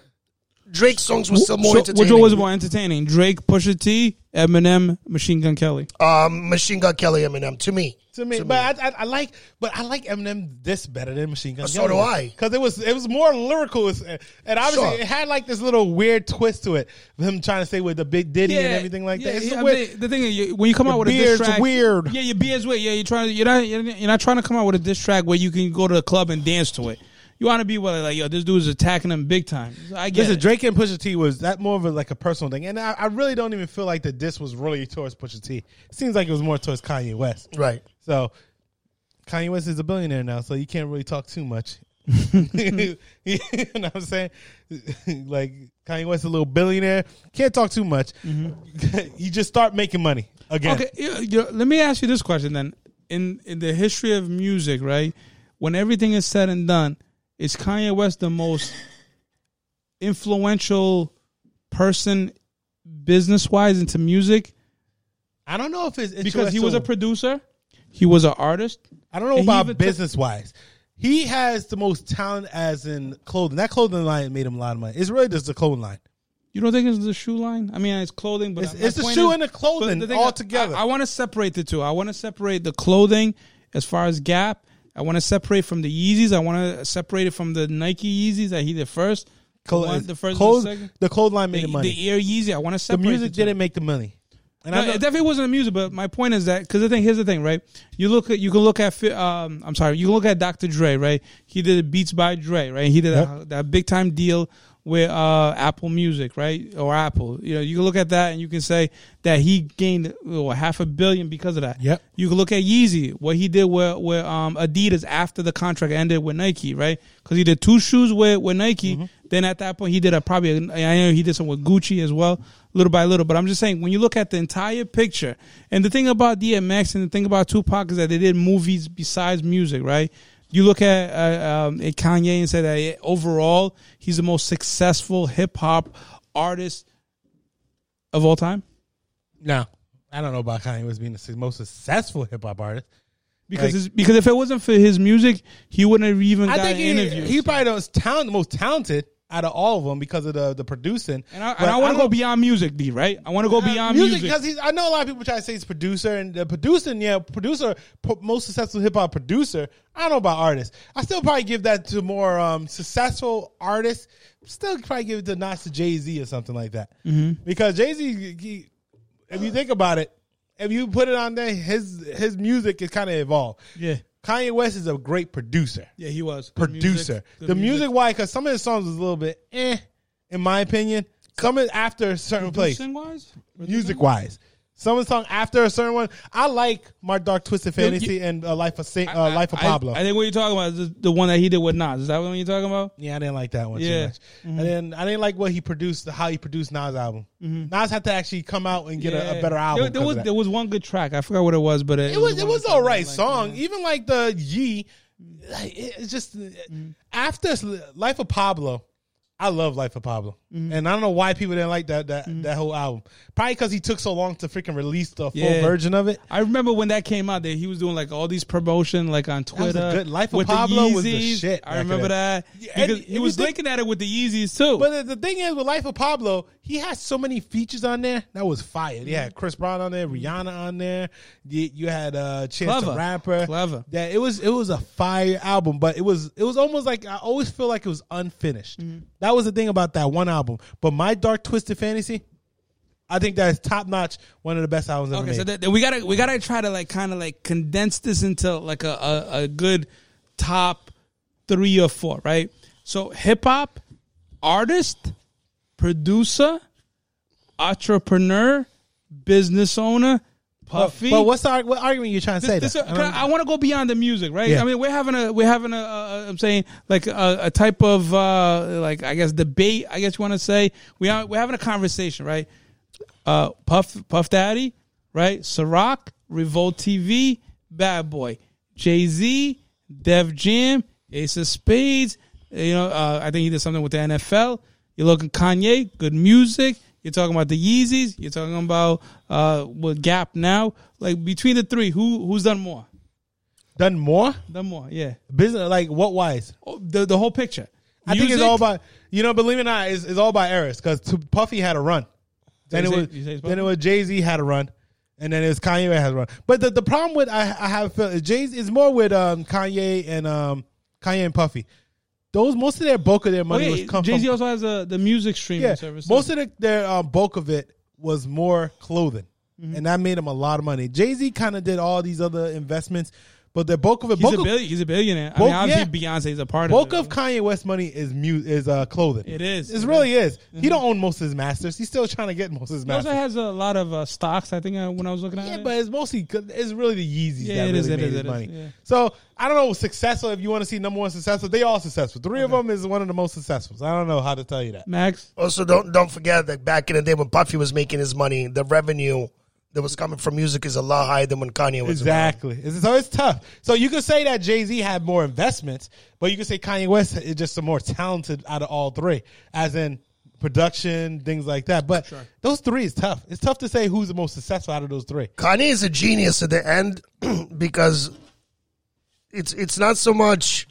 [SPEAKER 3] Drake's songs were still more
[SPEAKER 2] So,
[SPEAKER 3] entertaining.
[SPEAKER 2] which one was more entertaining? Drake, Pusha T, Eminem, Machine Gun Kelly.
[SPEAKER 3] um, Machine Gun Kelly Eminem to me.
[SPEAKER 1] To me, but I, I, I like, but I like Eminem this better than Machine Gun.
[SPEAKER 3] So do I.
[SPEAKER 1] because it was it was more lyrical, it's- and obviously
[SPEAKER 3] Sure.
[SPEAKER 1] it had like this little weird twist to it. Him trying to say with the big Diddy and everything like that. It's a
[SPEAKER 2] I
[SPEAKER 1] weird-
[SPEAKER 2] mean, the thing is, you, when you come out with a diss
[SPEAKER 1] beard's
[SPEAKER 2] track,
[SPEAKER 1] weird.
[SPEAKER 2] Yeah, your beard's weird. Yeah, you're trying to you're not you're not- you're not trying to come out with a diss track where you can go to the club and dance to it. You want to be well, like yo, this dude's attacking him big time. I get
[SPEAKER 1] Listen,
[SPEAKER 2] it.
[SPEAKER 1] Drake and Pusha T was that more of a, like a personal thing, and I, I really don't even feel like the diss was really towards Pusha T. It seems like it was more towards Kanye West.
[SPEAKER 3] Right.
[SPEAKER 1] So Kanye West is a billionaire now, so you can't really talk too much. you know what I'm saying? like Kanye West, a little billionaire, can't talk too much. you just start making money again.
[SPEAKER 2] Okay, you, you, let me ask you this question then. In in the history of music, right, when everything is said and done, is Kanye West the most influential person business wise into music
[SPEAKER 1] I don't know if it's
[SPEAKER 2] because he was a
[SPEAKER 1] intellectual.
[SPEAKER 2] producer, he was an artist.
[SPEAKER 1] I don't know
[SPEAKER 2] And he
[SPEAKER 1] about
[SPEAKER 2] even took-
[SPEAKER 1] business wise. He has the most talent as in clothing. That clothing line made him a lot of money. It's really just the clothing line.
[SPEAKER 2] You don't think it's the shoe line? I mean, it's clothing, but
[SPEAKER 1] It's-
[SPEAKER 2] my
[SPEAKER 1] it's the
[SPEAKER 2] point
[SPEAKER 1] shoe
[SPEAKER 2] is-
[SPEAKER 1] and the clothing
[SPEAKER 2] but
[SPEAKER 1] all
[SPEAKER 2] I-
[SPEAKER 1] together.
[SPEAKER 2] I, want to separate the two. I want to separate the clothing as far as Gap. I want to separate from the Yeezys. I want to separate it from the Nike Yeezys that he did first. The
[SPEAKER 1] Clo-
[SPEAKER 2] one- the first,
[SPEAKER 1] clothes-
[SPEAKER 2] and the second.
[SPEAKER 1] the clothing line made
[SPEAKER 2] The,
[SPEAKER 1] the money.
[SPEAKER 2] the Air Yeezy. I want to
[SPEAKER 1] the
[SPEAKER 2] separate
[SPEAKER 1] music
[SPEAKER 2] the two.
[SPEAKER 1] didn't make the money. And
[SPEAKER 2] No,
[SPEAKER 1] I know,
[SPEAKER 2] it definitely wasn't the music, but my point is that because the thing here's the thing, right? You look at you can look at fi- um, I'm sorry, you can look at Dr. Dre, right? He did Beats by Dre, right? He did that, that big time deal with uh, Apple Music, right? Or Apple, you know, you can look at that and you can say that he gained well, half a billion because of that.
[SPEAKER 1] Yep.
[SPEAKER 2] You can look at Yeezy, what he did with with um, Adidas after the contract ended with Nike, right? Because he did two shoes with with Nike. Then at that point, he did a probably I know he did some with Gucci as well, little by little. But I'm just saying, when you look at the entire picture, and the thing about DMX and the thing about Tupac is that they did movies besides music, right? You look at uh, um, at Kanye and say that eh, overall he's the most successful hip hop artist of all time.
[SPEAKER 1] no, I don't know about Kanye West being the su- most successful hip hop artist.
[SPEAKER 2] Because
[SPEAKER 1] Like-
[SPEAKER 2] his, because if it wasn't for his music, he wouldn't have even
[SPEAKER 1] I
[SPEAKER 2] got
[SPEAKER 1] think
[SPEAKER 2] an
[SPEAKER 1] he,
[SPEAKER 2] interview.
[SPEAKER 1] he probably the most, talent, the most talented out of all of them because of the the producing.
[SPEAKER 2] and I,
[SPEAKER 1] But
[SPEAKER 2] and I want to
[SPEAKER 1] don't-
[SPEAKER 2] go beyond music, D. Right? I want to go beyond music.
[SPEAKER 1] because he's. I know a lot of people try to say he's producer and the producing. Yeah, producer, p- most successful hip hop producer. I don't know about artists. I still probably give that to more um, successful artists. Still probably give it to not to Jay Z or something like that.
[SPEAKER 2] Mm-hmm.
[SPEAKER 1] Because Jay Z, if you think about it, if you put it on there, his his music is kind of evolved.
[SPEAKER 2] Yeah.
[SPEAKER 1] Kanye West is a great producer
[SPEAKER 2] yeah, he was Good music,
[SPEAKER 1] producer.
[SPEAKER 2] good
[SPEAKER 1] the music, why? Because some of his songs was a little bit eh, in my opinion. Some is after a certain place,
[SPEAKER 2] Producing wise,
[SPEAKER 1] music wise. Some of the song after a certain one. I like My Dark Twisted Fantasy and uh, Life of Sa- uh, Life of
[SPEAKER 2] I-
[SPEAKER 1] Pablo.
[SPEAKER 2] I, think what you're talking about is the one that he did with Nas. Is that what you're talking about?
[SPEAKER 1] yeah, I didn't like that one
[SPEAKER 2] Yeah. Mm-hmm.
[SPEAKER 1] too much. And then I didn't like what he produced, how he produced Nas album. Nas had to actually come out and get a, a better album.
[SPEAKER 2] Mm-hmm. There, there
[SPEAKER 1] 'cause
[SPEAKER 2] was
[SPEAKER 1] of that.
[SPEAKER 2] there was one good track. I forgot what it was, but it,
[SPEAKER 1] it was it was all right
[SPEAKER 2] like,
[SPEAKER 1] song. Even like the Yee, like, it- it's just
[SPEAKER 2] Mm-hmm.
[SPEAKER 1] after Life of Pablo. I love Life of Pablo,
[SPEAKER 2] Mm-hmm.
[SPEAKER 1] and I don't know why people didn't like that that, that whole album. Probably because he took so long to freaking release the full
[SPEAKER 2] Yeah.
[SPEAKER 1] version of it.
[SPEAKER 2] I remember when that came out. That he was doing like all these promotion, like on
[SPEAKER 1] was
[SPEAKER 2] Twitter.
[SPEAKER 1] a good- Life of
[SPEAKER 2] with the
[SPEAKER 1] Pablo was the
[SPEAKER 2] Yeezys.
[SPEAKER 1] shit back
[SPEAKER 2] I remember
[SPEAKER 1] then.
[SPEAKER 2] that
[SPEAKER 1] Yeah, and
[SPEAKER 2] because
[SPEAKER 1] if
[SPEAKER 2] he
[SPEAKER 1] you
[SPEAKER 2] was
[SPEAKER 1] think-
[SPEAKER 2] linking at it with the Yeezys too.
[SPEAKER 1] But the the thing is, with Life of Pablo, he had so many features on there that was fire. They
[SPEAKER 2] Mm-hmm.
[SPEAKER 1] had Chris Brown on there, Rihanna on there. You, you had uh, Chance the
[SPEAKER 2] Clever.
[SPEAKER 1] Rapper.
[SPEAKER 2] Clever.
[SPEAKER 1] Yeah, it was it was a fire album, but it was it was almost like I always feel like it was unfinished.
[SPEAKER 2] Mm-hmm.
[SPEAKER 1] That was the thing about that one album. But my Dark Twisted Fantasy, I think that is top notch. One of the best albums ever
[SPEAKER 2] Okay,
[SPEAKER 1] made.
[SPEAKER 2] so that, that we gotta we gotta try to like kind of like condense this into like a, a, a good top three or four, right? So hip hop artist, producer, entrepreneur, business owner, puffy.
[SPEAKER 1] but what's the arg- what argument you trying to say?
[SPEAKER 2] uh, This-
[SPEAKER 1] there?
[SPEAKER 2] can I, want to go beyond the music, right?
[SPEAKER 1] Yeah.
[SPEAKER 2] I mean, we're having a we're having a, a I'm saying like a, a type of uh, like I guess debate. I guess you want to say we are we're having a conversation, right? Uh, Puff Puff Daddy, right? Ciroc, Revolt TV, Bad Boy, Jay Z, Dev Jam, Ace of Spades. You know, uh, I think he did something with the NFL. You're looking Kanye, good music. You're talking about the Yeezys. You're talking about uh, what Gap now. Like between the three, who who's done more?
[SPEAKER 1] Done more
[SPEAKER 2] Done more, yeah.
[SPEAKER 1] business like what wise?
[SPEAKER 2] Oh, The the whole picture.
[SPEAKER 1] I think it's
[SPEAKER 2] Music?
[SPEAKER 1] all by you know. Believe it or not, it's, it's all by Eris because Puffy had a run. Then it
[SPEAKER 2] you say-
[SPEAKER 1] was
[SPEAKER 2] you say it's
[SPEAKER 1] then it
[SPEAKER 2] Puffy?
[SPEAKER 1] was Jay Z had a run, and then it was Kanye had a run. But the, the problem with I, I have Jay Z is more with um, Kanye and um, Kanye and Puffy. Those most of their bulk of their money
[SPEAKER 2] Wait,
[SPEAKER 1] was come
[SPEAKER 2] Jay Z
[SPEAKER 1] from
[SPEAKER 2] also has a, the music streaming
[SPEAKER 1] yeah.
[SPEAKER 2] service.
[SPEAKER 1] Most of the, their um, bulk of it was more clothing,
[SPEAKER 2] Mm-hmm.
[SPEAKER 1] and that made them a lot of money. Jay Z kind of did all these other investments, but the bulk of it,
[SPEAKER 2] he's
[SPEAKER 1] bulk
[SPEAKER 2] a
[SPEAKER 1] of,
[SPEAKER 2] billion, he's a billionaire.
[SPEAKER 1] Bulk-
[SPEAKER 2] I mean, obviously Beyonce's a part
[SPEAKER 1] bulk
[SPEAKER 2] of
[SPEAKER 1] of
[SPEAKER 2] it.
[SPEAKER 1] Kanye West money is mu- is uh, clothing.
[SPEAKER 2] It is.
[SPEAKER 1] It
[SPEAKER 2] It
[SPEAKER 1] really is. He don't own most of his masters. He's still trying to get most of his
[SPEAKER 2] He also
[SPEAKER 1] masters.
[SPEAKER 2] has a lot of uh, stocks. I think uh, when I was looking at
[SPEAKER 1] yeah,
[SPEAKER 2] it,
[SPEAKER 1] but it's mostly it's really the Yeezys
[SPEAKER 2] Yeah,
[SPEAKER 1] that
[SPEAKER 2] it
[SPEAKER 1] really
[SPEAKER 2] is, it
[SPEAKER 1] made
[SPEAKER 2] is,
[SPEAKER 1] his
[SPEAKER 2] it is,
[SPEAKER 1] money.
[SPEAKER 2] yeah.
[SPEAKER 1] So I don't know successful. If you want to see number one successful, they all successful. Three of them is one of the most successful. I don't know how to tell you that.
[SPEAKER 2] Max,
[SPEAKER 3] Also, don't don't forget that back in the day when Puffy was making his money, the revenue that was coming from music is a lot higher than when Kanye was. around.
[SPEAKER 1] Exactly. It's- So it's tough. So you could say that Jay Z had more investments, but you could say Kanye West is just the more talented out of all three, as in production, things like that. But those three is tough. It's tough to say who's the most successful out of those three.
[SPEAKER 3] Kanye is a genius at the end because it's it's not so much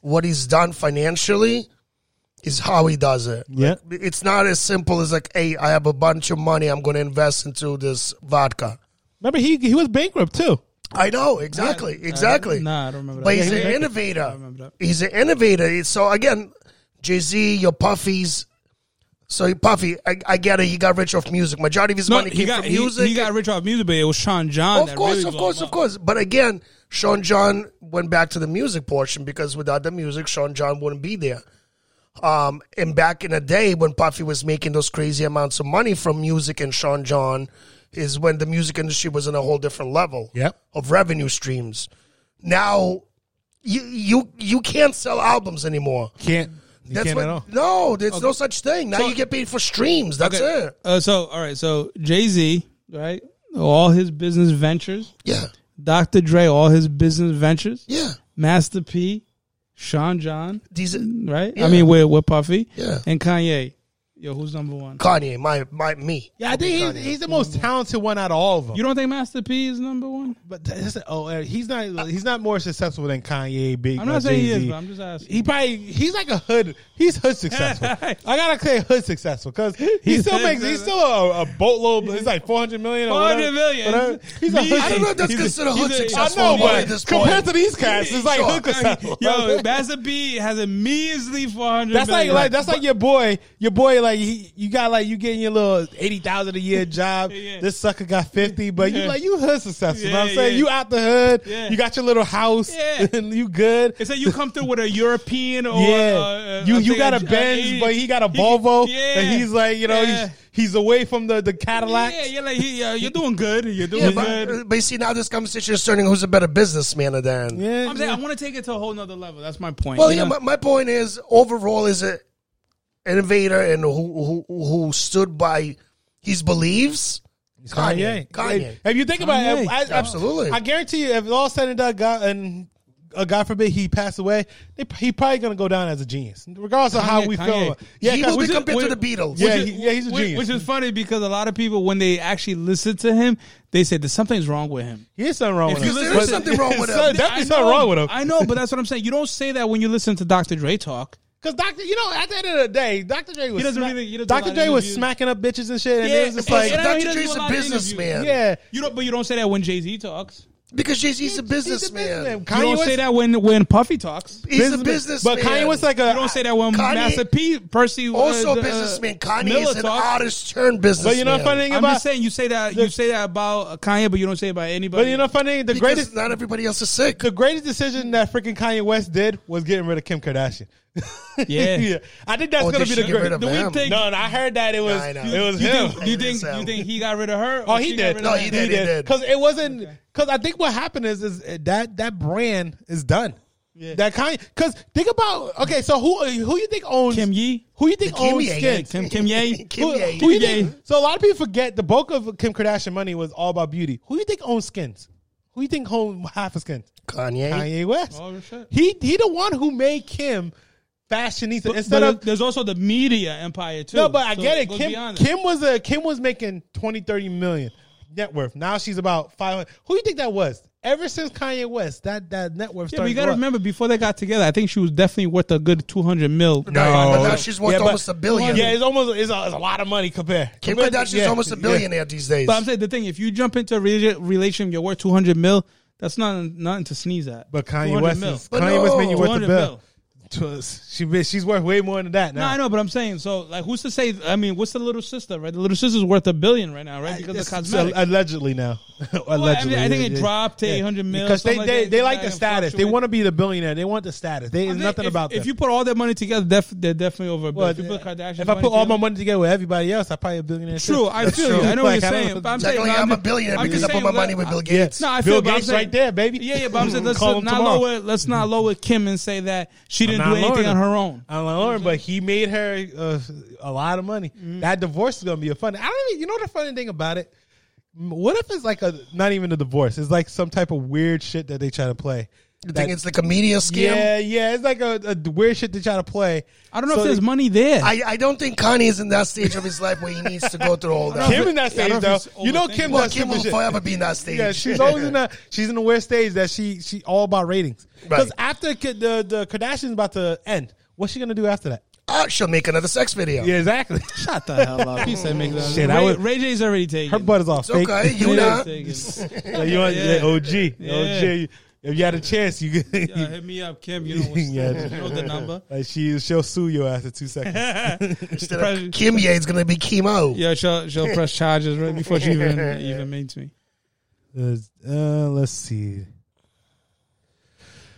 [SPEAKER 3] what he's done financially is how he does it.
[SPEAKER 1] Yeah.
[SPEAKER 3] Like, it's not as simple as like, hey, I have a bunch of money, I'm going to invest into this vodka.
[SPEAKER 1] Remember, he he was bankrupt too.
[SPEAKER 3] I know exactly, exactly.
[SPEAKER 2] Nah, I don't remember
[SPEAKER 3] But
[SPEAKER 2] that.
[SPEAKER 3] he's
[SPEAKER 2] Yeah,
[SPEAKER 3] an
[SPEAKER 2] he was-
[SPEAKER 3] innovator.
[SPEAKER 2] remember that.
[SPEAKER 3] He's an innovator. It's- So again, Jay Z, your Puffies. So Puffy, I, I get it. He got rich off music. Majority of his
[SPEAKER 2] no,
[SPEAKER 3] money
[SPEAKER 2] he
[SPEAKER 3] came
[SPEAKER 2] got
[SPEAKER 3] from
[SPEAKER 2] he,
[SPEAKER 3] music.
[SPEAKER 2] he got rich off music, but it was Sean John.
[SPEAKER 3] of
[SPEAKER 2] that
[SPEAKER 3] course,
[SPEAKER 2] really
[SPEAKER 3] of
[SPEAKER 2] blew
[SPEAKER 3] course,
[SPEAKER 2] him
[SPEAKER 3] of
[SPEAKER 2] up.
[SPEAKER 3] course. But again, Sean John went back to the music portion because without the music, Sean John wouldn't be there. Um, and back in the day when Puffy was making those crazy amounts of money from music and Sean John is when the music industry was on a whole different level
[SPEAKER 1] Yep.
[SPEAKER 3] of revenue streams. Now you you you can't sell albums anymore.
[SPEAKER 1] Can't. He can't at all.
[SPEAKER 3] No, there's no such thing. Now you get paid for streams. That's
[SPEAKER 2] Okay.
[SPEAKER 3] it.
[SPEAKER 2] Uh, so all right, so Jay Z, right? All his business ventures,
[SPEAKER 3] Yeah.
[SPEAKER 2] Dr. Dre, all his business ventures,
[SPEAKER 3] Yeah.
[SPEAKER 2] Master P, Sean John,
[SPEAKER 3] These
[SPEAKER 2] right?
[SPEAKER 3] Yeah.
[SPEAKER 2] I mean, we're, we're Puffy,
[SPEAKER 3] Yeah.
[SPEAKER 2] E and Kanye. Yo, who's number one?
[SPEAKER 3] Kanye, my my me.
[SPEAKER 1] Yeah, I think he's, he's the most talented one out of all of them.
[SPEAKER 2] You don't think Master P is number one?
[SPEAKER 1] but that's, oh, uh, he's not. He's not more successful than Kanye. Big. uh,
[SPEAKER 2] I'm not saying he
[SPEAKER 1] Jay-Z.
[SPEAKER 2] is, but I'm just asking.
[SPEAKER 1] He probably he's like a hood. He's hood successful. I gotta say hood successful because he still makes he's still a, a boatload. It's like four hundred million. Or
[SPEAKER 2] 400
[SPEAKER 1] whatever,
[SPEAKER 2] million.
[SPEAKER 1] Whatever. He's a
[SPEAKER 2] Me-
[SPEAKER 1] hood.
[SPEAKER 3] I don't know if that's
[SPEAKER 1] he's a-
[SPEAKER 3] considered
[SPEAKER 2] he's
[SPEAKER 3] hood
[SPEAKER 2] a-
[SPEAKER 1] I
[SPEAKER 3] successful.
[SPEAKER 1] know,
[SPEAKER 3] really, at
[SPEAKER 1] but
[SPEAKER 3] this
[SPEAKER 1] compared
[SPEAKER 3] point.
[SPEAKER 1] to these cats, it's like
[SPEAKER 3] Sure.
[SPEAKER 1] hood successful.
[SPEAKER 2] Yo, Master P has a measly 400
[SPEAKER 1] That's like,
[SPEAKER 2] million.
[SPEAKER 1] like that's like your boy, your boy. Like he, you got like you getting your little eighty thousand a year job.
[SPEAKER 2] Yeah.
[SPEAKER 1] This sucker got fifty, but you
[SPEAKER 2] Yeah.
[SPEAKER 1] like you hood successful. you know what I'm
[SPEAKER 2] Yeah,
[SPEAKER 1] saying
[SPEAKER 2] yeah.
[SPEAKER 1] you out the hood.
[SPEAKER 2] Yeah.
[SPEAKER 1] You got your little house.
[SPEAKER 2] Yeah.
[SPEAKER 1] and you good.
[SPEAKER 2] It's like you come through with a European or
[SPEAKER 1] yeah,
[SPEAKER 2] uh,
[SPEAKER 1] you
[SPEAKER 2] I
[SPEAKER 1] you
[SPEAKER 2] think
[SPEAKER 1] got
[SPEAKER 2] a-
[SPEAKER 1] a Benz,
[SPEAKER 2] a-
[SPEAKER 1] but he got a Volvo.
[SPEAKER 2] yeah.
[SPEAKER 1] and he's like you know
[SPEAKER 2] Yeah.
[SPEAKER 1] he's he's away from the the Cadillac.
[SPEAKER 2] Yeah, you're like he, uh, you're doing good. You're doing
[SPEAKER 3] Yeah,
[SPEAKER 2] good.
[SPEAKER 3] but, but you see, now this conversation is turning who's a better businessman at the end.
[SPEAKER 1] Yeah.
[SPEAKER 2] I'm saying I want to take it to a whole nother level. That's my point.
[SPEAKER 3] Well,
[SPEAKER 2] You
[SPEAKER 3] yeah,
[SPEAKER 2] know?
[SPEAKER 3] my, my point is overall is a innovator and who who who stood by his beliefs. Kanye, Kanye.
[SPEAKER 1] If, if you think about it,
[SPEAKER 2] Kanye.
[SPEAKER 1] I, I-
[SPEAKER 3] Absolutely.
[SPEAKER 1] I guarantee you, if all said and done, God, and uh, God forbid he passed away, they, he probably gonna go down as a genius, regardless of how
[SPEAKER 2] Kanye,
[SPEAKER 1] we
[SPEAKER 2] Kanye.
[SPEAKER 1] feel. Yeah,
[SPEAKER 3] he
[SPEAKER 1] Kanye-
[SPEAKER 3] will be
[SPEAKER 1] which is-
[SPEAKER 3] compared to
[SPEAKER 1] which-
[SPEAKER 3] the Beatles.
[SPEAKER 1] Yeah,
[SPEAKER 2] Which is-
[SPEAKER 1] he- yeah, he's a
[SPEAKER 2] which-
[SPEAKER 1] genius.
[SPEAKER 2] Which is funny because a lot of people, when they actually listen to him, they say there's something's wrong with him.
[SPEAKER 1] Here's something wrong with
[SPEAKER 3] you
[SPEAKER 1] him.
[SPEAKER 3] listen- there's
[SPEAKER 1] But-
[SPEAKER 3] something wrong with him.
[SPEAKER 1] So, Definitely
[SPEAKER 2] I
[SPEAKER 1] something
[SPEAKER 2] know-
[SPEAKER 1] wrong with him.
[SPEAKER 2] I know, but that's what I'm saying. You don't say that when you listen to Dr. Dre talk.
[SPEAKER 1] Because Doctor, you know, at the end of the day, Dr. Dre was
[SPEAKER 2] He doesn't
[SPEAKER 1] smack-
[SPEAKER 2] really- he doesn't
[SPEAKER 1] Dr.
[SPEAKER 2] allow
[SPEAKER 1] Dre was
[SPEAKER 2] interviews.
[SPEAKER 1] smacking up bitches and shit, and it was just
[SPEAKER 2] and-
[SPEAKER 1] like,
[SPEAKER 2] and I know he
[SPEAKER 3] Dr.
[SPEAKER 2] doesn't
[SPEAKER 3] Dre's
[SPEAKER 2] do
[SPEAKER 3] a
[SPEAKER 2] lot of interviews.
[SPEAKER 3] businessman.
[SPEAKER 1] yeah.
[SPEAKER 2] You don't, but you don't say that when Jay Z talks.
[SPEAKER 3] because he's, he's a businessman.
[SPEAKER 1] Kanye
[SPEAKER 2] you don't
[SPEAKER 1] was-
[SPEAKER 2] say that when when Puffy talks.
[SPEAKER 3] He's a
[SPEAKER 1] But
[SPEAKER 3] businessman.
[SPEAKER 1] Kanye was like a.
[SPEAKER 2] You don't say that when
[SPEAKER 3] Kanye-
[SPEAKER 2] Master P, Percy, uh,
[SPEAKER 3] also
[SPEAKER 2] uh,
[SPEAKER 3] a businessman. Kanye
[SPEAKER 2] Miller
[SPEAKER 3] is an
[SPEAKER 2] talks.
[SPEAKER 3] artist turned businessman.
[SPEAKER 1] But you know, the funny thing
[SPEAKER 2] I'm
[SPEAKER 1] about
[SPEAKER 2] just saying you say that you say that about Kanye, but you don't say it about anybody.
[SPEAKER 1] But you know, funny, the
[SPEAKER 3] because
[SPEAKER 1] greatest
[SPEAKER 3] not everybody else is sick.
[SPEAKER 1] the greatest decision that freaking Kanye West did was getting rid of Kim Kardashian.
[SPEAKER 2] Yeah.
[SPEAKER 1] I think that's
[SPEAKER 3] Oh,
[SPEAKER 1] gonna
[SPEAKER 3] did
[SPEAKER 1] be
[SPEAKER 3] she
[SPEAKER 1] the
[SPEAKER 3] get rid
[SPEAKER 1] great.
[SPEAKER 3] of
[SPEAKER 2] Do we
[SPEAKER 3] him?
[SPEAKER 2] think-
[SPEAKER 1] No, no, I heard that it was
[SPEAKER 3] I know.
[SPEAKER 1] it was
[SPEAKER 2] you
[SPEAKER 1] him.
[SPEAKER 2] think, you think
[SPEAKER 3] Him.
[SPEAKER 2] you think he got rid of her?
[SPEAKER 1] Oh,
[SPEAKER 2] or
[SPEAKER 1] he
[SPEAKER 2] she got
[SPEAKER 1] did.
[SPEAKER 2] rid of
[SPEAKER 3] No,
[SPEAKER 2] him?
[SPEAKER 3] he did, he did.
[SPEAKER 1] because it wasn't. Because I think what happened is is that that brand is done.
[SPEAKER 2] Yeah.
[SPEAKER 1] That Kanye. Because think about okay. So who who you think owns
[SPEAKER 2] Kim Yee?
[SPEAKER 1] Who you think
[SPEAKER 3] The Kim
[SPEAKER 1] owns
[SPEAKER 3] Yee,
[SPEAKER 1] Skins?
[SPEAKER 2] Kim Kim Ye.
[SPEAKER 3] Kim
[SPEAKER 1] Who-
[SPEAKER 3] Ye.
[SPEAKER 1] who you think-
[SPEAKER 2] Yay.
[SPEAKER 1] so a lot of people forget the bulk of Kim Kardashian money was all about beauty. Who you think owns skins? Who you think owns half of skins?
[SPEAKER 3] Kanye.
[SPEAKER 1] Kanye West.
[SPEAKER 2] Oh, shit.
[SPEAKER 1] He he the one who made Kim fashionista
[SPEAKER 2] But-
[SPEAKER 1] instead
[SPEAKER 2] but
[SPEAKER 1] of
[SPEAKER 2] there's also the media empire too.
[SPEAKER 1] no, but I
[SPEAKER 2] So
[SPEAKER 1] get it.
[SPEAKER 2] goes
[SPEAKER 1] Kim
[SPEAKER 2] beyond that.
[SPEAKER 1] Kim was a Kim was making 20, 30 million net worth. Now she's about five hundred. Who do you think that was? Ever since Kanye West, that that net worth
[SPEAKER 2] Yeah,
[SPEAKER 1] started.
[SPEAKER 2] but you got
[SPEAKER 1] to
[SPEAKER 2] to
[SPEAKER 1] go up.
[SPEAKER 2] remember before they got together, I think she was definitely worth a good two hundred mil.
[SPEAKER 3] No, but now she's worth
[SPEAKER 1] Yeah, but-
[SPEAKER 3] almost a billion.
[SPEAKER 1] Yeah, it's almost it's a, it's a lot of money compared.
[SPEAKER 3] Kim
[SPEAKER 1] Compared to-
[SPEAKER 3] Kardashian's
[SPEAKER 1] yeah,
[SPEAKER 3] almost a
[SPEAKER 1] yeah.
[SPEAKER 3] billionaire these days.
[SPEAKER 2] But I'm saying the thing: if you jump into a rela- relationship, you're worth two hundred mil. That's not nothing to sneeze at.
[SPEAKER 1] But
[SPEAKER 2] 200
[SPEAKER 1] Kanye West,
[SPEAKER 2] mil.
[SPEAKER 1] is,
[SPEAKER 3] But
[SPEAKER 1] Kanye West made you
[SPEAKER 3] no.
[SPEAKER 1] worth a
[SPEAKER 2] 200
[SPEAKER 1] bill. She be- she's worth way more than that
[SPEAKER 2] No, I
[SPEAKER 1] now.
[SPEAKER 2] know, but I'm saying so. Like, who's to say? I mean, what's the little sister, right? The little sister's worth a billion right now, right? Because
[SPEAKER 1] It's-
[SPEAKER 2] of
[SPEAKER 1] it's
[SPEAKER 2] cosmetics.
[SPEAKER 1] allegedely now. allegedly,
[SPEAKER 2] I think
[SPEAKER 1] yeah,
[SPEAKER 2] it
[SPEAKER 1] yeah.
[SPEAKER 2] dropped to 800 mil,
[SPEAKER 1] because they
[SPEAKER 2] something like
[SPEAKER 1] they,
[SPEAKER 2] that.
[SPEAKER 1] they like the
[SPEAKER 2] That
[SPEAKER 1] status. They
[SPEAKER 2] fluctuates.
[SPEAKER 1] want to be the billionaire. They want the status. They
[SPEAKER 2] I
[SPEAKER 1] there's
[SPEAKER 2] mean,
[SPEAKER 1] nothing
[SPEAKER 2] if,
[SPEAKER 1] about
[SPEAKER 2] If
[SPEAKER 1] that.
[SPEAKER 2] you put all that money together, def- they're definitely over a billion. if you put Kardashian,
[SPEAKER 1] if I put
[SPEAKER 2] money
[SPEAKER 1] all my
[SPEAKER 2] together-
[SPEAKER 1] money together with everybody else, I probably a billionaire.
[SPEAKER 2] true,
[SPEAKER 1] too.
[SPEAKER 2] I feel you. I know
[SPEAKER 1] Like, I don't
[SPEAKER 2] what you're saying.
[SPEAKER 1] know.
[SPEAKER 2] But I'm saying,
[SPEAKER 3] Technically,
[SPEAKER 2] but
[SPEAKER 3] I'm, a
[SPEAKER 2] just-
[SPEAKER 3] billionaire
[SPEAKER 2] I'm
[SPEAKER 3] because
[SPEAKER 2] just
[SPEAKER 3] I put my
[SPEAKER 2] saying,
[SPEAKER 3] money
[SPEAKER 2] like,
[SPEAKER 3] with Bill
[SPEAKER 2] I-
[SPEAKER 3] Gates.
[SPEAKER 2] No, I
[SPEAKER 1] Bill
[SPEAKER 2] feel but I'm
[SPEAKER 1] Gates
[SPEAKER 2] saying-
[SPEAKER 1] right there, baby.
[SPEAKER 2] Yeah, yeah, but I'm saying let's
[SPEAKER 1] Call
[SPEAKER 2] not
[SPEAKER 1] him tomorrow. Mm-hmm.
[SPEAKER 2] lower. Let's not lower Kim and say that she didn't
[SPEAKER 1] I'm
[SPEAKER 2] do
[SPEAKER 1] not
[SPEAKER 2] anything
[SPEAKER 1] lowering
[SPEAKER 2] on
[SPEAKER 1] him.
[SPEAKER 2] her own.
[SPEAKER 1] I'm not lowering, but he made her uh, a lot of money.
[SPEAKER 2] Mm-hmm.
[SPEAKER 1] That divorce is gonna be a funny. I don't even. You know the funny thing about it? M- What if it's like a not even a divorce? It's like some type of weird shit that they try to play.
[SPEAKER 3] You
[SPEAKER 1] That-
[SPEAKER 3] think it's like a media scam?
[SPEAKER 1] yeah, yeah. It's like a, a weird shit they try to play.
[SPEAKER 2] I don't know
[SPEAKER 1] So
[SPEAKER 2] if there's
[SPEAKER 1] they-
[SPEAKER 2] money there.
[SPEAKER 3] I, I don't think Kanye is in that stage of his life where he needs to go through all that.
[SPEAKER 1] Kim in that
[SPEAKER 2] I
[SPEAKER 1] stage
[SPEAKER 2] don't know
[SPEAKER 1] though.
[SPEAKER 2] if he's
[SPEAKER 1] You know
[SPEAKER 2] overthinking
[SPEAKER 1] Kim
[SPEAKER 3] well,
[SPEAKER 1] does
[SPEAKER 3] Kim
[SPEAKER 1] stupid
[SPEAKER 3] will
[SPEAKER 1] shit.
[SPEAKER 3] forever be in that stage.
[SPEAKER 1] Yeah, she's always in that. She's in the weird stage that she she all about ratings. Because
[SPEAKER 3] Right.
[SPEAKER 1] after K- the the Kardashians about to end, what's she gonna do after that?
[SPEAKER 3] Ah, she'll make another sex video.
[SPEAKER 1] Yeah, exactly.
[SPEAKER 2] Shut the hell up. He said make that.
[SPEAKER 1] Shit, I
[SPEAKER 2] Ray,
[SPEAKER 1] would-
[SPEAKER 2] Ray J's already taken.
[SPEAKER 1] Her butt is off.
[SPEAKER 3] It's okay. You not.
[SPEAKER 1] Like, you want
[SPEAKER 2] Yeah.
[SPEAKER 1] yeah, OG,
[SPEAKER 2] Yeah.
[SPEAKER 1] OG. If you had a chance, you could.
[SPEAKER 2] Yeah, hit me up, Kim. You know, what's,
[SPEAKER 1] Yeah.
[SPEAKER 2] you know the number.
[SPEAKER 1] like she she'll sue you after two seconds.
[SPEAKER 3] Instead of Kim Ye, it's going to be chemo.
[SPEAKER 2] Yeah, she'll she'll press charges right before she even even meets me.
[SPEAKER 1] uh, let's see.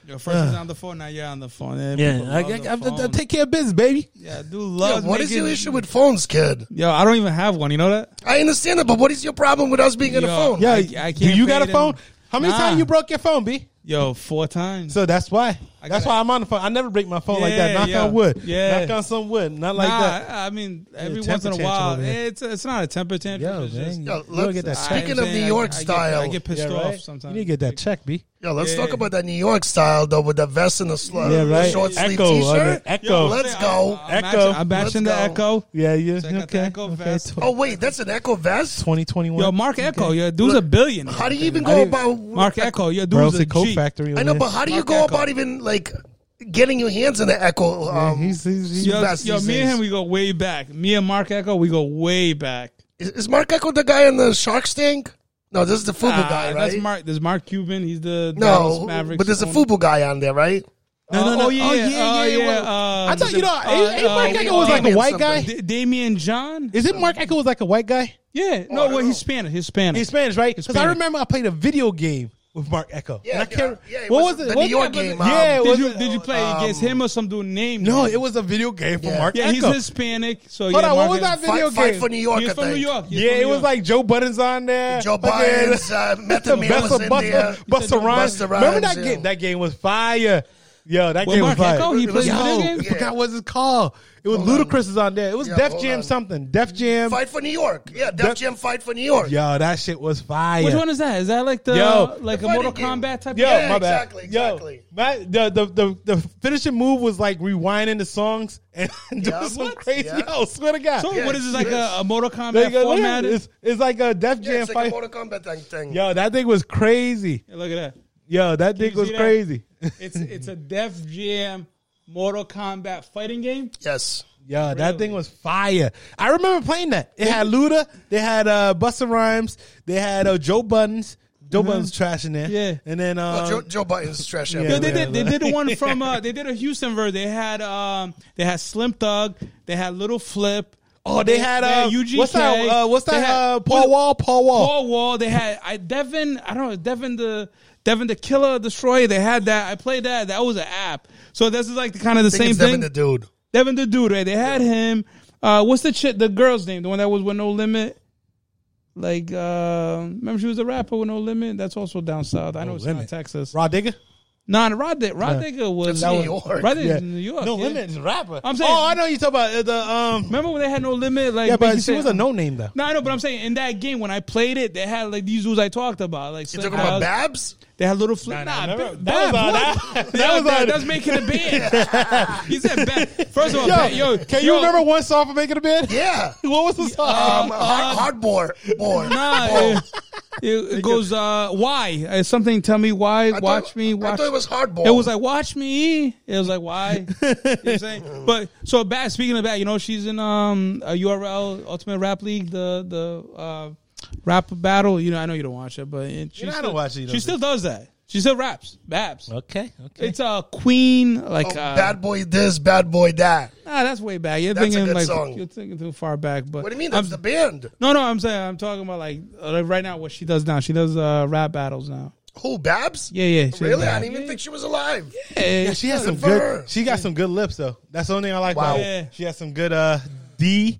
[SPEAKER 2] Yo, first was on the phone, now you're on the phone. Yeah, people
[SPEAKER 1] I,
[SPEAKER 2] love the
[SPEAKER 1] I- I- I
[SPEAKER 2] phone.
[SPEAKER 1] take care of business, baby.
[SPEAKER 2] yeah, dude,
[SPEAKER 3] Yeah,
[SPEAKER 2] love.
[SPEAKER 3] what is
[SPEAKER 2] making-
[SPEAKER 3] your issue with phones, kid?
[SPEAKER 2] Yo, I don't even have one. You know that?
[SPEAKER 3] I understand it, but what is your problem with us being in a
[SPEAKER 2] Yo,
[SPEAKER 3] phone?
[SPEAKER 1] Yeah,
[SPEAKER 2] I- I can't
[SPEAKER 1] do you
[SPEAKER 2] pay
[SPEAKER 1] got a
[SPEAKER 2] them.
[SPEAKER 1] phone? How many
[SPEAKER 2] Nah.
[SPEAKER 1] times you broke your phone, B?
[SPEAKER 2] Yo, four times.
[SPEAKER 1] So that's why.
[SPEAKER 2] I
[SPEAKER 1] That's
[SPEAKER 2] gotta-
[SPEAKER 1] why I'm on the phone. I never break my phone like that.
[SPEAKER 2] Yeah,
[SPEAKER 1] Knock
[SPEAKER 2] yeah.
[SPEAKER 1] on wood.
[SPEAKER 2] Yeah.
[SPEAKER 1] Knock on some wood. Not like
[SPEAKER 2] nah,
[SPEAKER 1] that.
[SPEAKER 2] I I mean, every
[SPEAKER 1] temper
[SPEAKER 2] once in a
[SPEAKER 1] tantrum
[SPEAKER 2] while,
[SPEAKER 1] over here.
[SPEAKER 2] it's it's not a temper tantrum.
[SPEAKER 1] Yo,
[SPEAKER 2] it's just-
[SPEAKER 1] man.
[SPEAKER 2] I-
[SPEAKER 3] Yo,
[SPEAKER 1] you don't
[SPEAKER 3] let's-
[SPEAKER 1] get that
[SPEAKER 2] I'm
[SPEAKER 1] check.
[SPEAKER 3] Speaking of
[SPEAKER 2] saying,
[SPEAKER 3] New
[SPEAKER 2] I-
[SPEAKER 3] York
[SPEAKER 2] I get- I
[SPEAKER 3] style.
[SPEAKER 2] get pissed
[SPEAKER 1] Yeah,
[SPEAKER 2] off
[SPEAKER 1] right?
[SPEAKER 2] sometimes.
[SPEAKER 1] You need to get that check, B.
[SPEAKER 3] Yo, let's
[SPEAKER 2] Yeah.
[SPEAKER 3] talk about that New York style though, with the vest and the slug,
[SPEAKER 1] Yeah, right.
[SPEAKER 3] Uh, the short sleeve
[SPEAKER 1] Echo,
[SPEAKER 3] T-shirt.
[SPEAKER 1] uh, echo.
[SPEAKER 3] let's go.
[SPEAKER 2] I'm
[SPEAKER 1] Echo.
[SPEAKER 2] matching- I'm matching the
[SPEAKER 3] Let's go.
[SPEAKER 2] echo.
[SPEAKER 1] Yeah, yeah.
[SPEAKER 2] Check out the
[SPEAKER 1] okay.
[SPEAKER 2] Echo
[SPEAKER 1] okay.
[SPEAKER 2] vest.
[SPEAKER 3] oh wait, that's an Echo vest.
[SPEAKER 1] Twenty twenty one.
[SPEAKER 2] Yo, Mark Echo. Yo, dude's a billion.
[SPEAKER 3] How do you even
[SPEAKER 1] I
[SPEAKER 3] go
[SPEAKER 1] didn't-
[SPEAKER 3] about
[SPEAKER 2] Mark Echo. Yo,
[SPEAKER 1] Bro,
[SPEAKER 2] dude's
[SPEAKER 1] it's
[SPEAKER 2] a
[SPEAKER 1] a coat
[SPEAKER 2] G.
[SPEAKER 1] factory.
[SPEAKER 3] I
[SPEAKER 1] over
[SPEAKER 3] know,
[SPEAKER 1] there.
[SPEAKER 3] but how do you
[SPEAKER 2] Mark
[SPEAKER 3] go
[SPEAKER 2] Echo.
[SPEAKER 3] about even like getting your hands in the Echo? Um,
[SPEAKER 1] he's, he's, he's
[SPEAKER 2] Yo,
[SPEAKER 3] best
[SPEAKER 2] yo
[SPEAKER 3] these
[SPEAKER 2] me and
[SPEAKER 3] days.
[SPEAKER 2] him, we go way back. Me and Mark Echo, we go way back.
[SPEAKER 3] is, is Mark Echo the guy in the Shark Tank? No, this is the Fubu
[SPEAKER 2] Ah,
[SPEAKER 3] guy, right?
[SPEAKER 2] That's Mark. There's Mark Cuban. He's the Dallas
[SPEAKER 3] no,
[SPEAKER 2] Mavericks.
[SPEAKER 3] but there's a
[SPEAKER 2] owner.
[SPEAKER 3] Fubu guy on there, right?
[SPEAKER 1] No, no,
[SPEAKER 2] Uh,
[SPEAKER 1] no.
[SPEAKER 2] Oh yeah,
[SPEAKER 1] Oh,
[SPEAKER 2] yeah,
[SPEAKER 1] yeah,
[SPEAKER 2] oh,
[SPEAKER 1] yeah,
[SPEAKER 2] yeah.
[SPEAKER 1] well,
[SPEAKER 2] um,
[SPEAKER 1] I thought you know,
[SPEAKER 2] uh,
[SPEAKER 1] ain't, ain't Mark
[SPEAKER 2] uh,
[SPEAKER 1] Echo was like a
[SPEAKER 3] Damian
[SPEAKER 1] white
[SPEAKER 3] something.
[SPEAKER 1] guy.
[SPEAKER 2] D- Damian John.
[SPEAKER 1] Is it Mark Echo was like a white guy?
[SPEAKER 2] Yeah,
[SPEAKER 3] I
[SPEAKER 2] no,
[SPEAKER 3] don't
[SPEAKER 2] well,
[SPEAKER 3] know.
[SPEAKER 2] he's Spanish. He's Spanish.
[SPEAKER 1] He's Spanish, right? Because I
[SPEAKER 2] Hispanic.
[SPEAKER 1] remember I played a video game with Mark Echo.
[SPEAKER 3] Yeah,
[SPEAKER 1] and I
[SPEAKER 3] yeah,
[SPEAKER 1] can't,
[SPEAKER 3] yeah, it
[SPEAKER 1] what
[SPEAKER 3] was
[SPEAKER 1] was it?
[SPEAKER 3] the
[SPEAKER 1] What-
[SPEAKER 3] New York game, um,
[SPEAKER 1] Yeah, it
[SPEAKER 2] did
[SPEAKER 1] was.
[SPEAKER 2] you did you play against him or some dude named?
[SPEAKER 1] no,
[SPEAKER 2] him?
[SPEAKER 1] it was a video game for
[SPEAKER 3] Yeah.
[SPEAKER 1] Mark
[SPEAKER 2] yeah, he's
[SPEAKER 1] Echo.
[SPEAKER 2] Hispanic. So
[SPEAKER 1] Hold
[SPEAKER 2] yeah,
[SPEAKER 1] on, what
[SPEAKER 2] Mark
[SPEAKER 1] was that
[SPEAKER 2] Echo-
[SPEAKER 1] video
[SPEAKER 3] Fight, fight
[SPEAKER 1] game?
[SPEAKER 3] for New York,
[SPEAKER 2] He's
[SPEAKER 3] I
[SPEAKER 2] from New
[SPEAKER 3] think.
[SPEAKER 2] York. He's
[SPEAKER 1] yeah,
[SPEAKER 2] from
[SPEAKER 1] it
[SPEAKER 2] New
[SPEAKER 1] was
[SPEAKER 2] York.
[SPEAKER 1] like Joe Budden's on there.
[SPEAKER 3] Joe
[SPEAKER 1] Fucking-
[SPEAKER 3] Biden's uh, Method Man was in there.
[SPEAKER 1] Buster, Buster Rhymes.
[SPEAKER 3] Busta
[SPEAKER 1] Remember that
[SPEAKER 3] Rhymes, yeah.
[SPEAKER 1] game? That game was fire. Yo, that
[SPEAKER 2] Well,
[SPEAKER 1] game
[SPEAKER 2] Mark
[SPEAKER 1] was fire.
[SPEAKER 2] Echo, he
[SPEAKER 1] It
[SPEAKER 2] plays
[SPEAKER 1] was-
[SPEAKER 2] video
[SPEAKER 1] yo,
[SPEAKER 2] games?
[SPEAKER 1] I forgot what's it called. It was Ludacris is on there. It was
[SPEAKER 3] Yeah,
[SPEAKER 1] Def
[SPEAKER 3] hold
[SPEAKER 1] Jam
[SPEAKER 3] on.
[SPEAKER 1] something. Def Jam.
[SPEAKER 3] Fight for New York. Yeah, Def Jam Fight for New York.
[SPEAKER 1] Yo, that shit was fire.
[SPEAKER 2] Which one is that? Is that like the
[SPEAKER 1] Yo.
[SPEAKER 2] like a
[SPEAKER 3] fighting
[SPEAKER 2] Mortal
[SPEAKER 3] game.
[SPEAKER 2] Kombat type?
[SPEAKER 1] Yo,
[SPEAKER 2] of
[SPEAKER 3] Yeah,
[SPEAKER 1] my bad.
[SPEAKER 3] exactly,
[SPEAKER 1] Yo,
[SPEAKER 3] exactly.
[SPEAKER 1] my- the, the the the finishing move was like rewinding the songs and doing
[SPEAKER 3] Yeah,
[SPEAKER 1] some
[SPEAKER 3] what?
[SPEAKER 1] crazy.
[SPEAKER 3] Yeah.
[SPEAKER 1] Yo, swear to God.
[SPEAKER 2] So
[SPEAKER 3] Yeah,
[SPEAKER 2] what is this like a,
[SPEAKER 3] yes.
[SPEAKER 2] a Mortal
[SPEAKER 1] Like,
[SPEAKER 2] Kombat
[SPEAKER 1] uh, look at
[SPEAKER 2] format?
[SPEAKER 1] it. it's, it's like a Def
[SPEAKER 3] Yeah,
[SPEAKER 1] Jam
[SPEAKER 3] it's like
[SPEAKER 1] fight.
[SPEAKER 3] a Mortal Kombat thing. thing.
[SPEAKER 1] Yo, that thing was crazy.
[SPEAKER 2] Yeah, look at
[SPEAKER 1] Yo, that thing
[SPEAKER 2] you
[SPEAKER 1] was
[SPEAKER 2] see that?
[SPEAKER 1] crazy.
[SPEAKER 2] that. It's it's a Def Jam Mortal Kombat fighting game.
[SPEAKER 3] Yes.
[SPEAKER 1] Yo, that thing was fire. I remember playing that. It had Luda, they had uh Busta Rhymes, they had uh, Joe Buttons. Joe Buttons trash in there.
[SPEAKER 2] Uh-huh. Yeah.
[SPEAKER 1] And then um,
[SPEAKER 3] Well, Oh, Joe, Joe Biden's trash.
[SPEAKER 2] Yo,
[SPEAKER 3] everywhere.
[SPEAKER 2] they
[SPEAKER 1] Yeah,
[SPEAKER 2] did. They did the one from. Uh, they did a Houston version. They had. Um, they had Slim Thug. They had Little Flip.
[SPEAKER 1] Oh, they had uh,
[SPEAKER 2] UGK.
[SPEAKER 1] what's that? Uh, what's
[SPEAKER 2] They
[SPEAKER 1] that?
[SPEAKER 2] had-
[SPEAKER 1] Uh, Paul Wall. Paul Wall.
[SPEAKER 2] Paul Wall. They had I Devin. I don't know Devin the Devin the Killer Destroyer. They had that. I played that. That was an app. So this is like the kind of the
[SPEAKER 3] I think
[SPEAKER 2] same
[SPEAKER 3] it's Devin
[SPEAKER 2] thing.
[SPEAKER 3] the dude.
[SPEAKER 2] Devin the dude, right? They had him. Uh, what's the chick? The girl's name, the one that was with No Limit. Like, uh, remember she was a rapper with No Limit. That's also down south. I know Oh, it's
[SPEAKER 1] Limit.
[SPEAKER 2] not Texas.
[SPEAKER 1] Rod Digger.
[SPEAKER 2] Nah, the Rod, Dig- Rod Digger was
[SPEAKER 3] That's New York.
[SPEAKER 2] Rod Digger's
[SPEAKER 1] Yeah.
[SPEAKER 2] in New York.
[SPEAKER 1] No
[SPEAKER 2] yeah.
[SPEAKER 1] limit is a rapper.
[SPEAKER 2] I'm saying-
[SPEAKER 1] Oh, I know you talk about uh, the um.
[SPEAKER 2] Remember when they had no limit? Like,
[SPEAKER 1] Yeah,
[SPEAKER 2] Biggie
[SPEAKER 1] but she
[SPEAKER 2] said-
[SPEAKER 1] was a no name though.
[SPEAKER 2] No, I know, but I'm saying in that game when I played it, they had like these dudes I talked about, like
[SPEAKER 3] You
[SPEAKER 2] Slim
[SPEAKER 3] talking about
[SPEAKER 2] Thug.
[SPEAKER 3] Babs?
[SPEAKER 2] They had little fl- nah,
[SPEAKER 4] never-
[SPEAKER 2] Bab,
[SPEAKER 4] that was
[SPEAKER 2] Bab,
[SPEAKER 4] on-
[SPEAKER 2] what?
[SPEAKER 4] that- that
[SPEAKER 2] Yeah,
[SPEAKER 4] was on-
[SPEAKER 2] That's making a band. he said, Bab. first of all,
[SPEAKER 4] Yo,
[SPEAKER 2] Bab- yo,
[SPEAKER 4] can you
[SPEAKER 2] yo,
[SPEAKER 4] remember one song from Making a Bid?
[SPEAKER 3] Yeah.
[SPEAKER 4] What was the song?
[SPEAKER 3] Um, hard, hard boy. boy.
[SPEAKER 2] Nah, it, it- it goes uh, why Uh, something. Tell me why.
[SPEAKER 3] I
[SPEAKER 2] watch
[SPEAKER 3] thought-
[SPEAKER 2] me.
[SPEAKER 3] I
[SPEAKER 2] Watch.
[SPEAKER 3] thought it was hardball.
[SPEAKER 2] It was like watch me. It was like why. you know what I'm saying? But so bad. Speaking of that, you know she's in um a URL Ultimate Rap League the the uh, rap battle. You know I know you don't watch it, but it, she
[SPEAKER 4] You know I
[SPEAKER 2] still,
[SPEAKER 4] don't watch it, you
[SPEAKER 2] She
[SPEAKER 4] know.
[SPEAKER 2] still does that. She still raps. Babs.
[SPEAKER 4] Okay, okay.
[SPEAKER 2] It's a uh, queen like
[SPEAKER 3] Oh,
[SPEAKER 2] uh,
[SPEAKER 3] bad boy this, bad boy that.
[SPEAKER 2] Nah, that's way back. You're
[SPEAKER 3] That's a
[SPEAKER 2] thinking
[SPEAKER 3] good
[SPEAKER 2] like
[SPEAKER 3] song.
[SPEAKER 2] you're thinking too far back. But
[SPEAKER 3] What do you mean?
[SPEAKER 2] I'm-
[SPEAKER 3] That's the band.
[SPEAKER 2] no, no, I'm saying I'm talking about like uh, right now what she does now. She does uh, rap battles now.
[SPEAKER 3] Who, Babs?
[SPEAKER 2] Yeah, yeah. she does
[SPEAKER 3] Really? I
[SPEAKER 2] that.
[SPEAKER 3] didn't even think she was alive.
[SPEAKER 2] Yeah,
[SPEAKER 1] she has some
[SPEAKER 3] for her.
[SPEAKER 1] good. She got some good lips though. That's the only thing I like
[SPEAKER 3] Wow.
[SPEAKER 1] about
[SPEAKER 2] Yeah.
[SPEAKER 1] her. She has some good uh D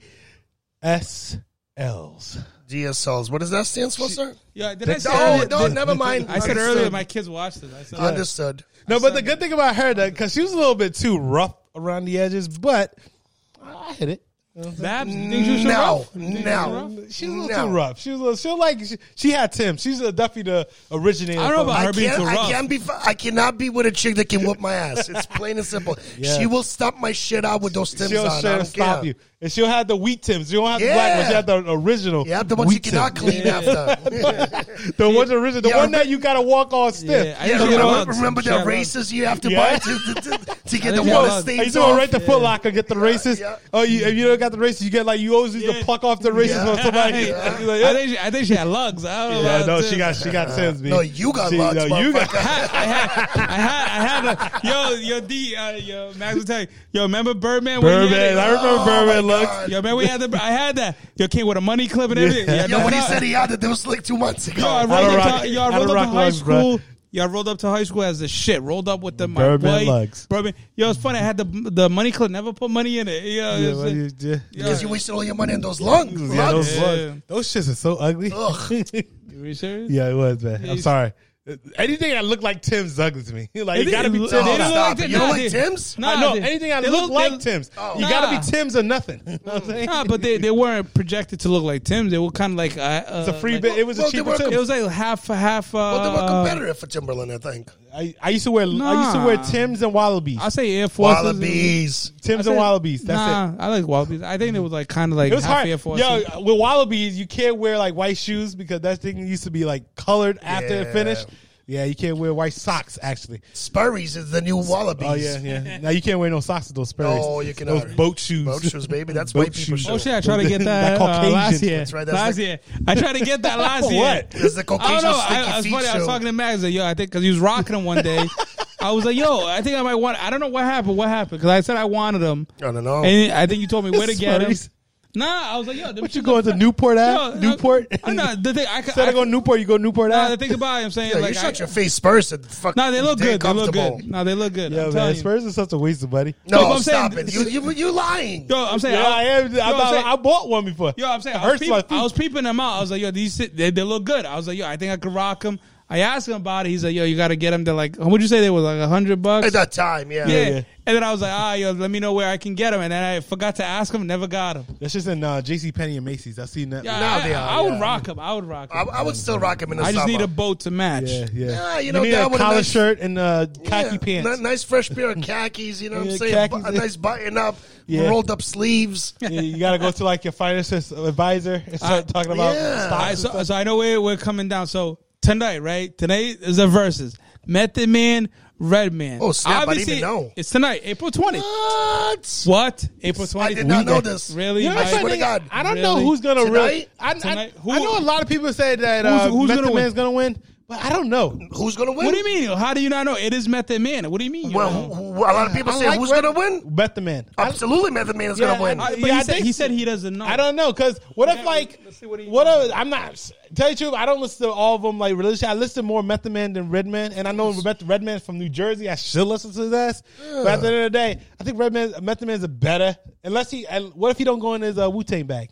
[SPEAKER 1] S L's.
[SPEAKER 3] DSLs. What does that stand for, sir?
[SPEAKER 2] Yeah, did I say?
[SPEAKER 3] Oh,
[SPEAKER 2] earlier-
[SPEAKER 3] no,
[SPEAKER 2] did-
[SPEAKER 3] never mind.
[SPEAKER 2] I said
[SPEAKER 3] Understood.
[SPEAKER 2] earlier my kids watched it. I said,
[SPEAKER 3] Understood.
[SPEAKER 1] No, but the good thing about her that because she was a little bit too rough around the edges, but I hit it. Um,
[SPEAKER 2] Babs,
[SPEAKER 1] Mm,
[SPEAKER 2] you think you should
[SPEAKER 3] No,
[SPEAKER 2] rough? You think you should
[SPEAKER 3] no.
[SPEAKER 2] rough?
[SPEAKER 1] She's a little
[SPEAKER 3] No.
[SPEAKER 1] too rough. She was a little, she like she, she had Tim. She's a Duffy the originator.
[SPEAKER 2] I don't know
[SPEAKER 1] from-
[SPEAKER 2] about
[SPEAKER 3] I
[SPEAKER 2] her being
[SPEAKER 3] can't.
[SPEAKER 2] too rough.
[SPEAKER 3] I can't be. I cannot be with a chick that can whoop my ass. It's plain and simple. She will stop my shit out with those tims
[SPEAKER 1] She'll,
[SPEAKER 3] on. I
[SPEAKER 1] she'll
[SPEAKER 3] don't
[SPEAKER 1] stop
[SPEAKER 3] care.
[SPEAKER 1] you, and she'll have the wheat Tims. You don't have the black ones. You
[SPEAKER 3] Yeah.
[SPEAKER 1] have the original.
[SPEAKER 3] Yeah, the ones you
[SPEAKER 1] wheat Tims.
[SPEAKER 3] cannot clean after.
[SPEAKER 1] The ones original. The
[SPEAKER 3] Yeah,
[SPEAKER 1] one that
[SPEAKER 3] remember-
[SPEAKER 1] you gotta walk on stiff.
[SPEAKER 2] Yeah, I
[SPEAKER 3] Yeah,
[SPEAKER 2] think you
[SPEAKER 3] remember,
[SPEAKER 2] want some
[SPEAKER 3] remember
[SPEAKER 2] shit
[SPEAKER 3] the
[SPEAKER 2] on-
[SPEAKER 3] races you have to
[SPEAKER 1] Yeah.
[SPEAKER 3] buy to, to, to, to
[SPEAKER 2] I
[SPEAKER 3] get the
[SPEAKER 2] think
[SPEAKER 3] water
[SPEAKER 2] y'all-
[SPEAKER 1] Are you
[SPEAKER 3] stains
[SPEAKER 1] doing
[SPEAKER 3] off?
[SPEAKER 1] right the Foot Locker get the races?
[SPEAKER 3] yeah.
[SPEAKER 1] Oh, you, if you don't got the races, you get like you always need
[SPEAKER 2] Yeah.
[SPEAKER 1] to pluck off the races
[SPEAKER 3] Yeah.
[SPEAKER 1] from somebody. She's like,
[SPEAKER 2] I think she, I think she had lugs. I don't know.
[SPEAKER 1] yeah,
[SPEAKER 2] about
[SPEAKER 1] no,
[SPEAKER 2] this.
[SPEAKER 1] she got she got Tim's. B.
[SPEAKER 3] No, you got
[SPEAKER 1] She-
[SPEAKER 3] lugs,
[SPEAKER 1] no, you got-
[SPEAKER 2] I had, I had, I had a, yo, yo, D, uh, yo, Max will tell you, yo, remember Birdman? when he had
[SPEAKER 1] Birdman.
[SPEAKER 2] it?
[SPEAKER 1] I remember
[SPEAKER 3] Oh,
[SPEAKER 1] Birdman
[SPEAKER 3] my
[SPEAKER 1] looks.
[SPEAKER 3] God.
[SPEAKER 2] Yo, man, we had the. I had that. Yo, came with a money clip and everything. Yeah,
[SPEAKER 3] Yo, when he
[SPEAKER 2] that's
[SPEAKER 3] said
[SPEAKER 2] how-
[SPEAKER 3] he had it, that was like two months ago.
[SPEAKER 2] yo, I
[SPEAKER 1] I
[SPEAKER 2] rolled
[SPEAKER 1] don't
[SPEAKER 2] up
[SPEAKER 1] rock-
[SPEAKER 2] to, yo,
[SPEAKER 1] I
[SPEAKER 2] I
[SPEAKER 1] don't
[SPEAKER 2] rolled up to
[SPEAKER 1] rock
[SPEAKER 2] high
[SPEAKER 1] lugs, bruh.
[SPEAKER 2] school. Yo, I rolled up to high school as the shit. Rolled up with the my
[SPEAKER 1] Birdman
[SPEAKER 2] white
[SPEAKER 1] lugs.
[SPEAKER 2] Birdman. Yo, it's funny. I had the the money clip. Never put money in it. Yeah,
[SPEAKER 1] Yeah,
[SPEAKER 2] it's-
[SPEAKER 1] well, you- yeah.
[SPEAKER 2] yo,
[SPEAKER 3] Because you wasted all your money on those lungs.
[SPEAKER 1] Yeah,
[SPEAKER 3] lungs.
[SPEAKER 1] those
[SPEAKER 2] Yeah.
[SPEAKER 1] lugs. Those shits are so ugly.
[SPEAKER 3] Ugh.
[SPEAKER 2] you- were you serious?
[SPEAKER 1] yeah, it was man. I'm
[SPEAKER 2] you-
[SPEAKER 1] sorry. Anything that looked like Tim's ugly to me. like it,
[SPEAKER 2] They-
[SPEAKER 1] gotta be
[SPEAKER 2] they
[SPEAKER 1] Tim's.
[SPEAKER 2] look
[SPEAKER 3] No,
[SPEAKER 2] like
[SPEAKER 3] stop
[SPEAKER 2] they-
[SPEAKER 3] it. You don't
[SPEAKER 2] nah,
[SPEAKER 3] like
[SPEAKER 2] they-
[SPEAKER 3] Tim's?
[SPEAKER 2] Nah,
[SPEAKER 1] I know
[SPEAKER 2] they-
[SPEAKER 1] anything that
[SPEAKER 2] they
[SPEAKER 1] looked
[SPEAKER 2] look-
[SPEAKER 1] like Oh
[SPEAKER 2] they-
[SPEAKER 1] Tim's.
[SPEAKER 2] Oh.
[SPEAKER 1] You gotta
[SPEAKER 2] Nah.
[SPEAKER 1] be Tim's or nothing. You know what I'm saying?
[SPEAKER 2] Nah, but they, they weren't projected to look like Tim's. They were kind of like uh, uh,
[SPEAKER 1] it's a free
[SPEAKER 2] like-
[SPEAKER 1] bit. It was
[SPEAKER 3] well,
[SPEAKER 1] a
[SPEAKER 3] they
[SPEAKER 1] cheaper
[SPEAKER 3] were-
[SPEAKER 1] Tim.
[SPEAKER 2] It was like half half. Uh,
[SPEAKER 3] Well, they were competitive for Timberland, I think.
[SPEAKER 1] I, I used to wear I used to
[SPEAKER 2] Nah.
[SPEAKER 1] wear Tim's and Wallabies.
[SPEAKER 2] I say Air Force.
[SPEAKER 3] Wallabies.
[SPEAKER 1] Tim's and Wallabies. That's it.
[SPEAKER 2] nah, I like Wallabies. I think it was like kind of like
[SPEAKER 1] It was
[SPEAKER 2] half
[SPEAKER 1] hard.
[SPEAKER 2] Air Force.
[SPEAKER 1] Yo, with Wallabies, you can't wear like white shoes because that thing used to be like colored after it
[SPEAKER 3] Yeah.
[SPEAKER 1] finished. Yeah, you can't wear white socks actually.
[SPEAKER 3] Spurries is the new Wallabies.
[SPEAKER 1] Oh yeah, yeah. now you can't wear no socks with those Sperry's.
[SPEAKER 3] Oh, you can-
[SPEAKER 1] Those boat shoes.
[SPEAKER 3] Boat shoes, baby. That's
[SPEAKER 1] Boat
[SPEAKER 3] white people
[SPEAKER 1] shoes.
[SPEAKER 2] Oh
[SPEAKER 3] shoes.
[SPEAKER 2] shit! I tried to get that,
[SPEAKER 1] That
[SPEAKER 2] uh, last
[SPEAKER 1] Caucasian.
[SPEAKER 2] year.
[SPEAKER 1] That's
[SPEAKER 3] right, that's
[SPEAKER 2] last
[SPEAKER 3] the-
[SPEAKER 2] year, I tried to get that last year.
[SPEAKER 1] What?
[SPEAKER 3] There's the
[SPEAKER 2] I
[SPEAKER 3] Caucasian
[SPEAKER 2] don't know. I,
[SPEAKER 3] sticky
[SPEAKER 2] I was
[SPEAKER 3] feet
[SPEAKER 2] funny. I was
[SPEAKER 3] show.
[SPEAKER 2] talking to Max. Like, yo, I think because he was rocking him one day. I was like, yo, I think I might want. I don't know what happened. What happened? Because I said I wanted him,
[SPEAKER 3] I don't
[SPEAKER 1] Oh.
[SPEAKER 3] know.
[SPEAKER 2] and I think you told me where to get him.
[SPEAKER 1] Spurries.
[SPEAKER 2] Nah, I was like, yo,
[SPEAKER 1] What you going to Newport at? Newport.
[SPEAKER 2] I'm not the thing. I, could-
[SPEAKER 1] Instead
[SPEAKER 2] I,
[SPEAKER 1] of going to Newport, you go Newport
[SPEAKER 2] nah,
[SPEAKER 1] at.
[SPEAKER 2] the thing about it, I'm saying
[SPEAKER 3] Yeah,
[SPEAKER 2] like,
[SPEAKER 3] you shut
[SPEAKER 2] I,
[SPEAKER 3] your face first and fuck.
[SPEAKER 2] nah, they look
[SPEAKER 3] stay
[SPEAKER 2] good. They look
[SPEAKER 3] comfortable.
[SPEAKER 2] good. Nah, they look good.
[SPEAKER 1] yeah,
[SPEAKER 2] I'm
[SPEAKER 1] man.
[SPEAKER 2] telling you.
[SPEAKER 1] Spurs is such a waste of money.
[SPEAKER 2] No,
[SPEAKER 3] No,
[SPEAKER 2] I'm saying-
[SPEAKER 3] stop it. You, you, you lying.
[SPEAKER 2] Yo, I'm saying.
[SPEAKER 1] yeah, I am.
[SPEAKER 2] yo,
[SPEAKER 1] I,
[SPEAKER 2] I'm
[SPEAKER 1] bought-
[SPEAKER 2] saying-
[SPEAKER 1] I bought one before.
[SPEAKER 2] Yo, I'm saying,
[SPEAKER 1] It
[SPEAKER 2] I was,
[SPEAKER 1] hurts my
[SPEAKER 2] peep,
[SPEAKER 1] feet.
[SPEAKER 2] I was peeping them out. I was like, yo, these sit- they, they look good. I was like, yo, I think I could rock them. I asked him about it. He's like, yo, you got to get them. They're like, how would you say they were like a hundred bucks?
[SPEAKER 3] At that time, yeah.
[SPEAKER 2] yeah.
[SPEAKER 1] yeah.
[SPEAKER 2] And then I was like, ah, yo, let me know where I can get them. And then I forgot to ask him. Never got them.
[SPEAKER 1] That's just in uh, J.C. Penney and Macy's. I seen that.
[SPEAKER 2] Yeah,
[SPEAKER 3] Nah,
[SPEAKER 2] I,
[SPEAKER 3] they
[SPEAKER 2] I,
[SPEAKER 3] are,
[SPEAKER 2] I would
[SPEAKER 3] yeah.
[SPEAKER 2] rock them. I would rock
[SPEAKER 3] I,
[SPEAKER 2] them.
[SPEAKER 3] I would still rock him in the
[SPEAKER 2] I just
[SPEAKER 3] summer.
[SPEAKER 2] need a boat to match.
[SPEAKER 1] Yeah, yeah.
[SPEAKER 3] Nah, you know,
[SPEAKER 1] need
[SPEAKER 3] that
[SPEAKER 1] a
[SPEAKER 3] would've
[SPEAKER 1] collar
[SPEAKER 3] been-
[SPEAKER 1] shirt and uh, khaki
[SPEAKER 3] Yeah,
[SPEAKER 1] pants.
[SPEAKER 3] ni- nice fresh pair of khakis, you know what
[SPEAKER 1] Yeah,
[SPEAKER 3] I'm saying? Bu-
[SPEAKER 1] khakis.
[SPEAKER 3] a nice button up,
[SPEAKER 1] Yeah.
[SPEAKER 3] rolled up sleeves.
[SPEAKER 1] Yeah, you gotta go to like your financial advisor and start talking about
[SPEAKER 3] yeah.
[SPEAKER 1] stocks.
[SPEAKER 2] I,
[SPEAKER 1] and
[SPEAKER 2] so,
[SPEAKER 1] stuff.
[SPEAKER 2] so I know where we're coming down. So tonight, right? Tonight is the verses. Method Man, Red Man.
[SPEAKER 3] Oh, snap, I didn't
[SPEAKER 2] Obviously,
[SPEAKER 3] even know.
[SPEAKER 2] It's tonight, April 20th.
[SPEAKER 3] What?
[SPEAKER 2] What? April 20th?
[SPEAKER 3] I did not know this.
[SPEAKER 2] Really?
[SPEAKER 1] You know,
[SPEAKER 2] Mike?
[SPEAKER 1] that's the
[SPEAKER 3] swear to
[SPEAKER 1] thing.
[SPEAKER 3] God.
[SPEAKER 1] I don't know
[SPEAKER 2] Really?
[SPEAKER 1] who's gonna really.
[SPEAKER 3] Tonight?
[SPEAKER 1] I, I-
[SPEAKER 2] Tonight?
[SPEAKER 1] I,
[SPEAKER 2] Who-
[SPEAKER 1] know a lot of people said that
[SPEAKER 2] Who's-
[SPEAKER 1] uh,
[SPEAKER 2] who's
[SPEAKER 1] Method
[SPEAKER 2] gonna win?
[SPEAKER 1] Man's gonna win, but I don't know.
[SPEAKER 3] Who's going to win?
[SPEAKER 2] What do you mean? How do you not know? It is Method Man. What do you mean? you
[SPEAKER 3] Well,
[SPEAKER 2] don't know?
[SPEAKER 3] who- who- a lot of people
[SPEAKER 1] I
[SPEAKER 3] say
[SPEAKER 1] like
[SPEAKER 3] who's
[SPEAKER 1] Red-
[SPEAKER 3] going to win?
[SPEAKER 1] Method Man. I,
[SPEAKER 3] Absolutely, Method Man is
[SPEAKER 1] Yeah,
[SPEAKER 3] going to win.
[SPEAKER 1] I-
[SPEAKER 2] But
[SPEAKER 1] yeah,
[SPEAKER 2] he, said,
[SPEAKER 1] think
[SPEAKER 2] he
[SPEAKER 1] so.
[SPEAKER 2] said he doesn't know.
[SPEAKER 1] I don't know because what if
[SPEAKER 2] Yeah,
[SPEAKER 1] like
[SPEAKER 2] let's see what he-
[SPEAKER 1] what if, I'm not tell you the truth. I don't listen to all of them like religiously. I listen to more Method Man than Redman, and I know Meth- Redman's from New Jersey. I should listen to his ass, but at the end of the day, I think Redman Method Man's a better unless he. and What if he don't go in his uh, Wu Tang bag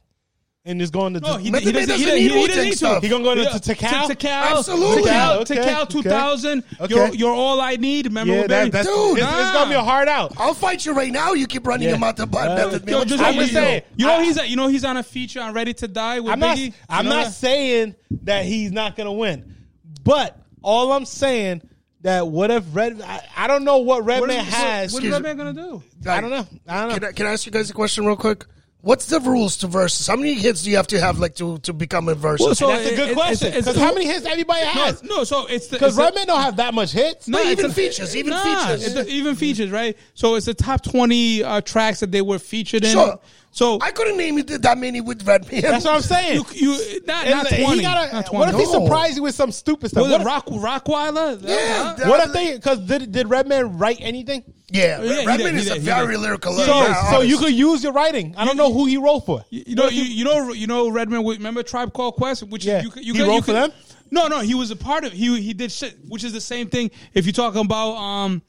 [SPEAKER 1] and just go into
[SPEAKER 2] No, he,
[SPEAKER 3] Method
[SPEAKER 2] he doesn't, he
[SPEAKER 3] Man doesn't
[SPEAKER 2] doesn't, he,
[SPEAKER 3] need
[SPEAKER 2] he
[SPEAKER 3] Wu-Tang
[SPEAKER 2] doesn't need to.
[SPEAKER 3] stuff.
[SPEAKER 1] He gonna go to
[SPEAKER 2] Yeah.
[SPEAKER 1] T- Tikal?
[SPEAKER 2] T-
[SPEAKER 3] Absolutely.
[SPEAKER 2] Tikal,
[SPEAKER 1] Okay,
[SPEAKER 2] Tikal
[SPEAKER 1] okay.
[SPEAKER 2] 2000.
[SPEAKER 1] Okay.
[SPEAKER 2] You're, you're all I need. Remember
[SPEAKER 1] yeah,
[SPEAKER 2] what
[SPEAKER 1] that,
[SPEAKER 2] baby?
[SPEAKER 1] that's
[SPEAKER 3] Dude,
[SPEAKER 1] it's, it's gonna be a hard out.
[SPEAKER 3] I'll fight you right now. You keep running
[SPEAKER 1] Yeah.
[SPEAKER 3] your mouth about
[SPEAKER 1] Uh,
[SPEAKER 3] Method Man.
[SPEAKER 2] Yo,
[SPEAKER 3] What's
[SPEAKER 2] just
[SPEAKER 3] wrong
[SPEAKER 1] I'm
[SPEAKER 2] like
[SPEAKER 1] just
[SPEAKER 3] with you?
[SPEAKER 1] saying.
[SPEAKER 2] You know
[SPEAKER 1] I-
[SPEAKER 2] he's a, you know he's on a feature on Ready to Die with
[SPEAKER 1] I'm
[SPEAKER 2] Biggie.
[SPEAKER 1] not.
[SPEAKER 2] You
[SPEAKER 1] I'm
[SPEAKER 2] know
[SPEAKER 1] not
[SPEAKER 2] that?
[SPEAKER 1] saying that he's not gonna win, but All I'm saying that what if Red? I, I don't know what Redman
[SPEAKER 2] What is-
[SPEAKER 1] has.
[SPEAKER 2] What is Redman gonna do?
[SPEAKER 1] I don't know. I don't
[SPEAKER 3] Can
[SPEAKER 1] know.
[SPEAKER 3] I, can I ask you guys a question real quick? What's the rules to versus? How many hits do you have to have like to, to become a versus?
[SPEAKER 2] Well, so-
[SPEAKER 1] That's a
[SPEAKER 2] it-
[SPEAKER 1] good
[SPEAKER 2] it-
[SPEAKER 1] question.
[SPEAKER 2] it's- it's-
[SPEAKER 1] Because how many hits everybody
[SPEAKER 2] No,
[SPEAKER 1] has?
[SPEAKER 2] no. So it's the
[SPEAKER 1] Because
[SPEAKER 2] it's the-
[SPEAKER 1] Redman don't have that much hits.
[SPEAKER 2] No,
[SPEAKER 3] even
[SPEAKER 2] it's
[SPEAKER 3] features, even features.
[SPEAKER 2] it's the- even features, right? So it's the top twenty uh, tracks that they were featured in.
[SPEAKER 3] Sure.
[SPEAKER 2] So
[SPEAKER 3] I couldn't name it that many with Red Man.
[SPEAKER 1] That's what I'm saying.
[SPEAKER 2] you, you not,
[SPEAKER 1] And
[SPEAKER 2] not,
[SPEAKER 1] he
[SPEAKER 2] 20,
[SPEAKER 1] gotta-
[SPEAKER 2] not
[SPEAKER 1] What if he
[SPEAKER 2] twenty.
[SPEAKER 3] No.
[SPEAKER 1] surprised you with some stupid stuff?
[SPEAKER 2] Was
[SPEAKER 1] What
[SPEAKER 2] it
[SPEAKER 1] if,
[SPEAKER 2] Rock Rockweiler?
[SPEAKER 3] Yeah.
[SPEAKER 1] what if they? Because did, did Redman write anything?
[SPEAKER 3] yeah,
[SPEAKER 2] yeah, he
[SPEAKER 3] Redman
[SPEAKER 2] did, he
[SPEAKER 3] is
[SPEAKER 2] did,
[SPEAKER 3] a
[SPEAKER 2] he
[SPEAKER 3] very
[SPEAKER 2] did.
[SPEAKER 3] lyrical.
[SPEAKER 1] So,
[SPEAKER 3] yeah,
[SPEAKER 1] so
[SPEAKER 3] artist.
[SPEAKER 1] you could use your writing. I don't know who he wrote for.
[SPEAKER 2] You, you know, you, you know, you know, Redman. with- Remember Tribe Called Quest, which
[SPEAKER 1] Yeah.
[SPEAKER 2] is, you, could- you
[SPEAKER 1] He
[SPEAKER 2] could-
[SPEAKER 1] wrote
[SPEAKER 2] you
[SPEAKER 1] for
[SPEAKER 2] could-
[SPEAKER 1] them?
[SPEAKER 2] No, no, he was a part of. He he did shit, which is the same thing. If you're talking about um,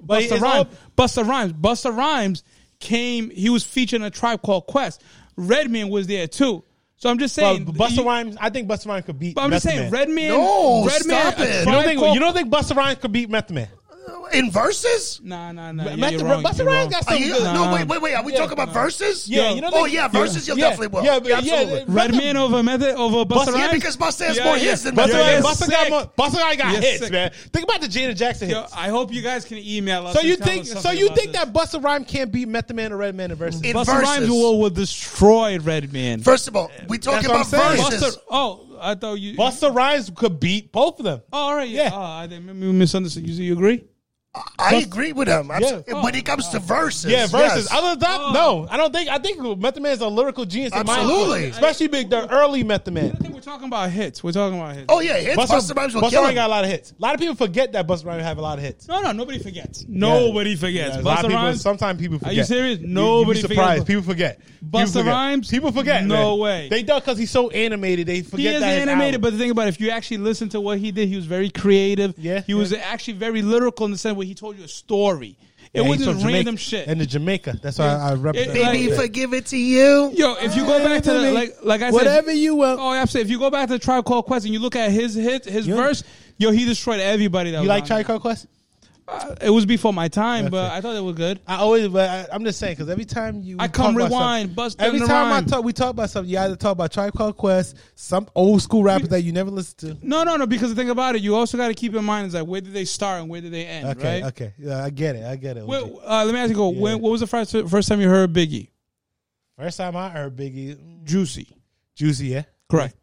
[SPEAKER 1] But
[SPEAKER 2] Busta
[SPEAKER 1] it's
[SPEAKER 2] Rhymes,
[SPEAKER 1] all-
[SPEAKER 2] Busta Rhymes, Busta Rhymes came. He was featured in a Tribe Called Quest. Redman was there too. So I'm just
[SPEAKER 1] But
[SPEAKER 2] saying,
[SPEAKER 1] Uh, Busta
[SPEAKER 2] you-
[SPEAKER 1] Rhymes, I think Busta Rhymes could beat.
[SPEAKER 2] But I'm just
[SPEAKER 1] Method
[SPEAKER 2] saying,
[SPEAKER 1] Man.
[SPEAKER 2] Redman.
[SPEAKER 3] No,
[SPEAKER 2] Redman.
[SPEAKER 3] stop
[SPEAKER 2] a
[SPEAKER 3] it. You
[SPEAKER 1] You don't
[SPEAKER 2] Tribe
[SPEAKER 1] think
[SPEAKER 2] Called-
[SPEAKER 1] you don't think Busta Rhymes could beat Method Man?
[SPEAKER 3] in verses.
[SPEAKER 2] Nah, nah, nah. Yeah,
[SPEAKER 1] Method-
[SPEAKER 2] you're wrong,
[SPEAKER 1] Busta
[SPEAKER 2] you're wrong.
[SPEAKER 1] Rhymes got
[SPEAKER 3] Are
[SPEAKER 1] some
[SPEAKER 3] you,
[SPEAKER 1] good.
[SPEAKER 3] no, wait, wait, wait. Are we talking about verses?
[SPEAKER 1] Yeah,
[SPEAKER 2] Yo.
[SPEAKER 1] you don't
[SPEAKER 3] Oh
[SPEAKER 1] think-
[SPEAKER 3] yeah, verses. You'll
[SPEAKER 1] yeah,
[SPEAKER 3] definitely will.
[SPEAKER 1] Yeah, yeah,
[SPEAKER 3] absolutely.
[SPEAKER 1] yeah.
[SPEAKER 2] Redman over Method over Busta
[SPEAKER 1] Busta-
[SPEAKER 2] Rhymes.
[SPEAKER 1] yeah,
[SPEAKER 3] because Busta has
[SPEAKER 2] Yeah,
[SPEAKER 3] more
[SPEAKER 2] yeah.
[SPEAKER 3] hits than
[SPEAKER 1] Busta
[SPEAKER 3] Method
[SPEAKER 2] Yeah,
[SPEAKER 1] Rhymes,
[SPEAKER 2] yeah.
[SPEAKER 1] Busta got
[SPEAKER 2] Sick.
[SPEAKER 1] more. Busta Rhymes got
[SPEAKER 2] You're
[SPEAKER 1] hits,
[SPEAKER 2] sick.
[SPEAKER 1] man. Think about the Janet Jackson
[SPEAKER 2] Yo,
[SPEAKER 1] hits.
[SPEAKER 2] I hope you guys can email us.
[SPEAKER 1] so you
[SPEAKER 2] and tell
[SPEAKER 1] think?
[SPEAKER 2] us
[SPEAKER 1] So
[SPEAKER 2] something
[SPEAKER 1] you
[SPEAKER 2] about
[SPEAKER 1] think
[SPEAKER 2] this.
[SPEAKER 1] that Busta Rhymes can't beat Method Man or Redman in versus?
[SPEAKER 3] In
[SPEAKER 2] Busta
[SPEAKER 3] verses.
[SPEAKER 2] Rhymes will, will destroy Redman?
[SPEAKER 3] First of all, we talking about
[SPEAKER 1] what I'm saying.
[SPEAKER 3] verses.
[SPEAKER 2] Busta, oh, I thought you.
[SPEAKER 1] Busta Rhymes could beat both of them.
[SPEAKER 2] Oh, all right, yeah.
[SPEAKER 1] Yeah.
[SPEAKER 2] Oh, I think maybe we misunderstood. You, you agree?
[SPEAKER 3] I agree with him. I'm
[SPEAKER 1] Yeah.
[SPEAKER 3] s- When it comes to verses,
[SPEAKER 1] Yeah, versus.
[SPEAKER 3] yes.
[SPEAKER 1] Other than that,
[SPEAKER 2] Oh.
[SPEAKER 1] no. I don't think. I think Method Man is a lyrical genius. in my opinion.
[SPEAKER 3] Absolutely.
[SPEAKER 1] especially big the early Method
[SPEAKER 2] I
[SPEAKER 1] Man.
[SPEAKER 2] think we're talking about hits. We're talking about hits.
[SPEAKER 3] Oh yeah, hits. Busta, Rhymes will
[SPEAKER 1] Busta
[SPEAKER 3] kill
[SPEAKER 1] Rhymes
[SPEAKER 3] him.
[SPEAKER 1] got a lot of hits. A lot of people forget that Busta Rhymes have a lot of hits.
[SPEAKER 2] No, no, nobody forgets. Nobody forgets.
[SPEAKER 1] Yeah, a lot of
[SPEAKER 2] Busta
[SPEAKER 1] people.
[SPEAKER 2] Rhymes.
[SPEAKER 1] Sometimes people forget.
[SPEAKER 2] you serious?
[SPEAKER 1] You'd be
[SPEAKER 2] Nobody forgets
[SPEAKER 1] surprised.
[SPEAKER 2] Bu-
[SPEAKER 1] People forget. People
[SPEAKER 2] Busta
[SPEAKER 1] forget.
[SPEAKER 2] Rhymes?
[SPEAKER 1] People forget.
[SPEAKER 2] No
[SPEAKER 1] man.
[SPEAKER 2] way.
[SPEAKER 1] They do because he's so animated. They
[SPEAKER 2] He
[SPEAKER 1] forget
[SPEAKER 2] is
[SPEAKER 1] that it's
[SPEAKER 2] animated,
[SPEAKER 1] out.
[SPEAKER 2] but the thing about it, if you actually listen to what he did, he was very creative.
[SPEAKER 1] Yeah,
[SPEAKER 2] he was
[SPEAKER 1] yeah.
[SPEAKER 2] actually very lyrical in the sense where he told you a story. It
[SPEAKER 1] Yeah, he's
[SPEAKER 2] wasn't
[SPEAKER 1] from
[SPEAKER 2] just
[SPEAKER 1] Jamaica.
[SPEAKER 2] random shit.
[SPEAKER 1] And the Jamaica. That's why I, I represent.
[SPEAKER 2] It-
[SPEAKER 3] Baby,
[SPEAKER 2] Like-
[SPEAKER 3] forgive it to you.
[SPEAKER 2] Yo, if you go back to the, like, like I said,
[SPEAKER 1] Whatever you want.
[SPEAKER 2] Oh, absolutely. If you go back to the Tribe Called Quest and you look at his hit, his verse, yo, he destroyed everybody. That
[SPEAKER 1] you
[SPEAKER 2] was
[SPEAKER 1] like
[SPEAKER 2] on
[SPEAKER 1] Tribe Called Quest?
[SPEAKER 2] there. Uh, It was before my time, but
[SPEAKER 1] it.
[SPEAKER 2] I thought it was good.
[SPEAKER 1] I always, but I, I'm just saying because every time you,
[SPEAKER 2] I
[SPEAKER 1] talk
[SPEAKER 2] come
[SPEAKER 1] about
[SPEAKER 2] rewind,
[SPEAKER 1] something-
[SPEAKER 2] bust
[SPEAKER 1] Every
[SPEAKER 2] down the
[SPEAKER 1] time I
[SPEAKER 2] rhyme.
[SPEAKER 1] talk, we talk about something. You either talk about Tribe Called Quest, some old school rappers that you never listen to.
[SPEAKER 2] No, no, no. Because the thing about it, you also got to keep in mind is like where did they start and where did they end,
[SPEAKER 1] Okay,
[SPEAKER 2] right?
[SPEAKER 1] okay, yeah, I get it, I get it.
[SPEAKER 2] Wait,
[SPEAKER 1] OG.
[SPEAKER 2] uh, let me ask you, go. When, what was the first first time you heard Biggie?
[SPEAKER 1] First time I heard Biggie, mm,
[SPEAKER 2] Juicy,
[SPEAKER 1] Juicy, yeah,
[SPEAKER 2] correct.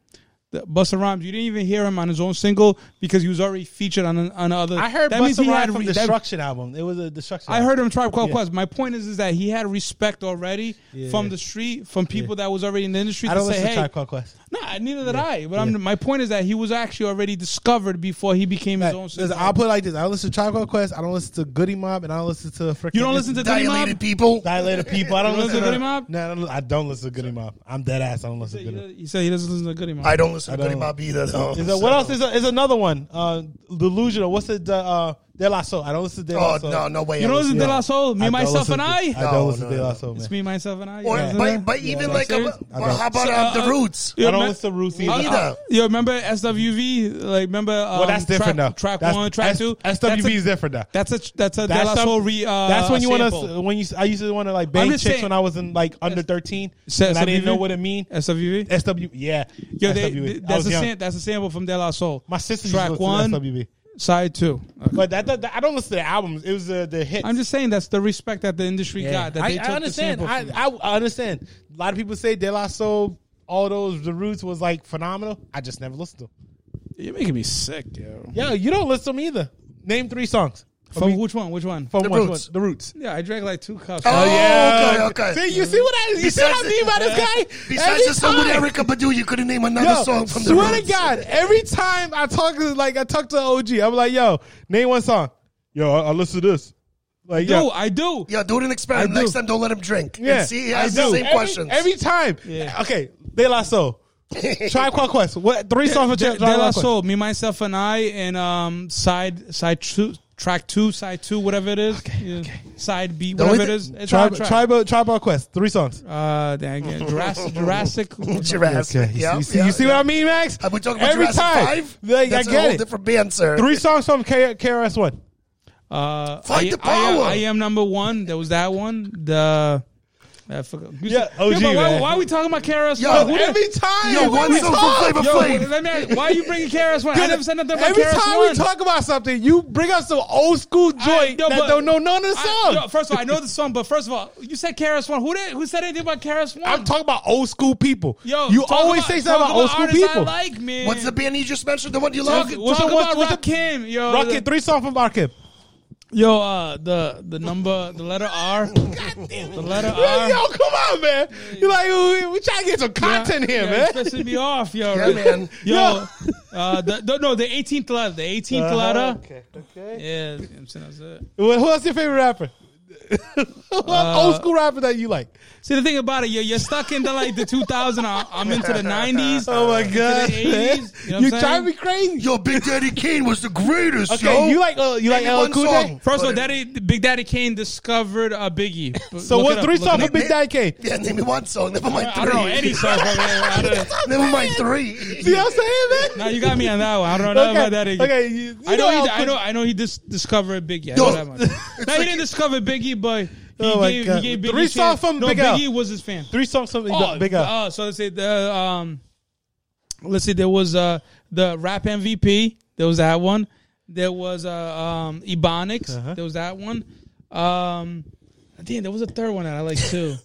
[SPEAKER 2] The Busta Rhymes, you didn't even hear him on his own single because he was already featured on an- on other.
[SPEAKER 1] I heard
[SPEAKER 2] that means
[SPEAKER 1] Busta
[SPEAKER 2] he
[SPEAKER 1] Rhymes
[SPEAKER 2] had
[SPEAKER 1] from
[SPEAKER 2] re- that-
[SPEAKER 1] Destruction album. It was a Destruction.
[SPEAKER 2] I
[SPEAKER 1] album.
[SPEAKER 2] heard him Tribe Called
[SPEAKER 1] Yeah.
[SPEAKER 2] Quest. My point is, is that he had respect already
[SPEAKER 1] Yeah.
[SPEAKER 2] from the street, from people that was already in the industry.
[SPEAKER 1] I don't
[SPEAKER 2] to say,
[SPEAKER 1] listen
[SPEAKER 2] hey,
[SPEAKER 1] to Tribe Called Quest.
[SPEAKER 2] Nah, neither did I. But I'm, my point is that he was actually already discovered before he became his
[SPEAKER 1] Like,
[SPEAKER 2] own.
[SPEAKER 1] listen, I'll put it like this: I don't listen to Tribe Called Quest. I don't listen to Goody Mob, and I don't listen to freaking.
[SPEAKER 2] you don't listen to Diddy
[SPEAKER 3] Dilated
[SPEAKER 2] Mob.
[SPEAKER 3] people.
[SPEAKER 1] Dilated People. I don't
[SPEAKER 2] You don't
[SPEAKER 1] listen to
[SPEAKER 2] listen to Goody Mob?
[SPEAKER 1] No, I don't- I don't listen to Goody Mob. I'm dead ass. I don't listen to Goody. Mob.
[SPEAKER 2] He said he doesn't listen to Goody Mob.
[SPEAKER 3] I don't listen to
[SPEAKER 1] I
[SPEAKER 3] Goody
[SPEAKER 1] don't.
[SPEAKER 3] Mob either. Though.
[SPEAKER 1] Is there, what else is, is another one? Uh, Delusional. What's it? Uh, De La Soul. I don't listen to De La
[SPEAKER 3] Oh
[SPEAKER 1] Soul.
[SPEAKER 3] no, no way.
[SPEAKER 2] you
[SPEAKER 3] I
[SPEAKER 2] don't
[SPEAKER 3] listen
[SPEAKER 2] listen
[SPEAKER 3] to
[SPEAKER 2] to La Soul, me,
[SPEAKER 1] don't
[SPEAKER 2] myself,
[SPEAKER 1] listen
[SPEAKER 2] and
[SPEAKER 1] to-
[SPEAKER 2] I.
[SPEAKER 1] I
[SPEAKER 3] No,
[SPEAKER 1] don't listen
[SPEAKER 3] no,
[SPEAKER 1] to De La
[SPEAKER 3] no.
[SPEAKER 1] Soul, man.
[SPEAKER 2] it's me, myself, and I.
[SPEAKER 3] Or,
[SPEAKER 2] yeah.
[SPEAKER 3] but, but even
[SPEAKER 2] Yeah,
[SPEAKER 3] like,
[SPEAKER 2] serious?
[SPEAKER 3] about-
[SPEAKER 1] I don't.
[SPEAKER 3] how about
[SPEAKER 2] So,
[SPEAKER 3] uh,
[SPEAKER 2] uh,
[SPEAKER 3] the Roots?
[SPEAKER 1] I
[SPEAKER 2] Yeah,
[SPEAKER 1] don't
[SPEAKER 2] man-
[SPEAKER 1] listen to Ruthie.
[SPEAKER 3] Me
[SPEAKER 1] either.
[SPEAKER 3] either.
[SPEAKER 2] Uh, Yo, remember SWV? Like, remember? Um,
[SPEAKER 1] Well, that's different
[SPEAKER 2] track,
[SPEAKER 1] now.
[SPEAKER 2] Track
[SPEAKER 1] That's-
[SPEAKER 2] one, track
[SPEAKER 1] S-
[SPEAKER 2] two.
[SPEAKER 1] SWV is
[SPEAKER 2] That's a-
[SPEAKER 1] different now.
[SPEAKER 2] That's a that's a De
[SPEAKER 1] That's
[SPEAKER 2] La
[SPEAKER 1] some-
[SPEAKER 2] Soul re. Uh,
[SPEAKER 1] that's when you want
[SPEAKER 2] sample.
[SPEAKER 1] to when you I used to want to like bang
[SPEAKER 2] just
[SPEAKER 1] chicks
[SPEAKER 2] saying-
[SPEAKER 1] when I was in like under thirteen
[SPEAKER 2] So-
[SPEAKER 1] and I
[SPEAKER 2] SWV?
[SPEAKER 1] didn't know what it mean.
[SPEAKER 2] SWV.
[SPEAKER 1] SW yeah,
[SPEAKER 2] Yo, they,
[SPEAKER 1] SWV.
[SPEAKER 2] th-
[SPEAKER 1] I
[SPEAKER 2] that's
[SPEAKER 1] was
[SPEAKER 2] a
[SPEAKER 1] young.
[SPEAKER 2] sam- that's a sample from De La Soul.
[SPEAKER 1] My sister used
[SPEAKER 2] track
[SPEAKER 1] to listen
[SPEAKER 2] one,
[SPEAKER 1] to SWV,
[SPEAKER 2] side two. Okay.
[SPEAKER 1] but that, that, that- I don't listen to the albums. It was the the hit.
[SPEAKER 2] I'm just saying that's the respect that the industry got. That
[SPEAKER 1] I,
[SPEAKER 2] they
[SPEAKER 1] I
[SPEAKER 2] took
[SPEAKER 1] understand.
[SPEAKER 2] The
[SPEAKER 1] I,
[SPEAKER 2] sample from.
[SPEAKER 1] I I understand. A lot of people say De La Soul, all those the Roots was like phenomenal. I just never listened to. Them.
[SPEAKER 2] You're making me sick, yo.
[SPEAKER 1] Yeah, you don't listen to them either. Name three songs
[SPEAKER 2] From which one? Which one?
[SPEAKER 1] from
[SPEAKER 3] The
[SPEAKER 1] which
[SPEAKER 3] Roots.
[SPEAKER 1] one? The Roots.
[SPEAKER 2] yeah, I drank like two cups.
[SPEAKER 3] Oh,
[SPEAKER 1] Yeah.
[SPEAKER 3] okay, okay.
[SPEAKER 1] See, you see what I you see what I mean by this guy?
[SPEAKER 3] Besides
[SPEAKER 1] Every
[SPEAKER 3] the song with
[SPEAKER 1] time.
[SPEAKER 3] Erica Badu, you couldn't name another
[SPEAKER 1] Yo,
[SPEAKER 3] song from the
[SPEAKER 1] swear to
[SPEAKER 3] Roots.
[SPEAKER 1] God, every time I talk to like I talk to OG, I'm like, yo, name one song. Yo, I, I listen to this. Like,
[SPEAKER 2] Yo,
[SPEAKER 1] yo,
[SPEAKER 2] I do.
[SPEAKER 3] Yeah, do it an experiment.
[SPEAKER 2] I do.
[SPEAKER 3] Next time, don't let him drink.
[SPEAKER 1] yeah,
[SPEAKER 3] And see, he has
[SPEAKER 1] I
[SPEAKER 3] the
[SPEAKER 1] do.
[SPEAKER 3] same
[SPEAKER 1] every,
[SPEAKER 3] questions.
[SPEAKER 1] every time.
[SPEAKER 2] Yeah.
[SPEAKER 1] Okay, De La Soul, Tribe Called Quest. What three songs for
[SPEAKER 2] De,
[SPEAKER 1] Tri-
[SPEAKER 2] De
[SPEAKER 1] Tribe
[SPEAKER 2] La
[SPEAKER 1] Called Quest?
[SPEAKER 2] Soul, me, myself, and I, and um, side side two, track two, side two, whatever it is, Yeah. side B,
[SPEAKER 3] The
[SPEAKER 2] whatever
[SPEAKER 3] only
[SPEAKER 2] it
[SPEAKER 3] thi-
[SPEAKER 2] is. It's
[SPEAKER 1] Tribe,
[SPEAKER 2] our track.
[SPEAKER 1] Tribe, Tribe Called Quest. Three songs.
[SPEAKER 2] Uh, dang it, Jurassic, Jurassic.
[SPEAKER 3] Jurassic.
[SPEAKER 1] you see,
[SPEAKER 3] Yeah,
[SPEAKER 1] you see,
[SPEAKER 3] yeah,
[SPEAKER 1] you see
[SPEAKER 3] yeah.
[SPEAKER 1] what I mean, Max?
[SPEAKER 3] Are we talking about
[SPEAKER 1] every
[SPEAKER 3] Jurassic
[SPEAKER 1] time.
[SPEAKER 3] 5?
[SPEAKER 1] Like, I
[SPEAKER 3] That's a
[SPEAKER 1] get
[SPEAKER 3] whole
[SPEAKER 1] it.
[SPEAKER 3] different band, sir.
[SPEAKER 1] Three songs from K- KRS One.
[SPEAKER 2] Uh,
[SPEAKER 3] Fight
[SPEAKER 2] I,
[SPEAKER 3] the
[SPEAKER 2] I am,
[SPEAKER 3] power.
[SPEAKER 2] I am number one. There was that one. The I forgot.
[SPEAKER 1] Yeah, OG,
[SPEAKER 2] but why,
[SPEAKER 1] man.
[SPEAKER 2] why are we talking about KRS?
[SPEAKER 3] Yo,
[SPEAKER 2] One? Who the-
[SPEAKER 1] Every time.
[SPEAKER 3] Yo, one
[SPEAKER 1] every
[SPEAKER 3] song
[SPEAKER 1] time.
[SPEAKER 3] from Flavor
[SPEAKER 2] Yo,
[SPEAKER 3] Flav.
[SPEAKER 2] let me ask, why are you bringing KRS One? I never said nothing about
[SPEAKER 1] Every
[SPEAKER 2] KRS
[SPEAKER 1] time
[SPEAKER 2] One.
[SPEAKER 1] we talk about something, you bring up some old school joint
[SPEAKER 2] I- yo,
[SPEAKER 1] that
[SPEAKER 2] but-
[SPEAKER 1] don't know none of the
[SPEAKER 2] I-
[SPEAKER 1] songs.
[SPEAKER 2] yo, first of all, I know the song, but first of all, you said KRS One. Who did? Who said anything about KRS One?
[SPEAKER 1] I'm talking about old school people.
[SPEAKER 2] Yo,
[SPEAKER 1] you
[SPEAKER 2] talk
[SPEAKER 1] always say something
[SPEAKER 2] talk
[SPEAKER 1] about old school
[SPEAKER 2] artists
[SPEAKER 1] people.
[SPEAKER 2] I like man.
[SPEAKER 3] What's the band you just mentioned? The one you
[SPEAKER 2] talk,
[SPEAKER 3] love?
[SPEAKER 2] talk
[SPEAKER 1] what's the-
[SPEAKER 2] about
[SPEAKER 1] what's the-
[SPEAKER 2] Rakim? Yo,
[SPEAKER 1] Rocket, three songs from Rocket.
[SPEAKER 2] Yo, uh, the the number, the letter R. The letter R.
[SPEAKER 1] Yo, come on, man. You're like, we, we trying to get some content here,
[SPEAKER 2] Uh, yeah,
[SPEAKER 1] man.
[SPEAKER 2] It's pissing me off, yo.
[SPEAKER 3] Yeah,
[SPEAKER 2] right?
[SPEAKER 3] man.
[SPEAKER 2] Yo, uh, the, the, no, the 18th letter, the 18th letter.
[SPEAKER 1] Uh-huh. Okay, okay.
[SPEAKER 2] Yeah, I'm saying that's it.
[SPEAKER 1] Well, who else your favorite rapper? Who
[SPEAKER 2] Uh,
[SPEAKER 1] else old school rapper that you like?
[SPEAKER 2] See the thing about it, you're, you're stuck in the like the 2000. I- I'm into uh, the 90s.
[SPEAKER 1] Oh my god, man.
[SPEAKER 2] 80s, you know what
[SPEAKER 1] you
[SPEAKER 2] I'm
[SPEAKER 1] drive
[SPEAKER 2] saying?
[SPEAKER 1] me crazy.
[SPEAKER 3] Yo, Big Daddy Kane was the greatest,
[SPEAKER 1] Okay,
[SPEAKER 3] yo.
[SPEAKER 1] you like uh, you like
[SPEAKER 3] Maybe
[SPEAKER 1] El
[SPEAKER 3] one
[SPEAKER 1] Cool J?
[SPEAKER 3] song.
[SPEAKER 2] First of all,
[SPEAKER 3] But-
[SPEAKER 2] Daddy, Big Daddy Kane discovered uh, Biggie. B-
[SPEAKER 1] So
[SPEAKER 2] look
[SPEAKER 1] what's
[SPEAKER 2] it up,
[SPEAKER 1] three
[SPEAKER 2] look it
[SPEAKER 1] songs
[SPEAKER 2] up.
[SPEAKER 1] from Big Daddy Kane?
[SPEAKER 3] Yeah, name me one song. Never mind
[SPEAKER 2] I
[SPEAKER 3] three.
[SPEAKER 2] don't know any song. From I don't know.
[SPEAKER 3] Never mind three.
[SPEAKER 1] See what I'm saying,
[SPEAKER 2] Now
[SPEAKER 1] man?
[SPEAKER 2] you got me on that one. I don't know about that. again.
[SPEAKER 1] okay. You, you
[SPEAKER 2] I know,
[SPEAKER 1] El Cool-
[SPEAKER 2] he, I know, I know. He dis- discovered Biggie. I
[SPEAKER 3] Yo,
[SPEAKER 2] know that much. Now he didn't discover Biggie, but he
[SPEAKER 1] Oh my
[SPEAKER 2] gave,
[SPEAKER 1] God.
[SPEAKER 2] he gave Biggie.
[SPEAKER 1] Three
[SPEAKER 2] a
[SPEAKER 1] songs
[SPEAKER 2] chance.
[SPEAKER 1] from
[SPEAKER 2] no,
[SPEAKER 1] Big L.
[SPEAKER 2] Biggie was his fan.
[SPEAKER 1] Three songs from
[SPEAKER 2] Oh,
[SPEAKER 1] Big L.
[SPEAKER 2] uh, so let's say the um, let's see. There was uh the rap MVP. There was that one. There was uh um Ebonics.
[SPEAKER 1] Uh-huh.
[SPEAKER 2] There was that one. Um, damn, there was a third one that I like too.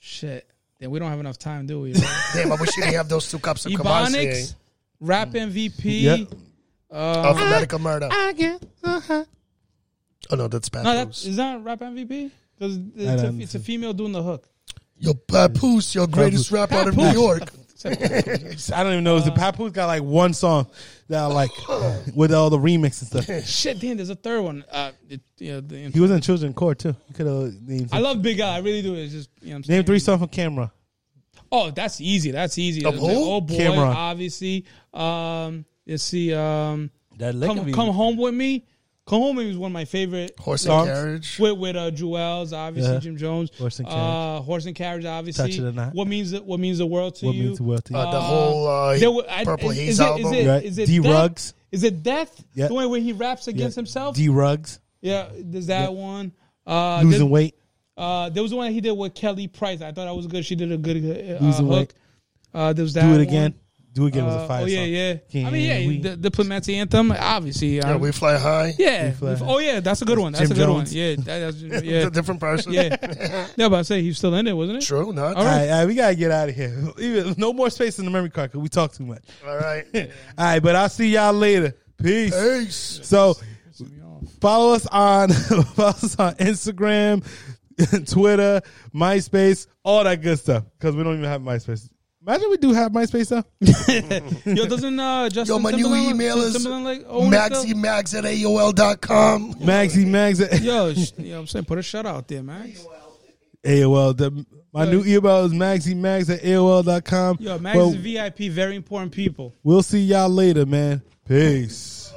[SPEAKER 2] Shit, damn, we don't have enough time, do we?
[SPEAKER 3] Damn, I wish you didn't have those two cups of Kvass.
[SPEAKER 2] Ebonics, rap MVP.
[SPEAKER 1] Yeah.
[SPEAKER 3] Of medical murder.
[SPEAKER 1] Uh-huh. I guess, uh-huh.
[SPEAKER 3] Oh, no, that's
[SPEAKER 2] No, that
[SPEAKER 3] Papoose.
[SPEAKER 2] is that rap MVP because
[SPEAKER 1] I
[SPEAKER 2] it's,
[SPEAKER 1] don't
[SPEAKER 2] a- it's a female doing the hook.
[SPEAKER 3] Yo, Papoose, your greatest rapper out of New
[SPEAKER 2] Papoose.
[SPEAKER 3] York.
[SPEAKER 1] I don't even know. the Papoose got like one song that I like with all the remix and stuff.
[SPEAKER 2] Shit, damn, there's a third one. Uh, it, yeah, the,
[SPEAKER 1] He was in Children Court too. You could have named.
[SPEAKER 2] I love Big Al. I really do. It's just you know what I'm
[SPEAKER 1] Name
[SPEAKER 2] saying?
[SPEAKER 1] three songs from Camera.
[SPEAKER 2] Oh, that's easy. That's easy.
[SPEAKER 3] Of
[SPEAKER 2] The-
[SPEAKER 3] who?
[SPEAKER 2] the old boy,
[SPEAKER 1] Cameron.
[SPEAKER 2] obviously. Um, let's see. Um,
[SPEAKER 1] That
[SPEAKER 2] come, come home with me. Come home with me was one of my favorite.
[SPEAKER 3] Horse
[SPEAKER 1] Songs.
[SPEAKER 3] and carriage.
[SPEAKER 2] With with uh, Jewels, obviously
[SPEAKER 1] Yeah.
[SPEAKER 2] Jim Jones,
[SPEAKER 1] Horse and
[SPEAKER 2] uh, horse and carriage, obviously.
[SPEAKER 1] Touch It or Not.
[SPEAKER 2] What means the- what means the world to
[SPEAKER 1] What
[SPEAKER 2] you?
[SPEAKER 1] means the world to you?
[SPEAKER 3] Uh, the whole uh,
[SPEAKER 2] There were- I-
[SPEAKER 3] Purple
[SPEAKER 2] is-
[SPEAKER 3] Haze
[SPEAKER 2] is it-
[SPEAKER 3] album.
[SPEAKER 2] Is it,
[SPEAKER 1] Right.
[SPEAKER 2] is it
[SPEAKER 1] D
[SPEAKER 2] death?
[SPEAKER 1] Ruggs.
[SPEAKER 2] Is it death?
[SPEAKER 1] Yeah.
[SPEAKER 2] The one where he raps against himself.
[SPEAKER 1] D Rugs
[SPEAKER 2] yeah, there's that one. Uh,
[SPEAKER 1] losing
[SPEAKER 2] there,
[SPEAKER 1] weight.
[SPEAKER 2] uh, there was one he did with Kelly Price. I thought that was good. She did a good uh,
[SPEAKER 1] Losing
[SPEAKER 2] hook.
[SPEAKER 1] weight.
[SPEAKER 2] Uh, there was that.
[SPEAKER 1] Do it
[SPEAKER 2] one.
[SPEAKER 1] again. Do it again was
[SPEAKER 2] Uh,
[SPEAKER 1] a fire
[SPEAKER 2] oh
[SPEAKER 1] song.
[SPEAKER 2] yeah, yeah. I
[SPEAKER 1] Can
[SPEAKER 2] mean, yeah,
[SPEAKER 1] we-
[SPEAKER 2] the, the Clemente anthem, obviously.
[SPEAKER 3] Yeah,
[SPEAKER 2] um,
[SPEAKER 3] we fly high.
[SPEAKER 2] yeah.
[SPEAKER 1] fly.
[SPEAKER 2] Oh yeah, that's a good one. That's
[SPEAKER 1] Jim
[SPEAKER 2] a good
[SPEAKER 1] Jones.
[SPEAKER 2] one. Yeah, that, that's,
[SPEAKER 3] It's
[SPEAKER 2] yeah,
[SPEAKER 3] a different person.
[SPEAKER 2] yeah. No, but I say he was still in it, wasn't it?
[SPEAKER 3] True, not.
[SPEAKER 2] All
[SPEAKER 1] All
[SPEAKER 2] right.
[SPEAKER 1] right, all right, we gotta get out of here. Even- No more space in the memory card because we talk too much.
[SPEAKER 3] All right.
[SPEAKER 1] All right, but I'll see y'all later. Peace.
[SPEAKER 3] Peace.
[SPEAKER 1] So follow us on follow us on Instagram, Twitter, MySpace, all that good stuff. Because we don't even have MySpace. Imagine we do have MySpace though.
[SPEAKER 2] Yo, doesn't uh, Justin
[SPEAKER 3] Yo, my new
[SPEAKER 2] Timberlake,
[SPEAKER 3] email is
[SPEAKER 2] Timberlake own it still?
[SPEAKER 3] MaxiMax at AOL.com.
[SPEAKER 1] Maxie Mags at
[SPEAKER 3] E-
[SPEAKER 2] Yo, sh- you know what I'm saying, put a shout out there, man.
[SPEAKER 1] AOL. The, my new email is Maxie Mags at AOL.com.
[SPEAKER 2] Yo, Max
[SPEAKER 1] Well,
[SPEAKER 2] is VIP, very important people.
[SPEAKER 1] we'll see y'all later, man. Peace.